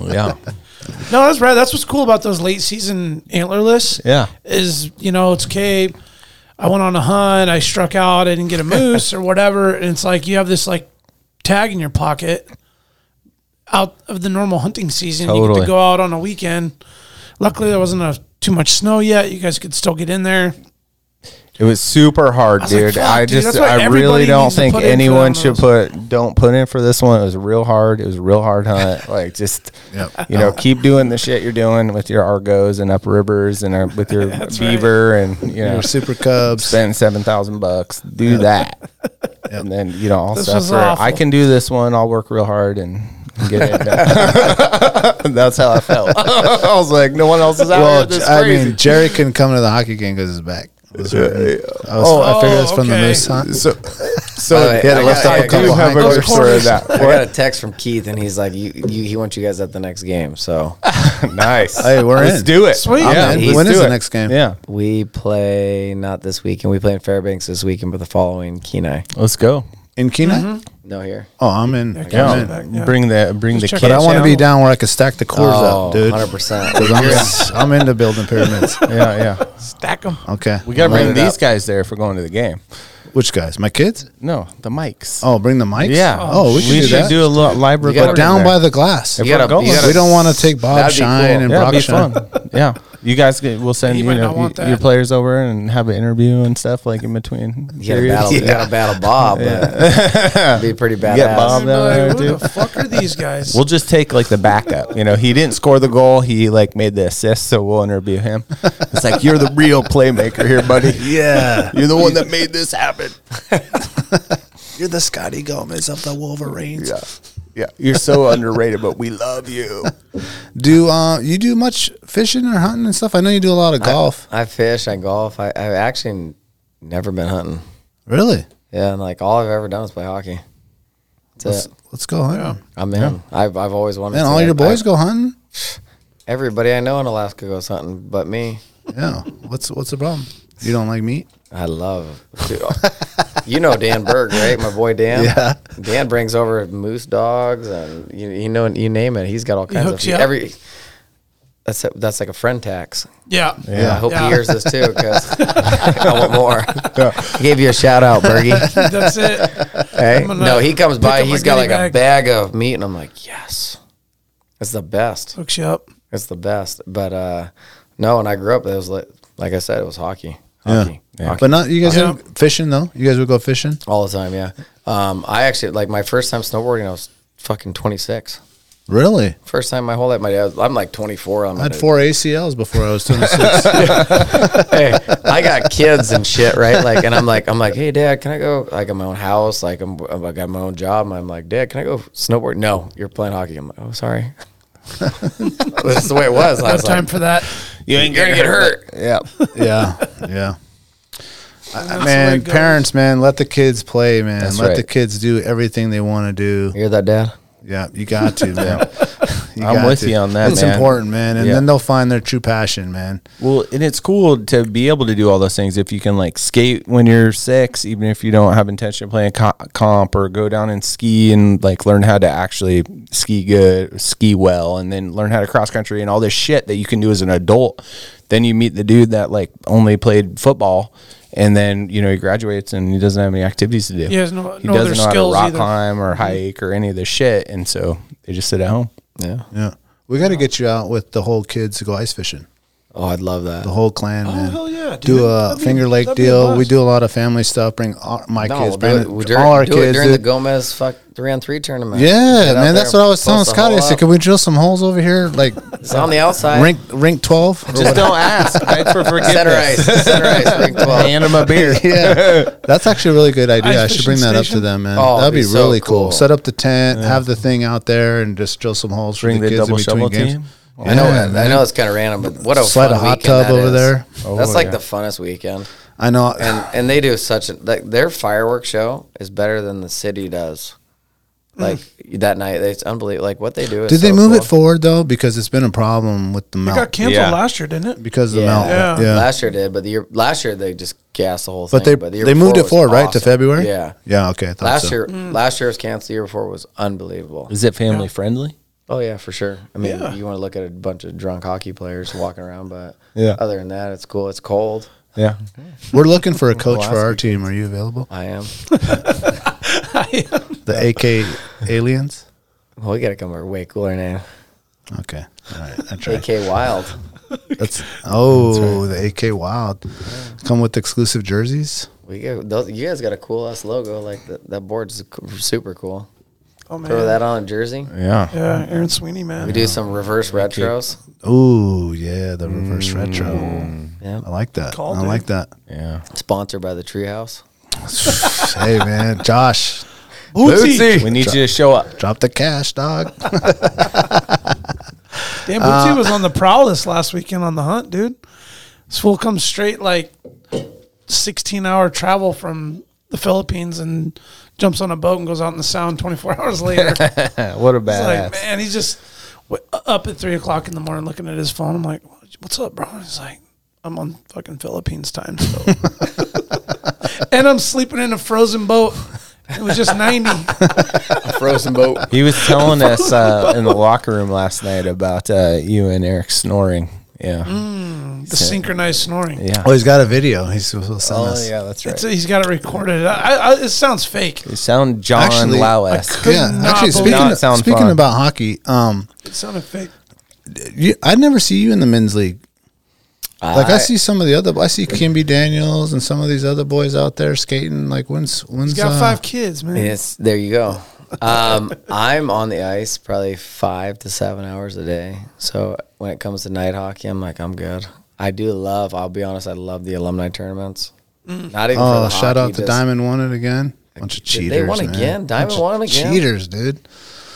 S3: yeah,
S4: no, that's right. That's what's cool about those late season antlerless.
S3: yeah.
S4: is you know it's okay i went on a hunt i struck out i didn't get a moose or whatever and it's like you have this like tag in your pocket out of the normal hunting season you get
S3: Totally.
S4: to go out on a weekend luckily there wasn't a, too much snow yet you guys could still get in there
S3: It was super hard,
S4: like,
S3: dude.
S4: "Fuck,
S3: I
S4: dude, that's
S3: just,
S4: why
S3: I
S4: everybody
S3: really don't
S4: needs to
S3: think
S4: put in for
S3: anyone
S4: them
S3: should
S4: those."
S3: put don't put in for this one. It was real hard. It was a real hard hunt. Like just,
S9: Yep.
S3: you know, keep doing the shit you're doing with your argos and uprivers and uh, with your beaver and you know
S9: Your Super Cubs.
S3: spend seven thousand bucks. Do that, and then you know I'll
S4: This was
S3: suffer.
S4: awful.
S3: I can do this one. I'll work real hard and get it. done. That's how I felt. I was like, no one else is out
S9: Well,
S3: here. This is
S9: I
S3: crazy.
S9: mean, Jerry couldn't come to the hockey game because his back was hurting. I, was, I figured it was from the
S4: okay.
S9: moose hunt.
S3: so,
S5: By the
S3: so
S5: way, Yeah, I left got- off a I couple do
S9: have a
S4: good story of
S3: that.
S5: I got a text from Keith, and he's like, you, you, he wants you guys at the next game. So
S3: nice.
S9: Hey, we're
S3: Let's
S9: in.
S3: do it.
S4: Sweet.
S9: I'm
S3: Yeah,
S9: in.
S3: let's
S9: When is
S3: do
S9: the
S3: it.
S9: next game?
S3: Yeah,
S5: we play not this weekend. We play in Fairbanks this weekend, but the following Kenai.
S3: let's go.
S9: In Kenai?
S5: No, here.
S9: Oh, I'm in.
S3: Yeah,
S9: I'm in.
S4: yeah.
S3: bring the bring the
S4: check it
S3: kids.
S9: But I want to
S4: Channel.
S9: be down where I could stack the cores
S5: Oh,
S9: up, dude.
S5: 100%.
S9: 'Cause I'm, s- I'm into building pyramids.
S3: Yeah, yeah.
S4: stack them
S9: Okay.
S3: We gotta
S9: Light
S3: bring
S9: it
S3: these
S9: up.
S3: guys there if we're going to the game.
S9: Which guys? My kids?
S3: No, the mics.
S9: Oh, bring the mics?
S3: yeah.
S9: Oh, we, should do that.
S3: a little live
S5: gotta
S3: recording
S9: but down
S3: there.
S9: by the glass.
S3: If we're going.
S5: you
S9: we don't want to take Bob
S5: That'd be
S9: Shine
S5: cool.
S9: and
S3: Yeah,
S9: Brock
S3: it'd be
S9: Shine.
S3: fun. yeah, you guys could, will send
S4: He
S3: you
S4: might
S3: know
S4: not want
S3: y- your
S4: that.
S3: players over and have an interview and stuff like in between.
S5: You gotta battle. You gotta battle Bob. but It'd be pretty badass.
S3: Get Bob
S4: I'm
S3: down
S4: like,
S3: there
S4: who
S3: too.
S4: the fuck are these guys
S3: We'll just take like the backup. You know, he didn't score the goal. He like made the assist, so we'll interview him. It's like you're the real playmaker here, buddy.
S9: Yeah.
S3: You're the one that made this happen.
S9: You're the Scotty Gomez of the Wolverines.
S3: Yeah. Yeah. You're so underrated, but we love you.
S9: Do uh, you do much fishing or hunting and stuff? I know you do a lot of golf.
S5: I fish. I golf. I, I've actually n- never been hunting.
S9: really?
S5: Yeah, and like all I've ever done is play hockey. That's
S9: Let's,
S5: it.
S9: let's go hunting.
S5: I'm in. I've I've always wanted.
S9: Man,
S5: to.
S9: all
S5: I-
S9: your boys
S5: I-
S9: go hunting?
S5: Everybody I know in Alaska goes hunting, but me.
S9: Yeah. What's what's the problem? You don't like meat?
S5: I love. Dude, you know Dan Berg, right? My boy Dan.
S9: Yeah.
S5: Dan brings over moose dogs and you, you know you name it. He's got all kinds of
S4: hooks you up?
S5: every. That's a, that's like a friend tax.
S4: Yeah.
S5: I hope
S4: Yeah.
S5: he hears this too because I want more. Gave you a shout out, Bergie.
S4: That's it.
S5: Hey,
S4: I'm gonna
S5: no, he comes
S4: pick
S5: by.
S4: up my
S5: He's got
S4: goodie
S5: like
S4: bag.
S5: a bag of meat, and I'm like, yes, it's the best.
S4: Hooks you up.
S5: It's the best. But uh, no, when I grew up, it was like, like I said, it was hockey.
S9: Yeah.
S5: Hockey. Hockey.
S9: But not you guys
S5: Yeah.
S9: didn't fishing though. You guys would go fishing.
S5: all the time. Yeah. Um, I actually like my first time snowboarding. I was fucking 26.
S9: Really?
S5: First time my whole life. My dad. I'm like 24. I'm
S9: I had
S5: an
S9: four ACLs before I was 26.
S5: hey, I got kids and shit, right? Like, and I'm like, I'm like, hey, dad, can I go? I got my own house. Like, I'm, I got my own job. And I'm like, dad, can I go snowboard? No, you're playing hockey. I'm like, oh, sorry. this is the way it was. I
S4: No
S5: was
S4: time
S5: like,
S4: for that.
S5: you ain't gonna get hurt.
S3: Yeah.
S9: yeah, yeah. I-
S4: the way
S9: man,
S4: it goes.
S9: parents, man, let the kids play, man.
S5: That's
S9: let the
S5: right.
S9: kids do everything they want to do.
S5: You hear that, dad?
S9: Yeah, you got to, man. You
S3: I'm
S9: got
S3: with
S9: to.
S3: you on that,
S9: It's
S3: man.
S9: important, man, and
S3: Yeah.
S9: then they'll find their true passion, man.
S3: Well, and it's cool to be able to do all those things if you can like skate when you're six, even if you don't have intention of playing co- comp or go down and ski and like learn how to actually ski good, ski well, and then learn how to cross country and all this shit that you can do as an adult. Then you meet the dude that like only played football, and then you know he graduates and he doesn't have any activities to do.
S4: He has no-
S3: he
S4: no other
S3: doesn't know how to
S4: skills
S3: rock
S4: either.
S3: climb or hike or any of this shit, and so they just sit at home.
S5: Yeah.
S9: Yeah, we got to get you out with the whole kids to go ice fishing.
S5: Oh, I'd love that.
S9: The whole clan, man.
S4: Oh, hell yeah, dude.
S9: Do a
S4: That'd be-
S9: Finger Lake
S4: that'd be a
S9: deal.
S4: blast.
S9: We do a lot of family stuff. Bring all, my
S5: No,
S9: kids,
S5: do
S9: bring
S5: it,
S9: it-
S5: during,
S9: all our
S5: do it
S9: kids.
S5: during
S9: dude.
S5: the Gomez fuck three on three tournament.
S9: yeah,
S5: Get out
S9: man,
S5: there,
S9: that's what I was telling
S5: bust the
S9: Scotty. I
S5: hole
S9: said,
S5: up.
S9: "Can we drill some holes over here, like
S5: It's on the outside.
S9: rink rink twelve?
S5: Just don't ask.
S3: Thanks for
S5: Center ice. Center ice. Rink 12.
S3: Hand him a beer.
S9: yeah, that's actually a really good idea.
S4: Ice
S9: I should
S4: fishing
S9: bring that up to
S4: station?
S9: them, man.
S5: Oh,
S9: That'd be,
S5: it'd be so
S9: really cool.
S5: cool.
S9: Set up the tent, have the thing out there, and just drill some holes
S3: Bring
S9: for the,
S3: the
S9: kids in
S3: double
S9: between
S3: shovel
S9: games.
S3: team?
S5: I know,
S9: Yeah,
S5: I
S9: man.
S5: know it's kind of random, but what a
S9: Slide
S5: fun
S9: a hot
S5: weekend
S9: tub
S5: that
S9: over
S5: is.
S9: there.
S5: That's
S3: Oh,
S5: like
S3: yeah.
S5: the funnest weekend.
S9: I know.
S5: and and they do such a, like their fireworks show is better than the city does. Like that night, it's unbelievable. Like what they do. Is
S9: Hmm. Did they
S5: so
S9: move
S5: cool.
S9: it forward though? Because it's been a problem with the
S4: It got
S9: melt.
S4: canceled
S3: Yeah.
S4: last year, didn't it?
S9: Because of the
S5: Yeah.
S9: melt. Yeah.
S5: Last year did, but the year last year they just gassed the whole
S9: But
S5: thing.
S9: they-
S5: the year
S9: they
S5: before
S9: moved it
S5: was
S9: forward, right, to February?
S5: Yeah.
S9: Yeah, okay. I thought
S5: Last
S9: so.
S5: year, last year was canceled. The year before was unbelievable.
S3: Is it family friendly?
S5: Oh yeah, for sure. I mean,
S4: Yeah.
S5: you want to look at a bunch of drunk hockey players walking around, but
S3: Yeah.
S5: Other than that, it's cool. It's cold.
S3: Yeah.
S9: we're looking for a coach for our team. Are you available?
S5: I am.
S9: The AK aliens.
S5: Well, we got to come up with a way cooler name.
S9: Okay. All right. That's right.
S5: AK Wild.
S9: That's oh the AK Wild. Come with exclusive jerseys.
S5: We got those, you guys got a cool ass logo. Like that, that board's c- super cool.
S4: Oh man.
S5: Throw that on a jersey.
S3: Yeah.
S4: Yeah, Aaron Sweeney,
S5: We
S4: man.
S5: do some reverse retros.
S9: Ooh yeah, the reverse
S5: Mm.
S9: retro.
S5: Yeah.
S9: I like that.
S4: Called
S9: I
S4: it.
S9: like that.
S3: Yeah.
S5: Sponsored by the Treehouse.
S9: hey man, Josh,
S4: Bootsy.
S3: We need you to show up.
S9: drop the cash, dog.
S4: Damn, Bootsy was on the prowl this last weekend on the hunt, dude. This fool comes straight like 16 hour travel from the Philippines and jumps on a boat and goes out in the sound 24 hours later. it's
S3: What a
S4: like,
S3: badass.
S4: man, he's just w- up at three o'clock in the morning looking at his phone. I'm like, what's up, bro? And He's like, I'm on fucking Philippines time. So. and I'm sleeping in a frozen boat. It was just 90.
S5: Frozen boat.
S3: he was telling us uh, in the locker room last night about uh, you and Eric snoring. Yeah.
S4: the synchronized snoring.
S3: Yeah.
S9: Oh, he's got a video. He's he'll
S5: Oh,
S9: send us.
S3: Oh, that's
S4: It's, he's got it recorded. I, I, it sounds fake.
S3: You sound John
S9: Actually,
S3: Lau
S4: I
S3: esque.
S4: could
S9: Yeah,
S4: not
S9: actually,
S4: believe
S9: speaking
S3: Not sound
S9: speaking
S3: fun.
S9: about hockey, um,
S4: It sounded fake.
S9: you, I never see you in the men's league. Like I,
S5: I-
S9: see some of the other, I see Kimby Daniels and some of these other boys out there skating. Like when's when's
S4: He's got
S9: uh,
S4: five kids, man.
S5: Yes, there you go. Um, I'm on the ice probably five to seven hours a day. So when it comes to night hockey, I'm like, I'm good. I do love. I'll be honest. I love the alumni tournaments. Not even. for
S9: Oh,
S5: the
S9: shout
S5: hockey,
S9: out to
S5: just-
S9: Diamond won it again. Bunch of
S5: Did
S9: cheaters.
S5: they won
S9: man.
S5: again? Diamond
S9: Bunch of
S5: won again?
S9: Cheaters, dude.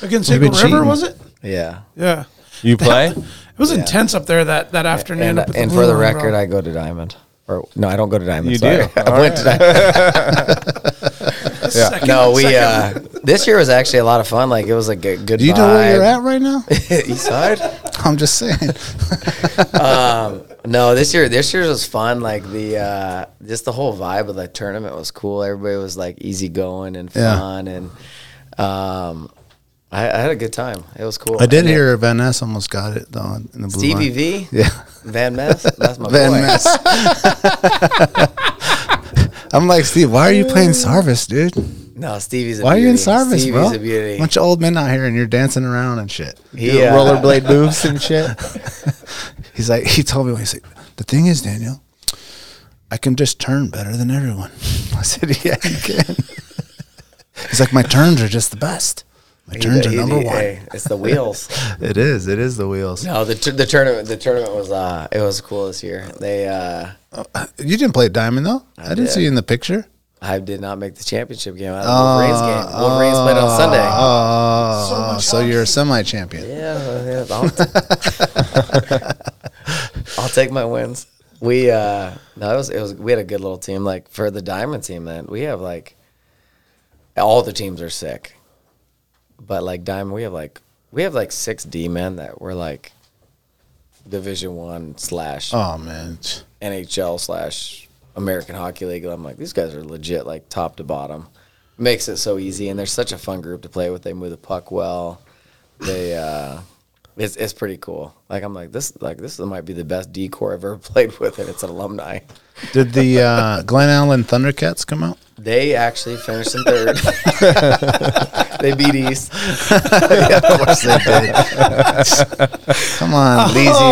S4: Against
S9: They've
S4: Eagle
S9: been
S4: River,
S9: cheating.
S4: was it?
S5: Yeah.
S4: Yeah.
S3: You play?
S4: It was intense up there that, that afternoon.
S5: And,
S4: up at the
S5: and
S4: Blue
S5: for the
S4: Room,
S5: record,
S4: bro.
S5: I go to Diamond. Or no, I don't go to Diamond.
S3: You
S5: sorry.
S3: do.
S5: I went to Diamond.
S4: Second-
S5: No, we
S4: second-
S5: uh, this year was actually a lot of fun. Like it was like a good.
S9: Do you know where you're
S5: vibe.
S9: at right now?
S5: East side.
S9: I'm just saying.
S5: No, this year this year was fun. Like the uh, just the whole vibe of the tournament was cool. Everybody was like easygoing and
S9: Yeah.
S5: fun, and um, I, I had a good time. It was cool.
S9: I did
S5: And it-
S9: hear Van Ness almost got it though in the blue
S5: Stevie
S9: line.
S5: V?
S9: Yeah.
S5: Van Ness? That's my
S9: Van
S5: boy.
S9: Ness. I'm like Steve. Why are you playing Sarvis, dude?
S5: No, Stevie's a
S9: Why are you in
S5: beauty.
S9: Sarvis,
S5: Stevie's
S9: bro?
S5: a beauty.
S9: Bunch of old men out here, and you're dancing around and shit.
S5: He, uh, Rollerblade moves
S9: and shit. he's like, he told me, he's like, the thing is, Daniel, I can just turn better than everyone. I said, yeah, you can. he's like, my turns are just the best. My
S5: He-
S9: turns are
S5: he-
S9: number
S5: he-
S9: one.
S5: hey, it's the wheels.
S9: it is. It is the wheels.
S5: No, the, tur- the tournament the tournament was uh it was cool this year. They uh
S9: You didn't play diamond though. I, didn't
S5: did.
S9: see you in the picture.
S5: I did not make the championship game. I had a Wolverines game. Wolverines played on Sunday.
S9: Oh, so you're a semi-champion.
S5: Yeah, yeah, I'll, I'll take my wins. We uh no, it was it was we had a good little team. Like for the diamond team, then we have like all the teams are sick, but like diamond, we have like we have like six D men that were like Division One slash
S9: Oh man,
S5: NHL slash American Hockey League. I'm like, these guys are legit, like top to bottom. Makes it so easy, and they're such a fun group to play with. They move the puck well. They, uh, it's it's pretty cool. Like I'm like this, like this might be the best D Corps I've ever played with, and it's an alumni.
S9: did the uh, Glen Allen Thundercats come out?
S5: They actually finished in third. they beat East. of
S9: course they did. Come on,
S5: Oh,
S9: Leezy
S5: the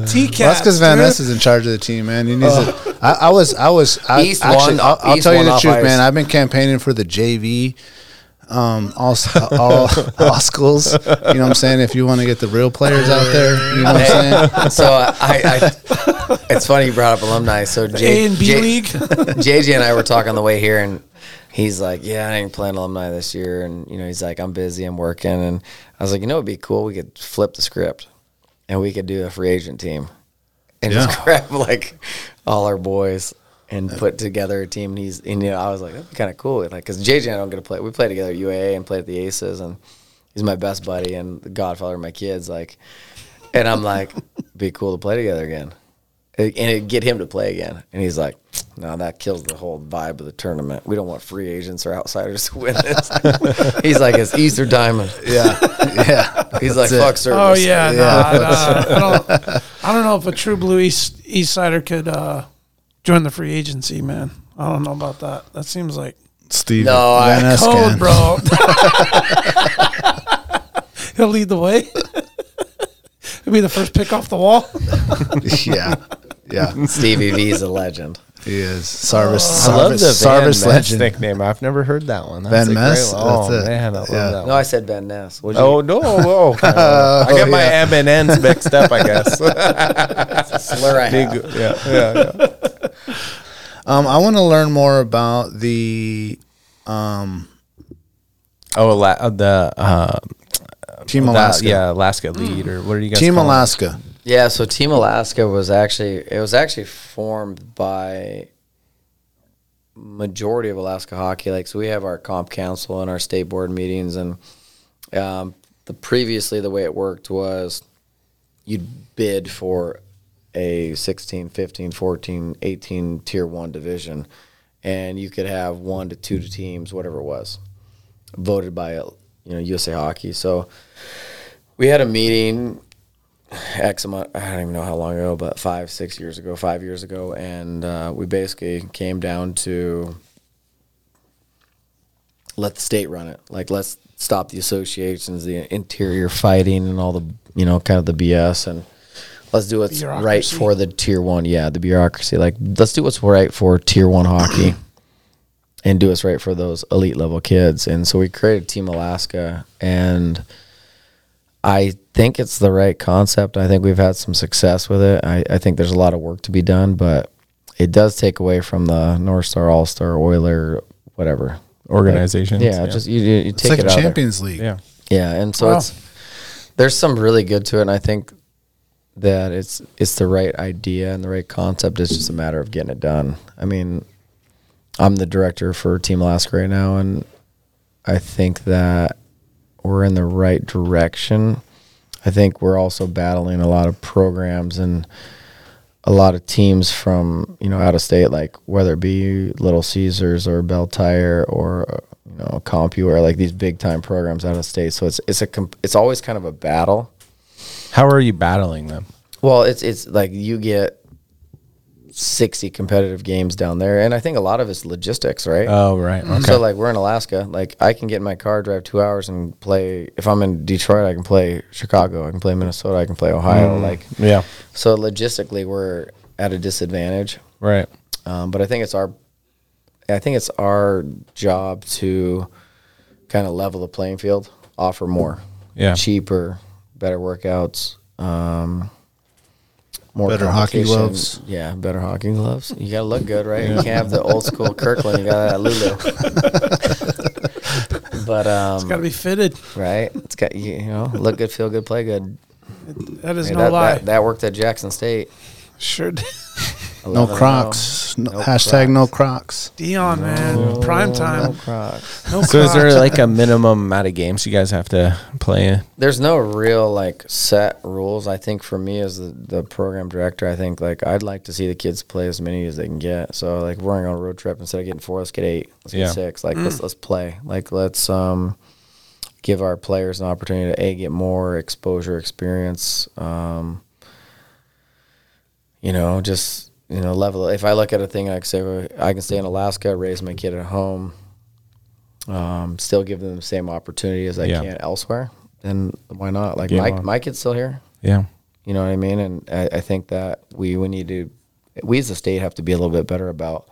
S9: and Scott.
S5: T-Cats,
S9: Well, that's because Van
S5: dude. Oh.
S9: Ness is in charge of the team, man. He needs to. I, I was, I was, I,
S5: East
S9: actually,
S5: won-
S9: I'll, I'll
S5: East
S9: tell you
S5: won
S9: the
S5: off
S9: truth,
S5: ice.
S9: man. I've been campaigning for the JV, um, all, all, all schools. You know what I'm saying? If you want to get the real players out there, you know what I'm saying?
S5: so I, I, it's funny you brought up alumni. So J,
S4: A and B
S5: J-
S4: league?
S5: JJ and I were talking on the way here, and he's like, "Yeah, I ain't playing alumni this year," and you know, he's like, "I'm busy, I'm working," and I was like, "You know, it'd be cool. We could flip the script, and we could do a free agent team, and just
S9: Yeah.
S5: grab like all our boys." And put together a team, and he's, and, you know, I was like, that'd be kind of cool, like, cause JJ and I don't get to play. We play together at UAA and played at the Aces, and he's my best buddy and the godfather of my kids. Like, and I'm like, be cool to play together again. And it'd get him to play again. And he's like, no, that kills the whole vibe of the tournament. We don't want free agents or outsiders to win this. he's like, it's Easter Diamond.
S9: Yeah. Yeah.
S5: He's like,
S9: That's it.
S5: fuck service.
S4: Oh yeah, no,
S9: Yeah.
S4: no, I, don't, I don't know if a true blue East East Sider could uh, join the free agency, man. I don't know about that. That seems like Oh,
S9: Steve
S5: No, I-
S9: Van Ness
S4: code,
S9: can.
S4: bro. He'll lead the way. He'll be the first pick off the wall.
S9: yeah, yeah,
S5: Stevie V's a legend.
S9: he is. Sarvis,
S5: Oh.
S3: I love
S9: Sarvis,
S3: the Van
S9: Sarvis
S3: Ness
S9: legend.
S3: nickname. I've never heard that one.
S9: Van
S3: That's a great
S9: Ness?
S3: one. Oh
S9: That's it.
S3: man, I love
S9: Yeah.
S3: that.
S5: No,
S3: One.
S5: I said Ben Ness. What'd you-
S3: Oh no! Whoa. I
S9: Oh,
S3: got my
S9: yeah.
S3: M and N's mixed up. I guess.
S5: slur I have.
S3: Big- yeah, yeah, yeah.
S9: Um, I want to learn more about the um,
S3: Oh, la- uh, the uh,
S9: Team
S3: that-
S9: Alaska.
S3: yeah, Alaska lead or what are you guys?
S9: Team
S3: calling it?
S9: Alaska.
S5: Yeah, so Team Alaska was actually it was actually formed by majority of Alaska hockey. Like, so we have our comp council and our state board meetings, and um, the previously the way it worked was you'd bid for a 16, 15, 14, 18 tier one division, and you could have one to two teams, whatever it was, voted by you know USA Hockey. So we had a meeting X amount, I don't even know how long ago, but five, six years ago, five years ago. And uh, we basically came down to let the state run it. Like, let's stop the associations, the interior fighting, and all the, you know, kind of the BS. And let's do what's right
S4: Bureaucracy.
S5: for the tier one. Yeah, the bureaucracy. Like, let's do what's right for tier one hockey and do what's right for those elite level kids. And so we created Team Alaska. And. I think it's the right concept. I think we've had some success with it. I, I think there's a lot of work to be done, but it does take away from the North Star, All Star, Oiler, whatever
S3: Organizations,
S5: yeah,
S3: yeah.
S5: just you, you, you
S9: It's
S5: take
S9: like
S5: it
S9: a
S5: out. of there.
S9: Champions League.
S3: Yeah.
S5: Yeah, and so
S4: Wow.
S5: it's there's some really good to it, and I think that it's it's the right idea and the right concept. It's just a matter of getting it done. I mean, I'm the director for Team Alaska right now, and I think that we're in the right direction. I think we're also battling a lot of programs and a lot of teams from you know out of state, like whether it be Little Caesars or Bell Tire or uh, you know, CompuWare, like these big time programs out of state. So it's it's a comp- it's always kind of a battle.
S3: How are you battling them?
S5: Well, it's it's like you get sixty competitive games down there, and I think a lot of it's logistics, right?
S3: Oh, right. Mhm. Okay.
S5: So like we're in Alaska, like I can get in my car, drive two hours, and play. If I'm in Detroit, I can play Chicago, I can play Minnesota, I can play Ohio.
S3: Mm,
S5: Like
S3: yeah.
S5: So logistically, we're at a disadvantage,
S3: Right.
S5: um, but I think it's our, I think it's our job to kind of level the playing field, offer more,
S3: Yeah.
S5: cheaper, better workouts, um, more
S9: Better
S5: competition.
S9: hockey gloves.
S5: yeah, better hockey gloves. You gotta look good, right? You
S9: Yeah.
S5: can't have the old school Kirkland. You gotta have Lulu. but um,
S4: It's gotta be fitted.
S5: right? It's got you you know, look good, feel good, play good.
S4: that is
S5: Hey,
S4: no lie.
S5: That, that worked at Jackson State. oh.
S4: Sure. did.
S9: No
S5: 11-0.
S9: Crocs. No,
S5: No
S9: hashtag no Crocs.
S4: Dion, man, prime time.
S5: No Crocs.
S4: No
S3: so is there
S4: Crocs.
S3: like a minimum amount of games you guys have to play in?
S5: there's no real like set rules. I think for me as the, the program director, I think like I'd like to see the kids play as many as they can get. So like we're going on a road trip instead of getting four, let's get eight, let's
S3: Yeah.
S5: get six. Like let's let's play. Like let's um give our players an opportunity to a get more exposure, experience. Um, you know, just you know level. If I look at a thing like say well, I can stay in Alaska, raise my kid at home, um, still give them the same opportunity as I
S3: Yeah.
S5: can elsewhere. Then why not? Like
S3: Game
S5: my
S3: on.
S5: my kid's still here.
S3: Yeah.
S5: You know what I mean? And I, I think that we we need to we as a state have to be a little bit better about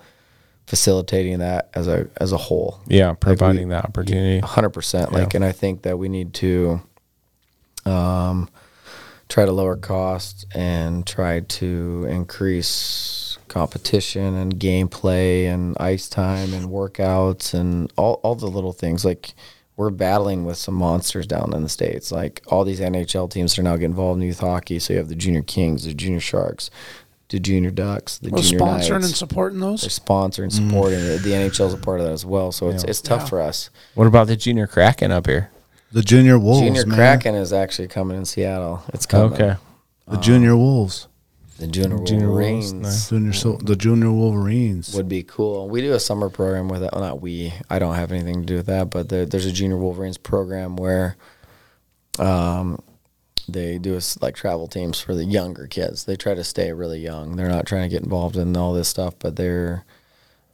S5: facilitating that as a as a whole.
S3: Yeah,
S5: Like, we-
S3: providing that opportunity.
S5: hundred percent. Like,
S3: Yeah.
S5: and I think that we need to, um, try to lower costs and try to increase competition and gameplay and ice time and workouts and all all the little things. Like, we're battling with some monsters down in the states. Like, all these NHL teams are now getting involved in youth hockey. So you have the junior Kings, the junior Sharks. The junior ducks, the
S4: Well,
S5: junior
S4: sponsoring and
S5: Knights.
S4: supporting those?
S5: They're sponsoring, supporting. it. The NHL is a part of that as well, so it's
S3: Yeah.
S5: it's tough
S4: Yeah.
S5: for us.
S3: What about the junior Kraken up here?
S9: The Junior Wolves.
S5: Junior
S9: man.
S5: Kraken is actually coming in Seattle. It's coming.
S3: Okay.
S9: The Junior Wolves.
S5: The Junior,
S3: Junior Wolves,
S5: Wolverines
S9: Junior so the Junior Wolverines.
S5: would be cool. We do a summer program with that. Well, not we. I don't have anything to do with that, but there, there's a Junior Wolverines program where um, they do us like travel teams for the younger kids. They try to stay really young. They're not trying to get involved in all this stuff, but they're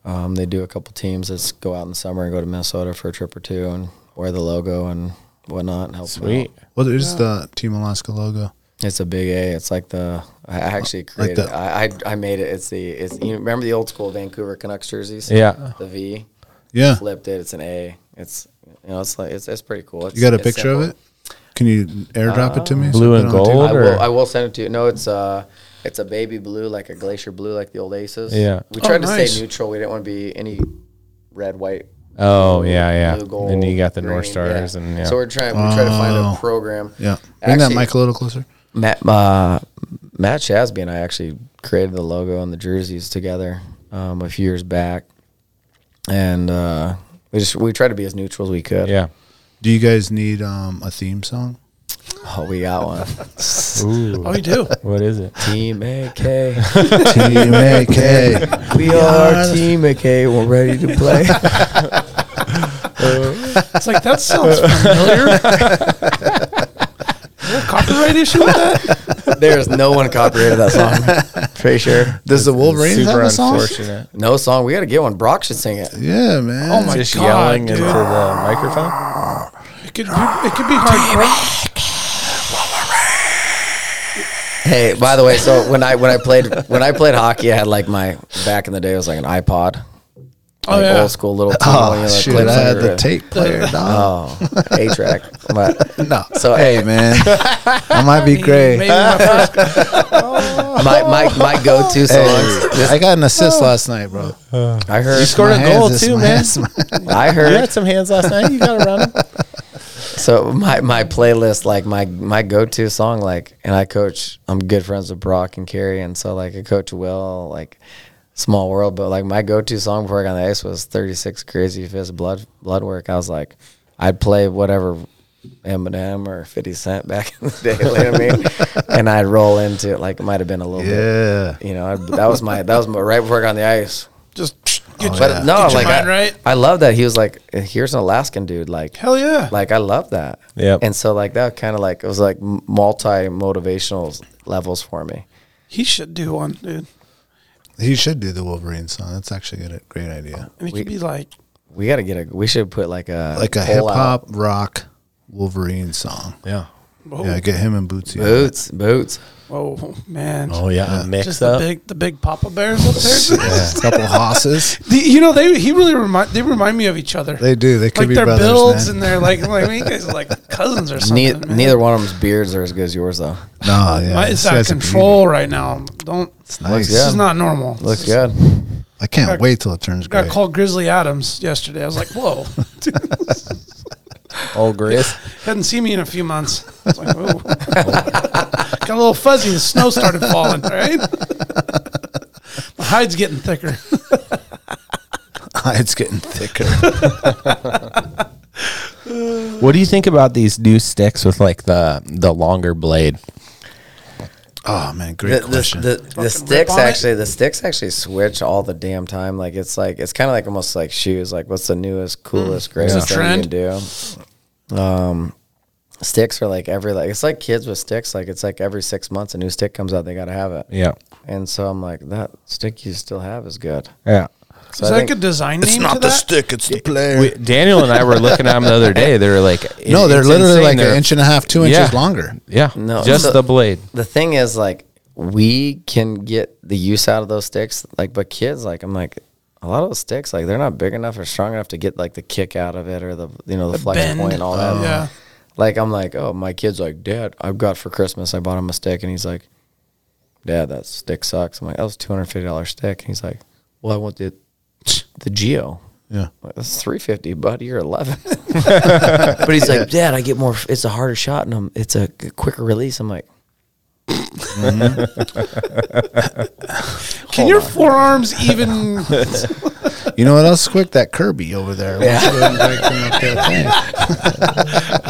S5: um, they do a couple teams that go out in the summer and go to Minnesota for a trip or two and wear the logo and whatnot. And help them
S3: Sweet.
S5: out.
S9: What is the Team Alaska logo?
S5: It's a big A. It's like the I actually created.
S9: the-
S5: I, I I made it. It's the it's you remember the old school Vancouver Canucks jerseys.
S3: Yeah.
S5: the V.
S9: Yeah.
S5: flipped it. It's an A. It's you know it's like it's, it's pretty cool. It's,
S9: You got a
S5: it's
S9: picture of
S5: simple.
S9: it? Can you airdrop it to me?
S3: Blue
S9: Put
S3: and
S9: it on the
S3: gold?
S5: I
S9: table?
S5: will
S3: or-
S5: I will send it to you. No, it's uh it's a baby blue like a glacier blue like the old Aces.
S3: Yeah.
S5: we
S4: Oh,
S5: tried to
S4: nice.
S5: stay neutral. We didn't want to be any red white.
S3: Oh
S5: blue,
S3: yeah, yeah.
S5: blue,
S3: and you
S5: gold,
S3: got the North
S5: green,
S3: Stars
S5: yeah.
S3: and yeah.
S5: So we're trying we try to find
S9: Oh.
S5: a program.
S9: Yeah. Bring that
S5: Actually-
S9: mic a little closer.
S5: Matt uh, Matt Shasby and I actually created the logo and the jerseys together um, a few years back, and uh, we just we tried to be as neutral as we could.
S3: yeah.
S9: Do you guys need um, a theme song?
S5: Oh, we got one.
S4: Oh, you do.
S3: What is it?
S5: Team AK,
S9: Team AK.
S5: we are Team AK. We're ready to play.
S4: It's like that sounds familiar. Is there a copyright issue with that?
S5: There's no one copyrighted that song. Pretty sure.
S9: Does the Wolverines have
S3: Super
S9: a song?
S3: unfortunate.
S5: No song. We got to get one. Brock should sing it.
S9: Yeah, man. Oh
S4: my
S3: Just
S4: God,
S3: yelling
S4: dude. Uh,
S3: into the microphone.
S4: It could be, it could be hardcore.
S5: Hey, by the way, so when I when I played when I played hockey, I had like my back in the day it was like an iPod.
S4: Oh
S5: like
S4: yeah.
S5: old school little.
S9: Oh, shoot. I had the
S5: tape.
S9: tape player, dog.
S5: Oh, A track. But
S9: No.
S5: so
S9: Hey, man. I might be
S4: Maybe
S9: great.
S4: my first-
S5: my my, my go to songs.
S9: I got an assist last night, bro.
S5: I heard
S3: Oh. scored
S9: My
S3: a
S9: hands
S3: goal
S9: is-
S3: too,
S9: my
S3: man.
S9: hands-
S5: I heard
S3: You had some hands last night. You got around.
S5: so my my playlist like my my go to song like and I coach I'm good friends with Brock and Kerry and so like I coach Will like small world but like my go to song before I got on the ice was 36 Crazy Fist Blood Blood Work I was like I'd play whatever Eminem or 50 Cent back in the day you know what I mean? and I'd roll into it like it might have been a little bit
S9: Yeah.
S5: you know I, that was my that was my right before I got on the ice
S4: just Get
S5: but
S4: your-
S5: no,
S4: get your
S5: like
S4: mind
S5: I,
S4: right.
S5: I love that he was like, "Here's an Alaskan dude." Like
S4: hell yeah,
S5: like I love that.
S3: Yep.
S5: And so like that kind of like it was like multi motivational levels for me.
S4: He should do one, dude.
S9: He should do the Wolverine song. That's actually a good- great idea.
S4: And it could be like
S5: We gotta get a. We should put like a
S9: Like a hip
S5: poll out.
S9: hop rock Wolverine song.
S3: Yeah.
S9: Yeah, get him and Bootsy. on it.
S5: boots boots.
S4: Oh man!
S3: Oh, yeah, a mix
S4: Just
S3: up.
S4: the big, the big Papa Bears up there.
S9: Yeah, a couple hosses.
S4: The, you know they he really remind they remind me of each other.
S9: They do. They could
S4: like
S9: be
S4: their
S9: brothers,
S4: builds
S9: man.
S4: and they're like like you guys are like cousins or something.
S5: Neither,
S4: man.
S5: neither one of them's beards are as good as yours though.
S9: No, yeah,
S4: My,
S9: this
S4: it's out of
S9: guy's a
S4: control right now. Don't. It's
S9: nice.
S4: This is not normal. This
S5: Looks
S4: is-
S5: good.
S9: beauty. I can't wait till it turns
S4: Got
S9: gray.
S4: called Grizzly Adams yesterday. I was like, whoa, dude,
S3: Old Grizz.
S4: hadn't seen me in a few months. I was like, whoa. Got a little fuzzy. The snow started falling. all Right. My hide's getting thicker.
S9: it's getting thicker.
S3: What do you think about these new sticks with like the the longer blade?
S9: Oh man,
S5: The,
S9: great
S5: the,
S9: question.
S5: the, the
S4: rip
S5: sticks
S4: on it.
S5: actually the sticks actually switch all the damn time. Like it's like it's kind of like almost like shoes. Like what's the newest, coolest, greatest thing you
S4: Hmm. trend.
S5: can do? Um, sticks are like every like it's like kids with sticks. Like it's like every six months a new stick comes out. They gotta have it.
S3: Yeah.
S5: And so I'm like that stick you still have is good.
S3: Yeah.
S5: So
S4: Is
S5: I
S4: that
S5: think-
S4: a design name? to that?
S9: stick, it's the player.
S3: We, Daniel and I were looking at them the other day. They were like, it-
S9: no, they're
S3: it's
S9: literally
S3: insane.
S9: like
S3: They're-
S9: an inch and a half, two inches
S3: Yeah.
S9: longer.
S3: Yeah.
S5: No,
S3: Just
S5: so-
S3: the blade.
S5: the thing is like we can get the use out of those sticks like but kids like i'm like a lot of those sticks like they're not big enough or strong enough to get like the kick out of it or the you know the, flex
S4: bend.
S5: point and all that
S4: Yeah.
S5: like i'm like oh my kid's like dad i've got for christmas i bought him a stick and he's like dad that stick sucks i'm like that was $250 stick and he's like well i want the the geo
S9: Yeah.
S5: I'm like, that's 350 buddy you're 11 but he's like dad i get more it's a harder shot and I'm, it's a quicker release i'm like
S4: Can your forearms even?
S9: You know what else is quick? That Kirby over there. Yeah.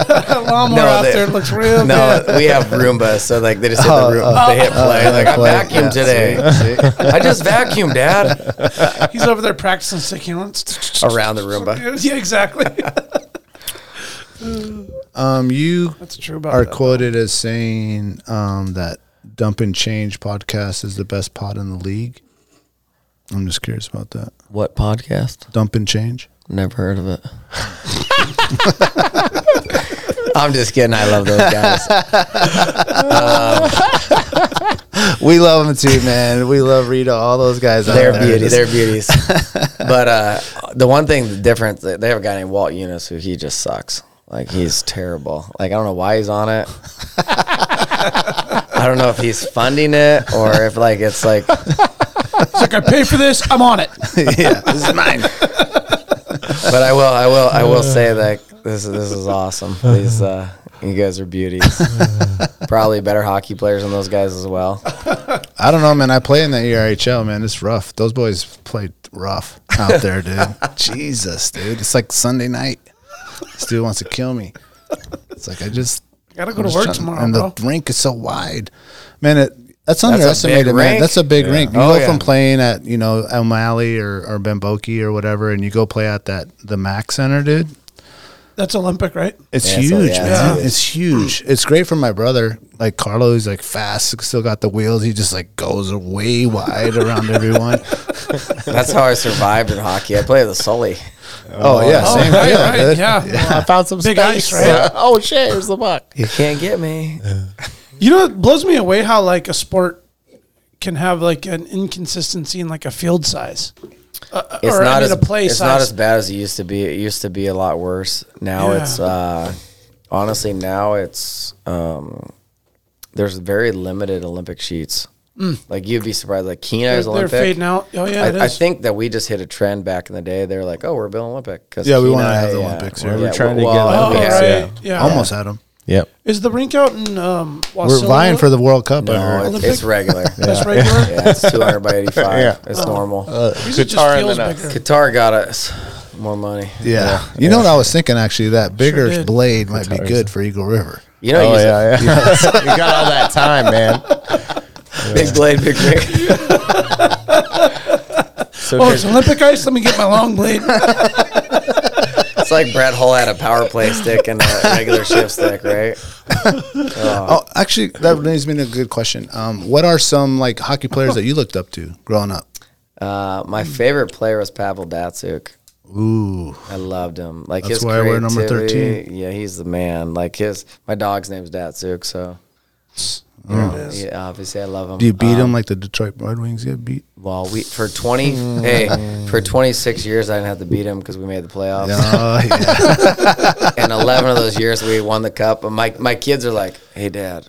S4: That lawnmower
S5: No,
S4: out
S5: they-
S4: there looks real
S5: No, we have Roomba, so like they just hit the room, they hit play. like I vacuumed today. I just vacuumed, Dad.
S4: good. He's over there practicing sticking on.
S5: Around the Roomba.
S4: Yeah, exactly.
S9: Um, you
S4: That's true about
S9: are
S4: that.
S9: quoted as saying um, that Dump and Change podcast is the best pod in the league. I'm just curious about that.
S5: What podcast?
S9: Dump and Change.
S5: Never heard of it. I'm just kidding. I love those guys.
S9: Um, We love them too, man. We love Rita. All those guys. out
S5: They're
S9: there.
S5: beauty.
S9: Just-
S5: They're beauties. But uh, the one thing different, they have a guy named Walt Eunice who he just sucks. Like he's terrible. Like I don't know why he's on it. I don't know if he's funding it or if like it's like
S4: It's like I pay for this. I'm on it.
S9: yeah, this is mine.
S5: but I will, I will, I will say
S3: Uh.
S5: that this is this is awesome. These uh, you guys are beauties.
S3: Uh.
S5: Probably better hockey players than those guys as well.
S9: I don't know, man. I play in the E ERHL, man. It's rough. Those boys played rough out there, dude. Jesus, dude. It's like Sunday night. This dude wants to kill me. It's like I just
S4: Gotta go
S9: I'm
S4: to
S9: just
S4: work
S9: trying-
S4: tomorrow,
S9: and
S4: bro.
S9: the rink is so wide, man. It that's
S5: a big
S9: underestimated, man.
S5: rink.
S9: That's a big rink. You
S5: Oh,
S9: go
S5: yeah.
S9: from playing at you know O'Malley or or Bamboki or whatever, and you go play at that the Mac Center, dude.
S4: That's Olympic, right?
S9: It's
S5: Yeah,
S9: huge,
S5: so- yeah, it's
S9: man.
S5: huge.
S9: It's huge. It's great for my brother. Like Carlo, he's like fast, still got the wheels. He just like goes way wide around everyone.
S5: That's how I survived in hockey. I played with Sully.
S9: Oh, yeah, same
S4: right,
S9: deal,
S4: right,
S9: dude.
S4: yeah.
S3: I found some
S4: Big ice, right?
S3: oh shit, here's the buck.
S5: You can't get me.
S3: Uh,
S4: You know, it blows me away how like a sport can have like an inconsistency in like a field size. Uh,
S5: It's
S4: or,
S5: not
S4: I mean,
S5: as
S4: a play
S5: it's
S4: size.
S5: not as bad as it used to be. It used to be a lot worse. Now
S4: Yeah.
S5: it's uh, honestly now it's um, there's very limited Olympic sheets. Like you'd be surprised. Like
S4: Mm. They're,
S5: Keno's
S4: they're
S5: Olympic.
S4: fading out. Oh yeah, it is.
S5: I, I think that we just hit a trend back in the day. They were like, "Oh, we're building Olympic." 'cause
S9: Yeah, we
S5: Kenai,
S9: wanna have the
S5: yeah,
S9: Olympics
S5: we're-
S9: here. We're
S5: yeah,
S3: trying to
S5: well,
S3: get
S4: Oh,
S5: Olympics,
S4: right.
S5: yeah. Oh,
S4: Yeah.
S9: Almost had him.
S3: Yep.
S4: Is the rink out in um,
S9: We're
S4: Wasilla?
S9: vying for the World Cup. I
S5: No,
S9: heard.
S5: it's, it's regular.
S4: That's regular. Oh. Uh.
S5: yeah, it's 200 by 85. It's normal.
S4: These are just feels bigger.
S5: Qatar got us more money.
S9: Yeah. You know what I was thinking actually? That bigger
S4: did.
S9: blade might be good for Eagle River.
S5: You know,
S3: Oh
S5: you
S3: yeah, yeah. you got all that time, man.
S5: big blade, big rig. So
S4: oh,
S5: did-
S4: it's Olympic ice. Let me get my long blade.
S5: It's like Brett Hull had a power play stick and a regular shift stick, right? Uh,
S9: Oh, actually, that brings me to a good question. Um, what are some like hockey players that you looked up to growing up?
S5: Uh, my favorite player was Pavel Datsuk.
S9: Ooh,
S5: I loved him. Like
S9: That's
S5: his
S9: why I wear number 13.
S5: creativity- Yeah, he's the man. Like his, my dog's name's Datsuk, so
S9: There it
S5: Yeah,
S9: is.
S5: Yeah, obviously I love him.
S9: Do you beat
S5: Um,
S9: them like the Detroit Red Wings get beat?
S5: Well, we for twenty. hey, for twenty six years, I didn't have to beat him because we made the playoffs.
S9: Oh,
S5: and eleven of those years, we won the cup. And my my kids are like, "Hey, Dad,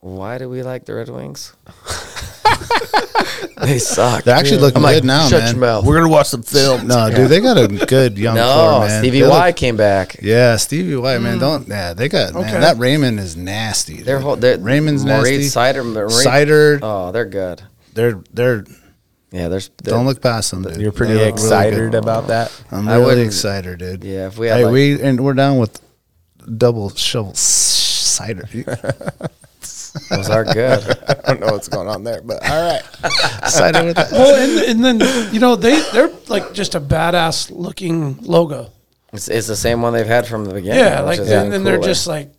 S5: why do we like the Red Wings? they suck.
S9: They're actually looking
S5: I'm like,
S9: good now,
S5: Shut
S9: man.
S5: your mouth.
S9: We're gonna watch some film. No, dude, they got a good young
S5: no,
S9: core, man.
S5: Stevie
S9: They look-
S5: Y came back.
S9: yeah, Stevie Y, man. Don't yeah, they got
S5: Okay.
S9: man, that Raymond is nasty.
S5: They're,
S9: dude.
S5: whole, they're
S9: Raymond's
S5: Maurice
S9: nasty.
S5: Cider, Maurice-
S9: Cider.
S5: Oh, they're good.
S9: They're they're
S5: Yeah, there's.
S9: don't look past them. Dude.
S3: You're pretty
S9: They look really
S3: excited
S9: good.
S3: about that.
S9: I'm
S5: I
S9: really
S5: wouldn't-
S9: excited, dude.
S5: Yeah, if we had
S9: hey,
S5: like-
S9: we and we're down with double shovel s- cider.
S5: Those are good.
S3: I don't know what's going on there, but all right.
S9: cider with that.
S4: well, Oh, and, and then you know they they're like just a badass looking logo.
S5: It's, it's the same one they've had from the beginning.
S4: Yeah,
S5: which
S4: like and
S5: is
S4: then
S5: even
S4: they're
S5: cooler.
S4: just like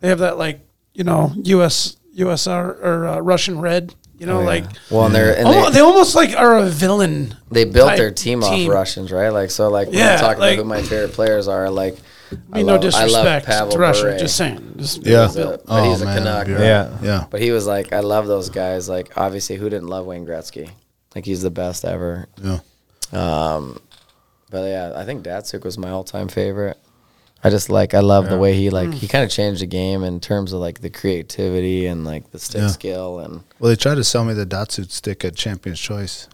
S4: they have that like you know U.S. USR or uh, Russian red. You know,
S5: Oh,
S4: like
S5: well, and they're and
S4: almo-
S5: they-
S4: they, almost like are a villain.
S5: they built
S4: type
S5: their team,
S4: team.
S5: off Russians, right? Like so, like when
S4: Yeah,
S5: I'm talking
S4: like-
S5: about who my favorite players are. Like,
S4: I mean, no disrespect to Russia. Just saying. Just-
S9: Yeah.
S5: He's a, but
S9: Oh,
S5: he's a
S9: man,
S5: Canuck.
S9: you're
S5: right?
S3: Yeah.
S9: Yeah.
S5: But he was like, I love those guys. Like, obviously, who didn't love Wayne Gretzky? Like, he's the best ever.
S9: Yeah.
S5: Um, but yeah, I think Datsuk was my all-time favorite. I just like I love the way he
S4: Hmm.
S5: like he kind of changed the game in terms of like the creativity and like the stick
S9: Yeah.
S5: skill and
S9: Well, they tried to sell me the Datsu stick at Champions Choice.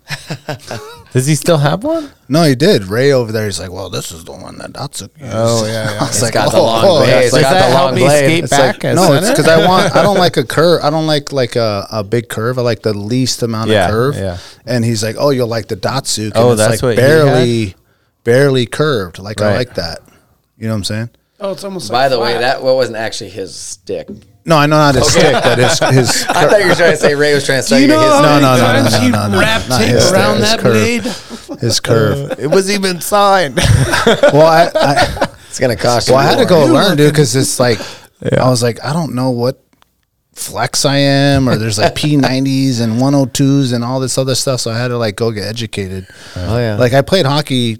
S3: Does he still have one?
S9: No, he did. Ray over there, he's like, "Well, this is the one that Datsu." Used.
S3: Oh, yeah, yeah.
S9: I was
S3: It's
S9: like,
S5: got the
S9: "Oh,
S5: long
S9: oh,
S5: blade.
S9: that's
S5: It's
S9: like-
S5: got the long blade.
S3: skate
S9: It's
S3: back?
S9: like,
S3: as
S9: no, it's
S3: center?
S9: because I want. I don't like a curve. I don't like like a, a big curve. I like the least amount
S3: Yeah,
S9: of curve.
S3: yeah.
S9: And he's like, "Oh, you'll like the Datsu."
S3: Oh,
S9: it's
S3: that's
S9: like
S3: what he
S9: barely, barely curved. Like I
S3: Right.
S9: like that. You know what I'm saying?
S4: Oh, it's almost.
S5: By
S4: like
S5: the way,
S4: flat.
S5: that well, wasn't actually his stick.
S9: No, I know not his stick. That his his.
S5: I thought you were trying to say Ray was trying to sell
S4: Do you
S5: you
S4: know how
S5: his.
S9: No,
S4: many
S9: no, no, no,
S4: times
S9: no,
S4: he
S9: no, no,
S4: wrapped
S9: not
S4: tape
S9: his
S4: around
S9: stairs,
S4: that
S9: curve.
S4: blade?
S9: his curve.
S3: It was even signed.
S9: Well, I, I
S5: It's gonna cost you.
S9: Well, I had to
S5: more.
S9: go learn, dude, because it's like I was like, I don't know what flex I am, or there's like P90s and 102s and all this other stuff. So I had to like go get educated.
S5: Oh yeah.
S9: Like I played hockey,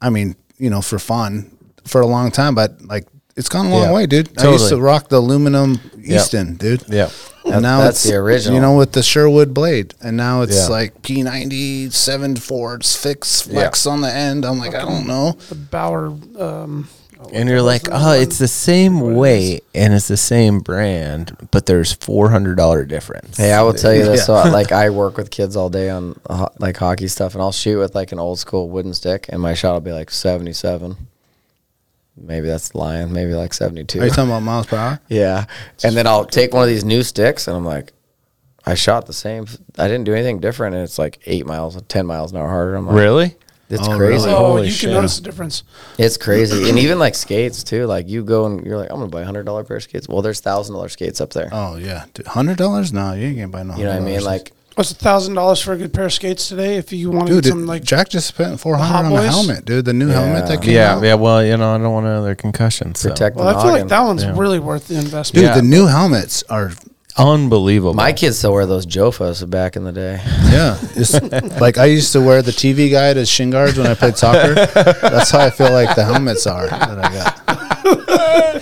S9: I mean, you know, for fun for a long time, but like it's gone a long
S3: Yeah.
S9: way, dude. I used
S3: Totally.
S9: to rock the aluminum Easton, dude.
S3: yeah.
S9: And now
S5: that's
S9: it's
S5: the original.
S9: you know, with the Sherwood blade, and now it's
S3: Yeah.
S9: like P90 seven fours fix flex on the end. I'm like, I don't know.
S4: the Bauer. Um,
S3: And you're like, oh, it's the same weight and it's the same brand, but there's four hundred dollar difference.
S5: Hey, I will tell you this. So, like, I work with kids all day on uh, ho- like hockey stuff, and I'll shoot with like an old school wooden stick, and my shot will be like seventy-seven. Maybe that's lying. Maybe like seventy-two.
S9: Are you talking about miles per hour?
S5: yeah, and then I'll take one of these new sticks, and I'm like, I shot the same. I didn't do anything different, and it's like eight miles, ten miles an hour harder. I'm like,
S3: Really?
S5: It's
S9: Oh,
S5: crazy.
S9: really?
S4: oh,
S3: holy
S4: you
S3: shit.
S4: can notice the difference.
S5: It's crazy, and even like skates too. Like you go and you're like, I'm gonna buy a hundred dollar pair of skates. Well, there's thousand dollar skates up there.
S9: Oh yeah, hundred dollars? No, you ain't gonna buy no.
S5: you know what I mean?
S9: $100.
S5: Like
S4: What's a thousand dollars for a good pair of skates today? If you want to
S9: dude,
S4: get some like
S9: Jack just spent four
S4: Hot
S9: hundred on the
S4: Boys?
S9: helmet, dude. The new helmet that came
S3: Yeah,
S9: out.
S3: yeah. Well, you know, I don't want another concussion. So.
S5: protect.
S4: Well,
S5: the
S4: I feel like
S5: noggin.
S4: that one's
S3: Yeah.
S4: really worth the
S9: Dude,
S4: investment.
S3: Yeah.
S9: the new helmets are
S3: Unbelievable.
S5: My kids still wear those Jofas back in the day.
S9: yeah. It's, like I used to wear the TV guide as shin guards when I played soccer. That's how I feel like the helmets are that I got.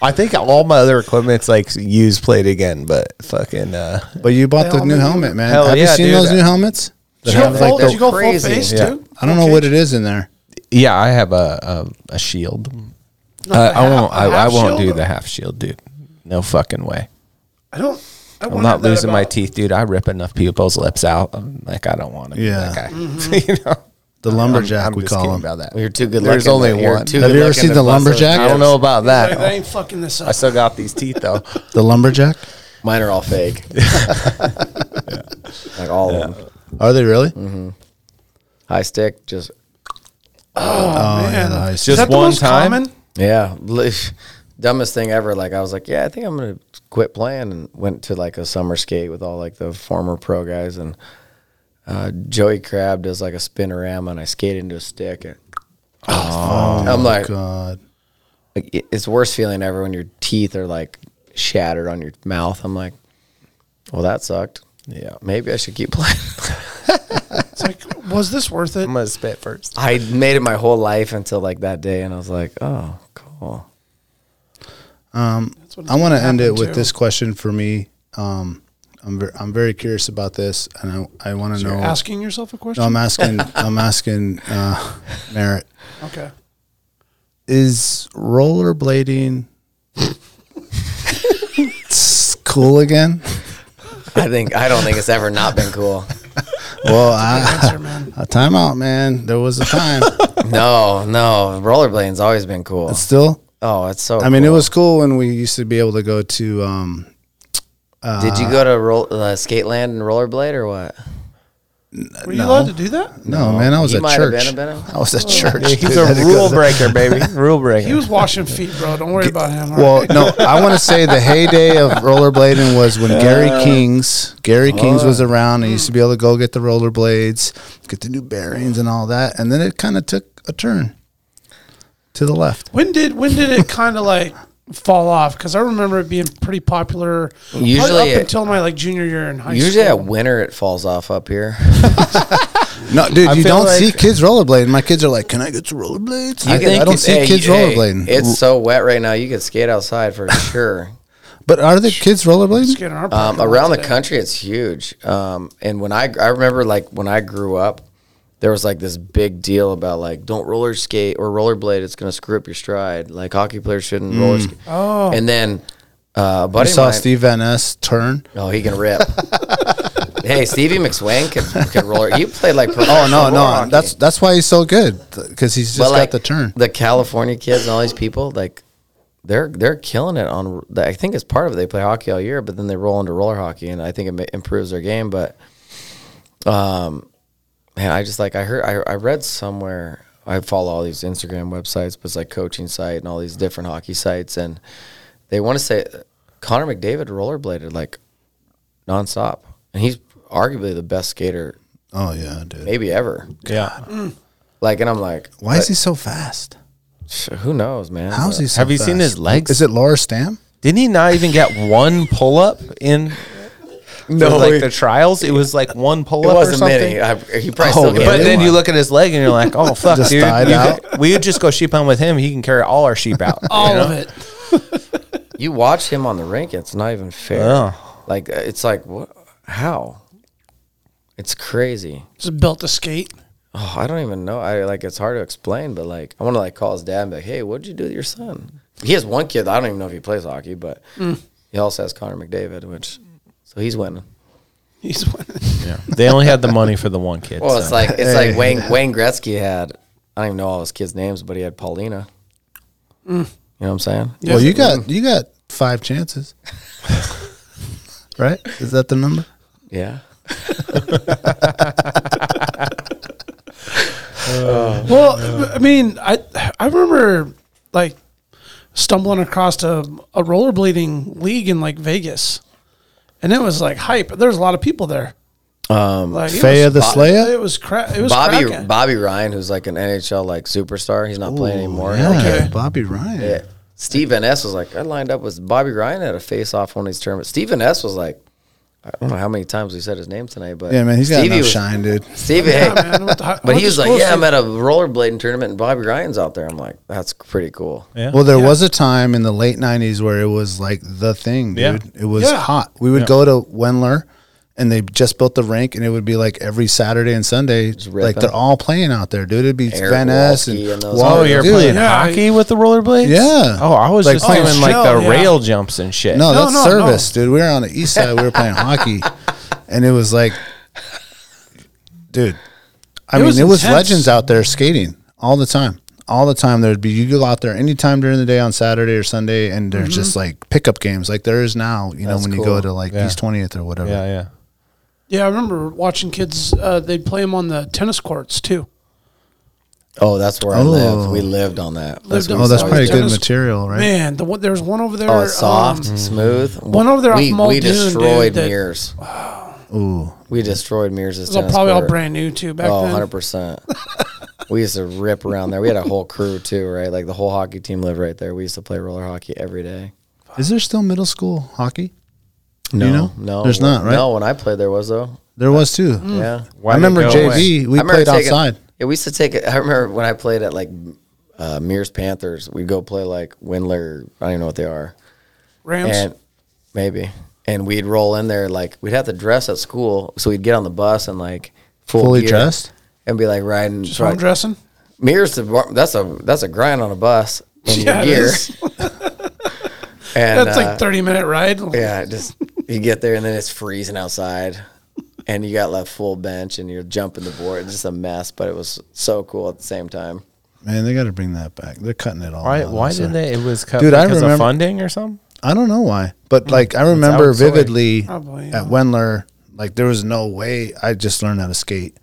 S3: I think all my other equipment's like used played again, but fucking uh,
S9: But you bought
S4: They
S9: the
S4: all
S9: new
S4: make-
S9: helmet, man.
S3: Hell
S9: Have you
S3: yeah,
S9: seen
S3: dude.
S9: those new helmets?
S4: Did you go
S5: like
S4: full,
S5: they're
S4: did you go full
S5: crazy.
S4: face
S3: Yeah.
S4: too?
S9: I don't know
S4: Okay.
S9: what it is in there.
S3: yeah, I have a a, a shield.
S4: Not the
S3: I, I
S4: half-
S3: won't.
S4: the
S3: I, I
S4: half
S3: won't do
S4: shield.
S3: the half shield, dude. No fucking way.
S4: I don't. I
S3: I'm not losing my teeth, dude. I rip enough people's lips out. I'm like I don't want to.
S9: Yeah.
S3: Be that guy.
S4: Mm-hmm.
S3: you know,
S9: The lumberjack we call him.
S3: about that.
S5: You're too good
S3: There's
S5: looking.
S3: only
S5: You're
S3: one.
S5: too
S9: Have
S5: good
S9: you ever
S5: looking
S9: seen
S5: to
S9: the
S5: bust those
S9: lumberjack?
S3: I
S5: jibs.
S3: don't know about
S4: Like, I
S3: that.
S4: ain't fucking this
S3: I
S4: up.
S3: still got these teeth though.
S9: The lumberjack?
S5: Mine are all fake. Like all of them.
S9: Are they really?
S5: High stick, just
S9: Oh, yeah. I see.
S4: Is
S3: Just
S4: that the
S3: one
S4: most
S3: time.
S4: common?
S5: yeah, li- dumbest thing ever. Like I was like, yeah, I think I'm gonna quit playing, and went to like a summer skate with all like the former pro guys, and uh, Joey Crab does like a spinorama, and I skate into a stick. And, oh, I'm like,
S9: God.
S5: like, it- it's the worst feeling ever when your teeth are like shattered on your mouth. I'm like, well, that sucked. Yeah, maybe I should keep playing.
S4: Was this worth it? I'm
S3: gonna spit first.
S5: I made it my whole life until like that day, and I was like, oh, cool.
S9: Um,
S5: what
S9: I want to end it
S5: happened
S9: with
S5: to.
S9: this question for me. Um, I'm ver- I'm very curious about this, and I I want to
S4: So you're
S9: know.
S4: asking yourself a question?
S9: No, I'm asking. I'm asking uh, Merritt.
S4: Okay.
S9: Is rollerblading s- cool again?
S5: I think I don't think it's ever not been cool.
S9: Well, I, a timeout, man. There was a time.
S5: no, no, rollerblading's always been cool.
S9: Still,
S5: oh, it's so.
S9: I mean, it was cool when we used to be able to go to. Um, uh,
S5: Did you go to roll, uh, Skateland and rollerblade or what?
S4: Were you allowed to do that?
S9: No, man, I was
S5: You
S9: at
S5: might have been
S9: church.
S5: a bit of-
S9: I was at
S5: Oh.
S9: church.
S5: Yeah, he's
S9: dude.
S5: a
S9: I had to go
S5: rule
S9: to-
S5: breaker, baby.
S3: Rule breaker.
S4: He was washing feet, bro. Don't worry about him. all
S9: Well,
S4: right?
S9: no, I want to say the heyday of rollerblading was when Gary Kings, Gary
S5: Oh.
S9: Kings was around and used to be able to go get the rollerblades, get the new bearings and all that, and then it kind of took a turn to the left.
S4: When did when did it kind of like fall off? Because I remember it being pretty popular. probably
S5: Usually
S4: up
S5: it-
S4: until my like junior year in high
S5: Usually
S4: school.
S5: at winter it falls off up here.
S9: No, dude,
S5: I
S9: you
S5: feel
S9: don't
S5: like-
S9: see kids rollerblading. My kids are like, "Can I get some rollerblades?" I, I don't see
S5: hey,
S9: kids
S5: hey,
S9: rollerblading.
S5: It's so wet right now. You could skate outside for sure.
S9: but are the kids rollerblading?
S5: Um, around the country, it's huge. Um, and when I I remember like when I grew up, there was like this big deal about like don't roller skate or rollerblade. It's gonna screw up your stride. Like hockey players shouldn't roller
S9: Mm.
S5: skate.
S4: Oh.
S5: and then uh, a
S9: I
S5: buddy of
S9: saw
S5: mine-
S9: Steve Van Ness turn.
S5: Oh, he can rip. hey, Stevie McSwain could, could roller. You played like
S9: Oh no,
S5: professional
S9: no,
S5: hockey.
S9: that's that's why he's so good because he's just
S5: But,
S9: got
S5: like,
S9: the turn.
S5: The California kids and all these people, like they're they're killing it on. I think it's part of it. They play hockey all year, but then they roll into roller hockey, and I think it ma- improves their game. But um, man, I just like I heard I, I read somewhere. I follow all these Instagram websites, but it's like coaching site and all these different hockey sites, and they want to say Connor McDavid rollerbladed like nonstop, and he's arguably the best skater.
S9: Oh yeah, dude.
S5: Maybe ever.
S3: Yeah.
S5: Like, and I'm like,
S9: Why is he so fast?
S5: Who knows, man?
S9: How's he? So
S3: Have you seen
S9: fast?
S3: his legs?
S9: Is it Laura Stam?
S3: Didn't he not even get one pull up in?
S5: No,
S3: No, like
S5: he-
S3: the trials, it was like one pull
S5: It
S3: up.
S5: wasn't
S3: or something.
S5: many. I- he probably still gave
S3: But
S5: me
S3: then
S5: one.
S3: you look at his leg and you're like, oh fuck,
S9: Just
S3: dude.
S9: died
S3: you
S9: out.
S3: could- we would just go sheep hunt with him. He can carry all our sheep out.
S4: all of it.
S5: you watch him on the rink, it's not even fair.
S3: Yeah.
S5: Like uh, it's like what? How? It's crazy.
S4: Just built to skate.
S5: Oh, I don't even know. I like it's hard to explain, but like I want to like call his dad and be like, "Hey, what'd you do to your son?" He has one kid. I don't even know if he plays hockey, but
S4: Mm.
S5: he also has Connor McDavid, which so he's winning.
S4: He's winning.
S3: Yeah. They only had the money for the one kid.
S5: Well,
S3: so.
S5: it's like it's like Wayne Wayne Gretzky had. I don't even know all his kids' names, but he had Paulina.
S9: Mm.
S5: You know what I'm saying?
S9: Well, you
S3: Mm-hmm.
S9: got you got five chances, right? Is that the number?
S5: Yeah.
S4: Well, I mean, I I remember like stumbling across a, a rollerblading league in like Vegas, and it was like hype. There's a lot of people there.
S5: Um,
S4: Like, it
S9: Faye
S4: was-
S9: of the
S5: Bob-
S9: Slayer?
S4: It was crap. It was
S5: Bobby
S4: cracking.
S5: Bobby Ryan, who's like an NHL like superstar. He's not playing anymore.
S9: Yeah,
S4: Okay.
S9: Bobby Ryan.
S5: Yeah. Steve Van Ness was like, I lined up with Bobby Ryan at a face off one of these tournaments. Steve Van Ness was like, I don't know how many times we said his name tonight, but
S9: Yeah, man, he's got
S5: Stevie
S9: enough
S5: was-
S9: shine, dude.
S5: Stevie,
S4: Yeah,
S5: hey.
S4: man, I went to hi- I
S5: but
S4: went
S5: he
S4: to
S5: was
S4: school
S5: like, Yeah,
S4: with
S5: I'm at a rollerblading tournament and Bobby Ryan's out there. I'm like, That's pretty cool.
S3: Yeah.
S9: Well, there was a time in the late '90s where it was like the thing, dude.
S3: Yeah.
S9: It was
S4: Yeah.
S9: hot. We would
S3: Yeah.
S9: go to Wendler, and they just built the rink, and it would be like every Saturday and Sunday, like
S5: ripping.
S9: they're all playing out there, dude. It'd be
S5: Eric
S9: Van Ness and,
S5: Wolski and those
S9: Wal-
S5: guys.
S3: oh, you're
S9: dude.
S3: playing
S4: Yeah.
S3: hockey with the rollerblades?
S9: Yeah.
S3: Oh, I was
S9: Like
S3: just
S9: playing
S3: doing like the
S4: shell, yeah.
S3: rail jumps and shit.
S9: No,
S4: No,
S9: that's
S4: no, no.
S9: service, dude. We were on the east side. We were playing hockey, and it was like, dude.
S4: It
S9: I mean,
S4: was
S9: it was
S4: intense.
S9: legends out there skating all the time. All the time, there'd be you go out there anytime during the day on Saturday or Sunday, and
S4: Mm-hmm.
S9: there's just like pickup games like there is now. You know,
S5: That's
S9: when you go
S5: cool.
S9: to like
S3: Yeah.
S9: East Twentieth or whatever.
S3: Yeah, yeah.
S4: Yeah, I remember watching kids. Uh, they'd play them on the tennis courts too.
S5: Oh, that's where I
S9: Oh.
S5: lived. We lived on that.
S4: Lived
S5: what
S4: on
S9: Oh,
S5: we always
S9: that's probably
S5: did.
S9: good
S4: Tennis-
S9: material, right?
S4: Man, the one, there was one over there.
S9: Mm.
S5: Oh, it's soft,
S4: um,
S5: smooth.
S4: one over there off
S5: We, we
S4: Muldoon, dude,
S5: destroyed
S4: that-
S5: mirrors.
S9: Ooh.
S5: We destroyed Mears'
S4: It was all
S5: tennis
S4: probably all
S5: court.
S4: brand new, too, back
S5: oh,
S4: then.
S5: 100%. we used to rip around there. We had a whole crew too, right? Like the whole hockey team lived right there. We used to play roller hockey every day.
S9: Is there still middle school hockey? Do
S5: No,
S9: you know?
S5: no,
S9: There's not, right?
S5: No, when I played, there was though.
S9: There was too.
S4: Mm.
S5: Yeah,
S9: I remember JV. We
S5: I remember
S9: played
S5: taking-
S9: outside.
S5: Yeah, we used to take. it. I remember when I played at like uh, Mears Panthers. We'd go play like Windler. I don't even know what they are.
S4: Rams?
S5: And maybe. And we'd roll in there like we'd have to dress at school, so we'd get on the bus and like full
S9: Fully
S5: gear
S9: dressed?
S5: and be like riding. Just
S4: home dressing.
S5: Mears. to bar- That's a that's a grind on a bus in
S4: Yeah,
S5: your
S4: it
S5: gear.
S4: is.
S5: and
S4: That's
S5: uh,
S4: like 30 minute ride.
S5: yeah, it just you get there and then it's freezing outside, and you got left full bench and you're jumping the board. It's just a mess, but it was so cool at the same time.
S9: Man, they got to bring that back. They're cutting it all.
S3: Why-
S9: out. I'm
S3: why did
S9: sorry.
S3: they- it was cut because of funding or something?
S9: I don't know why, but like I
S3: It's
S9: remember
S3: outsourced.
S9: vividly
S3: Probably,
S9: at Wendler, like there was no way. I just learned how to skate,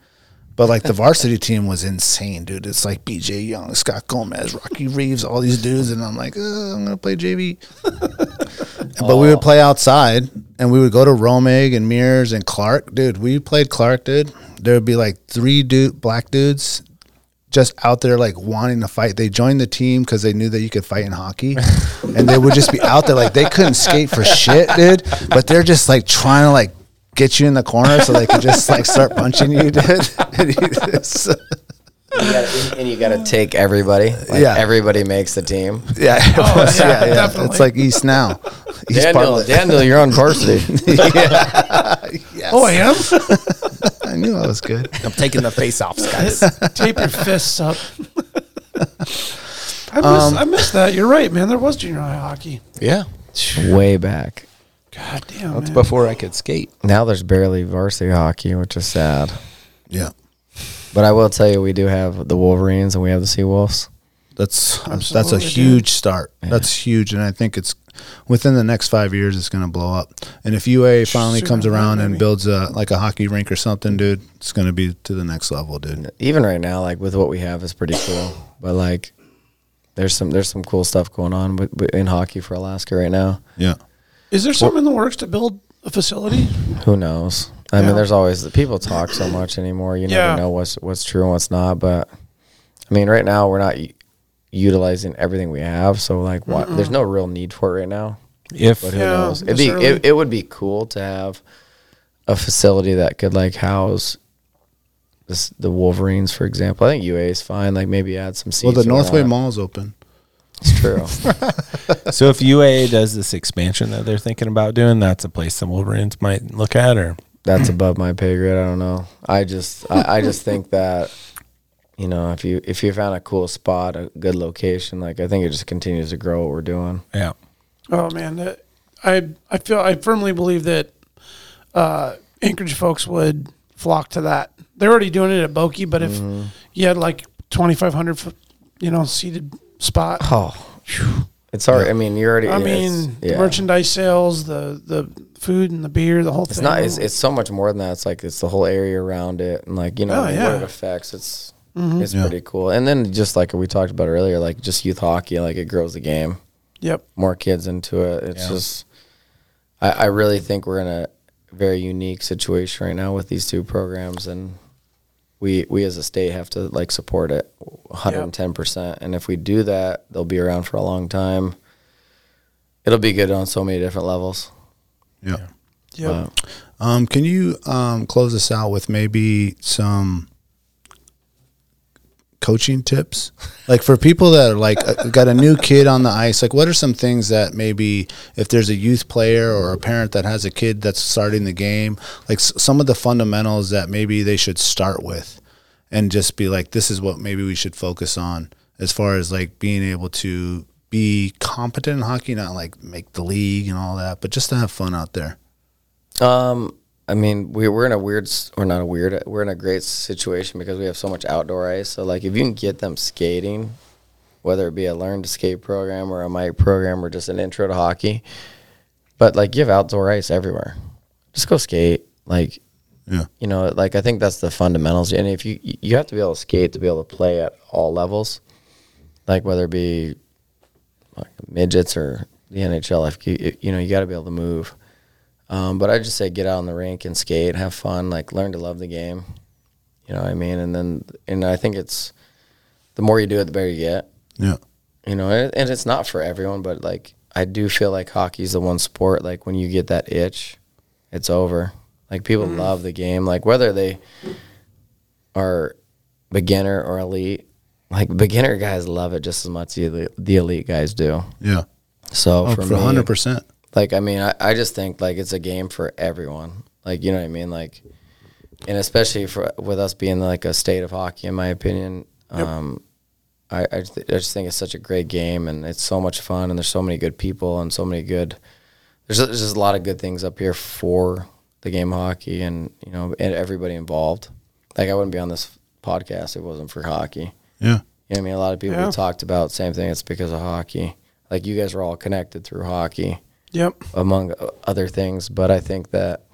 S9: but like the varsity team was insane, dude. It's like B.J. Young, Scott Gomez, Rocky Reeves, all these dudes, and I'm like, "Ugh, I'm gonna play JV. But we would play outside and we would go to Romig and Mears and Clark. Dude, we played Clark, dude. There would be like three dude black dudes just out there like wanting to fight. They joined the team because they knew that you could fight in hockey. and they would just be out there like they couldn't skate for shit, dude. But they're just like trying to like get you in the corner so they could just like start punching you, dude. And you just-
S5: You gotta, and you got to take everybody. Like,
S9: Yeah.
S5: everybody makes the team.
S9: yeah, it was- yeah, yeah. It's like East now. East
S5: Daniel,
S9: Bartlett.
S5: Daniel, you're on varsity.
S4: Oh, I am?
S9: I knew I was good.
S3: I'm taking the face offs, guys.
S4: Tape your fists up. I miss,
S9: Um,
S4: I miss that. You're right, man. There was junior high hockey.
S3: Yeah.
S5: Way back.
S4: God damn,
S3: That's
S4: man.
S3: before I could skate.
S5: Now there's barely varsity hockey, which is sad.
S9: Yeah.
S5: But I will tell you, we do have the Wolverines and we have the Seawolves.
S9: That's that's a
S5: Absolutely, dude.
S9: huge start. That's huge, and I think it's within the next five years it's going to blow up. And if UA finally
S4: Sooner
S9: comes
S4: than
S9: around and
S4: maybe.
S9: builds a like a hockey rink or something, dude, it's going to be to the next level, dude.
S5: Even right now, like with what we have, is pretty cool. But like, there's some there's some cool stuff going on with, with- in hockey for Alaska right now.
S9: Yeah.
S4: Is there something in the works to build a facility?
S5: Who knows? I
S4: Yeah.
S5: mean, there's always the people talk so much anymore. You
S4: Yeah.
S5: never know what's what's true and what's not. But I mean, right now we're not u- utilizing everything we have, so like, why, there's no real need for it right now.
S3: If-
S5: but who
S3: Yeah,
S5: knows? It'd be,
S3: necessarily.
S5: it, it would be cool to have a facility that could like house. This, the Wolverines, for example, I think UA is fine. Like maybe add some
S9: Well,
S5: seats.
S9: the Northway
S5: Mall.
S9: Mall's open.
S5: It's true.
S3: so if UAA does this expansion that they're thinking about doing, that's a place the Wolverines might look at, or
S5: That's above my pay grade. I don't know. I just I, I just think that you know if you if you found a cool spot, a good location, like I think it just continues to grow what we're doing.
S3: yeah,
S4: Oh man, that, I I feel I firmly believe that uh, Anchorage folks would flock to that. They're already doing it at Boki, but if
S5: Mm-hmm.
S4: you had like 2,500, f- you know, seated spot.
S5: Oh, it's hard. I mean, you're already.
S4: I
S5: it's-
S4: mean, the
S5: yeah.
S4: merchandise sales, the the food and the beer, the whole
S5: It's
S4: thing.
S5: not. It's, it's so much more than that. It's like it's the whole area around it, and like you know
S4: Oh,
S5: what
S4: yeah.
S5: it affects. It's
S4: Mhm.
S5: it's
S4: Yeah.
S5: pretty cool. And then just like we talked about earlier, like just youth hockey, like it grows the game.
S4: Yep.
S5: More kids into it. It's
S4: Yeah.
S5: just, I, I really think we're in a very unique situation right now with these two programs, and we we as a state have to like support it 110 percent. And if we do that, they'll be around for a long time. It'll be good on so many different levels.
S9: Yeah.
S4: Yep. Wow.
S9: Um, can you um, close this out with maybe some coaching tips, like for people that are like uh, got a new kid on the ice? Like, what are some things that maybe if there's a youth player or a parent that has a kid that's starting the game, like s- some of the fundamentals that maybe they should start with, and just be like, this is what maybe we should focus on as far as like being able to be competent in hockey, not like make the league and all that, but just to have fun out there.
S5: Um, I mean, we, we're in a weird, s- or not a weird, we're in a great situation because we have so much outdoor ice. So, like, if you can get them skating, whether it be a learn to skate program or a mic program or just an intro to hockey, but like, you have outdoor ice everywhere. Just go skate. Like,
S9: Yeah.
S5: you know, like, I think that's the fundamentals. And if you, you have to be able to skate to be able to play at all levels, like, whether it be like midgets or the NHL, if you, you know, you got to be able to move. Um, but I just say get out on the rink and skate, have fun, like learn to love the game. You know what I mean? And then, and I think it's the more you do it, the better you get.
S9: Yeah.
S5: You know, and, and it's not for everyone, but like I do feel like hockey's the one sport. Like when you get that itch, it's over. Like people
S13: Mm.
S5: love the game. Like whether they are beginner or elite, like beginner guys love it just as much as the, the elite guys do.
S9: Yeah.
S5: So
S9: Oh,
S5: for,
S9: for
S5: me,
S9: 100%.
S5: Like I mean, I, I just think like it's a game for everyone. Like you know what I mean? Like, and especially for with us being like a state of hockey, in my opinion. Um, I I, just- I just think it's such a great game and it's so much fun and there's so many good people and so many good. There's there's just a lot of good things up here for the game of hockey and you know and everybody involved. Like I wouldn't be on this podcast if it wasn't for hockey.
S9: Yeah.
S5: You know what I mean? A lot of people
S4: Yeah.
S5: who talked about same thing. It's because of hockey. Like you guys were all connected through hockey.
S4: Yep.
S5: Among o- other things, but I think that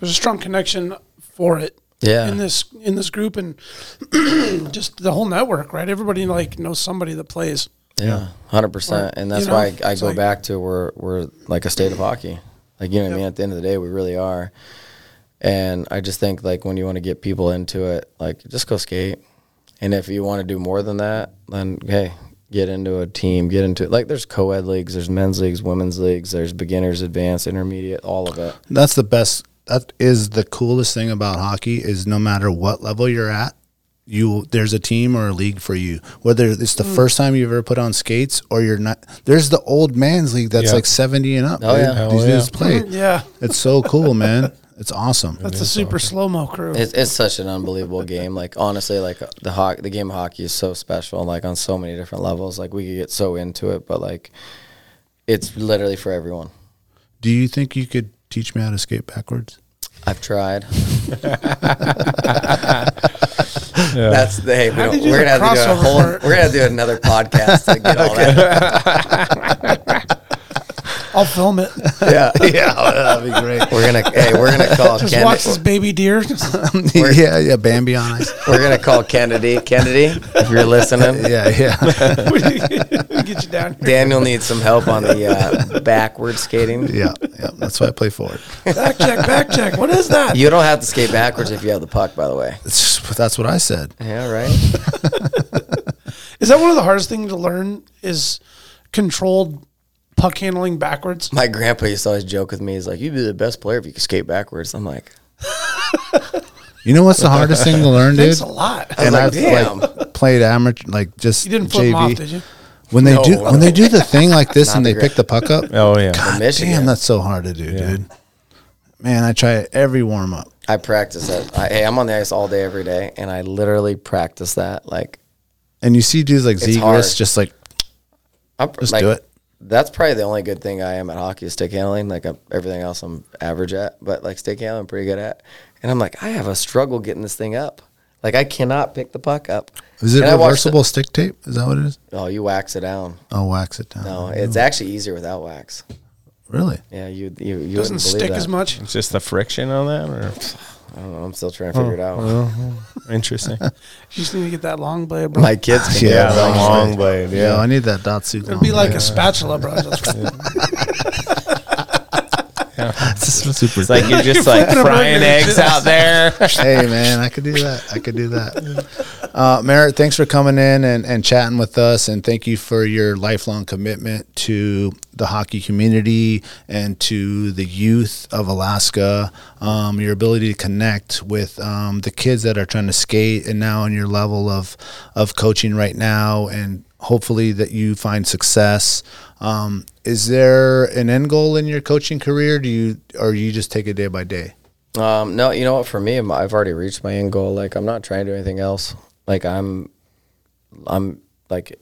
S4: There's a strong connection for it.
S5: Yeah.
S4: In this in this group and just the whole network, right? Everybody like knows somebody that plays.
S5: Yeah, hundred percent,
S4: Or,
S5: and that's
S4: you know,
S5: why I, I
S4: it's
S5: go
S4: like-
S5: back to we're we're like a state of hockey, like you know what I mean. At the end of the day, we really are, and I just think like when you want to get people into it, like just go skate, and if you want to do more than that, then hey, get into a team, get into like there's co-ed leagues, there's men's leagues, women's leagues, there's beginners, advanced, intermediate, all of it.
S9: That's the best. That is the coolest thing about hockey is no matter what level you're at, you there's a team or a league for you. Whether it's the
S4: Hmm.
S5: Mm.
S9: first time you've ever put on skates or you're not, there's the old man's league that's
S5: Yeah.
S9: like 70 and up.
S5: Oh,
S9: dude.
S5: yeah. Hell
S9: These dudes
S5: yeah.
S9: play.
S4: Yeah.
S9: It's so cool, man. It's awesome.
S4: That's a super slow mo crew.
S5: It's, it's such an unbelievable game. Like honestly, like the ho- the game of hockey is so special. Like on so many different levels. Like we could get so into it, but like it's literally for everyone.
S9: Do you think you could teach me how to skate backwards?
S5: I've tried. That's the hey. We
S9: How did
S5: don't,
S9: you
S5: we're gonna
S9: do
S5: have to do a
S9: crossover
S5: whole.
S9: for it?
S5: We're gonna do another podcast to get all
S9: Okay.
S5: that.
S4: I'll film it.
S5: yeah,
S9: that'd be great.
S5: We're gonna hey, we're gonna call
S4: Just
S5: Ken-
S4: watch this baby deer.
S9: yeah, yeah, Bambi on ice.
S5: We're gonna call Kennedy. Kennedy, if you're listening.
S9: Yeah,
S5: yeah.
S4: Get you down.
S5: Daniel needs some help on the uh, backward skating.
S9: Yeah, yeah. That's why I play forward.
S4: Back check, back check. What is that?
S5: You don't have to skate backwards if you have the puck, by the way.
S9: that's what I said.
S5: Yeah, right.
S4: Is that one of the hardest things to learn? Is controlled puck handling backwards?
S5: My grandpa used to always joke with me. He's like, "You'd be the best player if you could skate backwards." I'm like,
S9: You know what's the hardest thing to learn, dude?
S5: Thanks a lot. I was
S9: And
S5: like,
S9: I've
S5: "Damn."
S9: like played amateur, like just
S5: You didn't flip 'em
S9: JV.
S5: off, did you?
S9: When they
S5: No.
S9: do when they do the thing like this
S5: Not
S9: and
S5: the
S9: they
S5: great-
S9: pick the puck up.
S5: Oh, yeah. The
S9: God
S5: Michigan.
S9: damn, that's so hard to do, dude. Man, I try it every warm up.
S5: I practice it. I, hey, I'm on the ice all day, every day, and I literally practice that. Like,
S9: And you see dudes like
S5: It's
S9: Zegris
S5: hard.
S9: just like
S5: I'm,
S9: Just
S5: like,
S9: do it.
S5: That's probably the only good thing I am at hockey is stick handling. Like I'm, everything else, I'm average at, but like stick handling, I'm pretty good at. And I'm like, I have a struggle getting this thing up. Like I cannot pick the puck up.
S9: is it
S5: And I watched
S9: reversible stick tape? Is that what it is?
S5: The, oh, you wax it down.
S9: Oh, wax it down.
S5: No, it's
S9: Oh.
S5: actually easier without wax.
S9: Really?
S5: Yeah, you you, you
S4: Doesn't
S5: wouldn't believe
S4: stick
S5: that.
S4: as much.
S3: It's just the friction on that, or
S5: I don't know. I'm still trying to figure it out.
S3: interesting.
S4: You just need to get that long blade, bro.
S5: My kids can do
S3: yeah,
S5: it.
S3: the long blade.
S9: Yeah,
S3: Yeah,
S9: I need that Datsu.
S4: It'd be
S5: oh
S9: long
S4: like
S9: blade.
S4: a spatula, bro. Just-
S9: It's just super.
S3: It's like
S9: cool.
S3: you're just, You're like, flipping 'em frying under your eggs chest. out there.
S9: hey man, I could do that. I could do that. Uh, Merritt, thanks for coming in and, and chatting with us, and thank you for your lifelong commitment to the hockey community and to the youth of Alaska. Um, your ability to connect with um, the kids that are trying to skate, and now in your level of of coaching right now, and hopefully that you find success. Um, is there an end goal in your coaching career? Do you or you just take it day by day?
S5: Um, no, you know what? For me, I'm- I've already reached my end goal. Like I'm not trying to do anything else. Like I'm, I'm like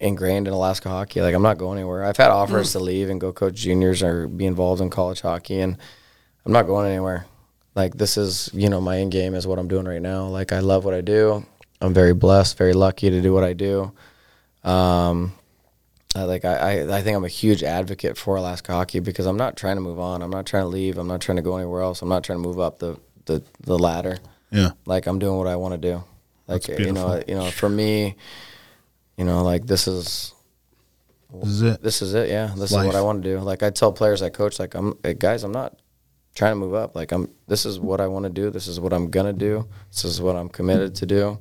S5: ingrained in Alaska hockey. Like I'm not going anywhere. I've had offers to leave and go coach juniors or be involved in college hockey, and I'm not going anywhere. Like this is, you know, my end game is what I'm doing right now. Like I love what I do. I'm very blessed, very lucky to do what I do. Um, I, like I, I, I think I'm a huge advocate for Alaska hockey because I'm not trying to move on. I'm not trying to leave. I'm not trying to go anywhere else. I'm not trying to move up the the, the ladder.
S9: Yeah.
S5: Like I'm doing what I want to do. Like
S9: That's
S5: you know,
S9: beautiful.
S5: you know, for me, you know, like this is
S9: This is it.
S5: This is it. Yeah, this is
S9: Life.
S5: what I want to do. Like I tell players I coach, like I'm hey, guys, I'm not trying to move up. Like I'm. This is what I want to do. This is what I'm gonna do. This is what I'm committed to do.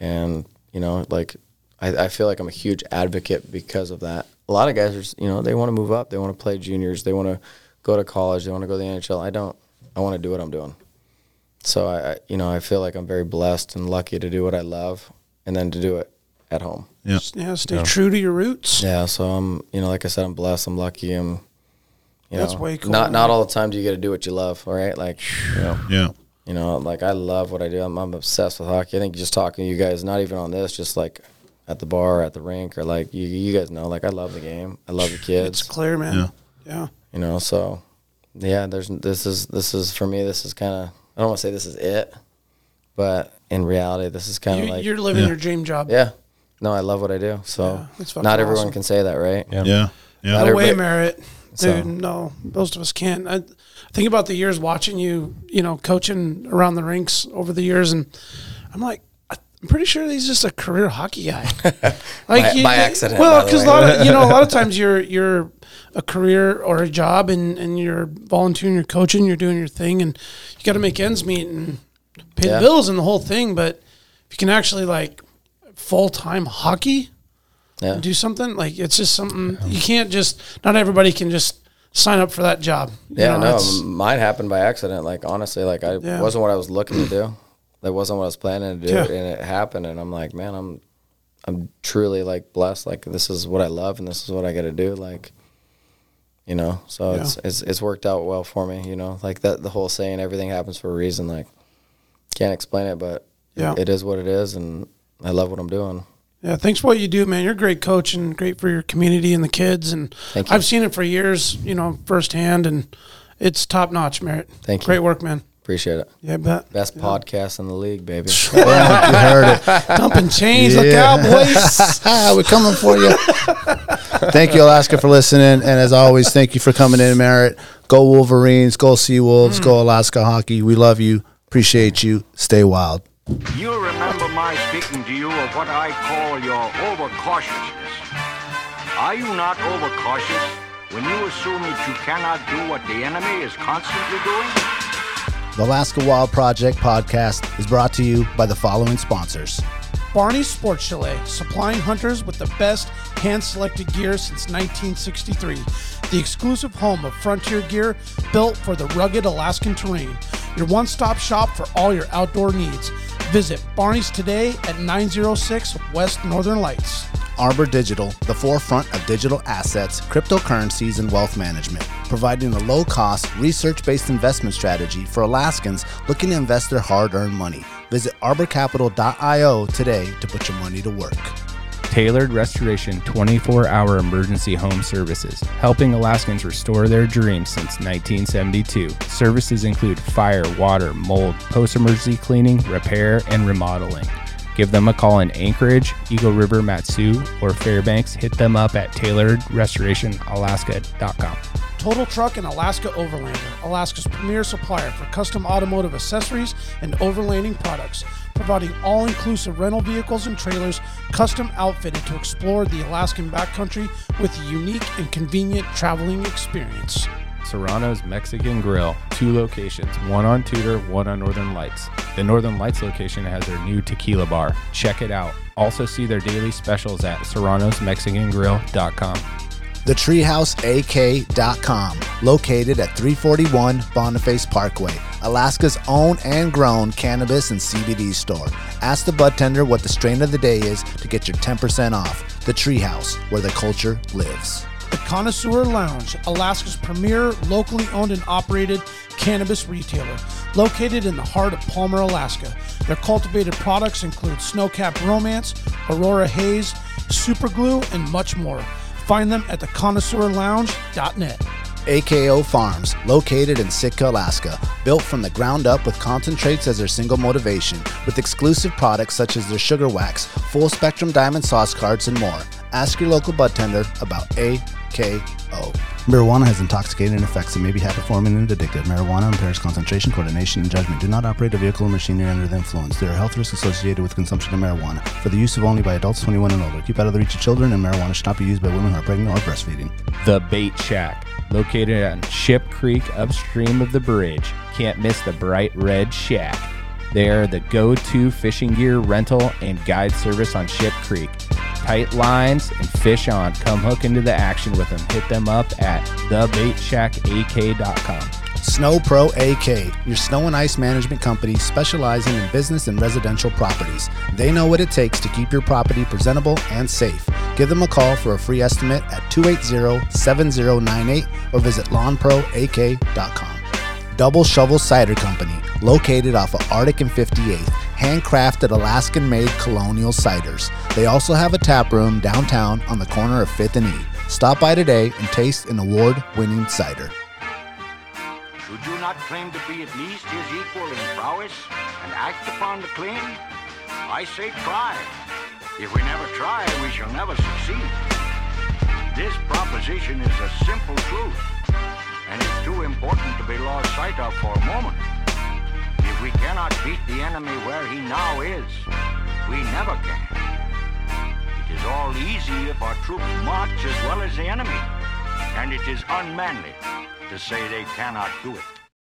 S5: And you know, like I, I feel like I'm a huge advocate because of that. A lot of guys are, s- you know, they want to move up. They want to play juniors. They want to go to college. They want to go to the NHL. I don't. I want to do what I'm doing. So I, I, you know, I feel like I'm very blessed and lucky to do what I love, and then to do it at home.
S9: Yeah.
S4: Yeah, stay true to your roots.
S5: Yeah, so I'm, you know, like I said, I'm blessed. I'm lucky. I'm, you
S4: That's
S5: know,
S4: way cool,
S5: Not
S4: man.
S5: not all the time do you get to do what you love, all right? Like, you know,
S9: Yeah.
S5: you know, like I love what I do. I'm, I'm obsessed with hockey. I think just talking to you guys, not even on this, just like at the bar, at the rink, or like you, you guys know, like I love the game. I love the kids.
S4: It's clear, man.
S9: Yeah.
S4: Yeah.
S5: You know, so yeah, there's this is this is for me. This is kind of I don't want to say this is it, but in reality, this is kind
S4: You,
S5: of like
S4: you're living your dream job.
S5: yeah. No, I love what I do. So
S4: that's fucking
S5: not everyone
S4: awesome.
S5: can say that, right?
S9: Yeah. Yeah.
S5: Not
S4: No way,
S5: everybody-
S4: Merritt. Dude,
S5: So-
S4: no. Most of us can't. I think about the years watching you, you know, coaching around the rinks over the years, and I'm like, I'm pretty sure he's just a career hockey guy.
S5: By- by accident,
S4: Well,
S5: by the
S4: because a
S5: way.
S4: lot of you know, a lot of times you're you're a career or a job, and and you're volunteering, you're coaching, you're doing your thing, and you got to make ends meet and pay
S5: Yeah.
S4: the bills and the whole thing. But if you can actually like full time hockey,
S5: Yeah.
S4: and do something. Like it's just something you can't just. Not everybody can just sign up for that job. You
S5: Yeah,
S4: know,
S5: no, um,
S4: it's-
S5: m- mine happened by accident. Like honestly, like I
S4: Yeah.
S5: wasn't what I was looking to do. That wasn't what I was planning to do,
S4: Yeah.
S5: and it happened. And I'm like, man, I'm, I'm truly like blessed. Like this is what I love, and this is what I got to do. Like, you know, so it's it's it's worked out well for me. You know, like that the whole saying, everything happens for a reason. Like, can't explain it, but
S4: Yeah.
S5: it is what it is, and I love what I'm doing.
S4: yeah. Thanks for what you do, man. You're a great coach and great for your community and the kids. And
S5: Thank you.
S4: I've seen it for years, you know, firsthand, and it's top notch, Merritt.
S5: Thank you.
S4: Great work, man.
S5: Appreciate it.
S4: Yeah, I bet.
S5: Best podcast in the league, baby.
S9: You heard it.
S4: Dump and change. Look
S9: Yeah.
S4: out, boys.
S9: We're coming for you. thank you, Alaska, for listening. And as always, thank you for coming in, Merritt. Go Wolverines. Go Sea Wolves.
S7: Mm.
S9: Go Alaska Hockey. We love you. Appreciate you. Stay wild.
S7: You'll remember my speaking to you of what I call your overcautiousness. Are you not overcautious when you assume that you cannot do what the enemy is constantly doing?
S2: The Alaska Wild Project podcast is brought to you by the following sponsors.
S4: Barney Sports Chalet, supplying hunters with the best hand selected gear since 1963. The exclusive home of frontier gear built for the rugged Alaskan terrain. Your one stop shop for all your outdoor needs. Visit Barney's today at 906 West Northern Lights.
S2: Arbor Digital, the forefront of digital assets, cryptocurrencies, and wealth management, providing a low cost, research based investment strategy for Alaskans looking to invest their hard earned money. Visit arborcapital.io today to put your money to work.
S8: Tailored Restoration 24 hour emergency home services, helping Alaskans restore their dreams since 1972. Services include fire, water, mold, post emergency cleaning, repair, and remodeling. Give them a call in Anchorage, Eagle River, Matsu, or Fairbanks. Hit them up at tailoredrestorationalaska.com.
S4: Total Truck and Alaska Overlander, Alaska's premier supplier for custom automotive accessories and overlanding products, providing all inclusive rental vehicles and trailers custom outfitted to explore the Alaskan backcountry with a unique and convenient traveling experience.
S8: Serrano's Mexican Grill, two locations, one on Tudor, one on Northern Lights. The Northern Lights location has their new tequila bar. Check it out. Also see their daily specials at serranosmexicangrill.com.
S2: TheTreehouseAK.com, located at 341 Boniface Parkway, Alaska's own and grown cannabis and CBD store. Ask the bud tender what the strain of the day is to get your 10% off. The Treehouse, where the culture lives.
S4: The Connoisseur Lounge, Alaska's premier locally owned and operated cannabis retailer, located in the heart of Palmer, Alaska. Their cultivated products include Snowcap Romance, Aurora Haze, Superglue, and much more. Find them at theconnoisseurlounge.net.
S2: AKO Farms, located in Sitka, Alaska. Built from the ground up with concentrates as their single motivation, with exclusive products such as their sugar wax, full spectrum diamond sauce cards, and more. Ask your local bud tender about AKO. Marijuana has intoxicating effects and may be habit forming and addictive. Marijuana impairs concentration, coordination, and judgment. Do not operate a vehicle or machinery under the influence. There are health risks associated with consumption of marijuana for the use of only by adults 21 and older. Keep out of the reach of children, and marijuana should not be used by women who are pregnant or breastfeeding.
S8: The Bait Shack, located on Ship Creek upstream of the bridge. Can't miss the bright red shack. They are the go to fishing gear rental and guide service on Ship Creek. Tight lines and fish on. Come hook into the action with them. Hit them up at thebaitshackak.com.
S2: Snow Pro AK, your snow and ice management company specializing in business and residential properties. They know what it takes to keep your property presentable and safe. Give them a call for a free estimate at 280-7098 or visit lawnproak.com. Double Shovel Cider Company, located off of Arctic and 58th, handcrafted Alaskan made colonial ciders. They also have a tap room downtown on the corner of 5th and E. Stop by today and taste an award winning cider.
S7: Should you not claim to be at least his equal in prowess and act upon the claim? I say try. If we never try, we shall never succeed. This proposition is a simple truth, and it's too important to be lost sight of for a moment. If we cannot beat the enemy where he now is, we never can. It is all easy if our troops march as well as the enemy, and it is unmanly to say they cannot do it.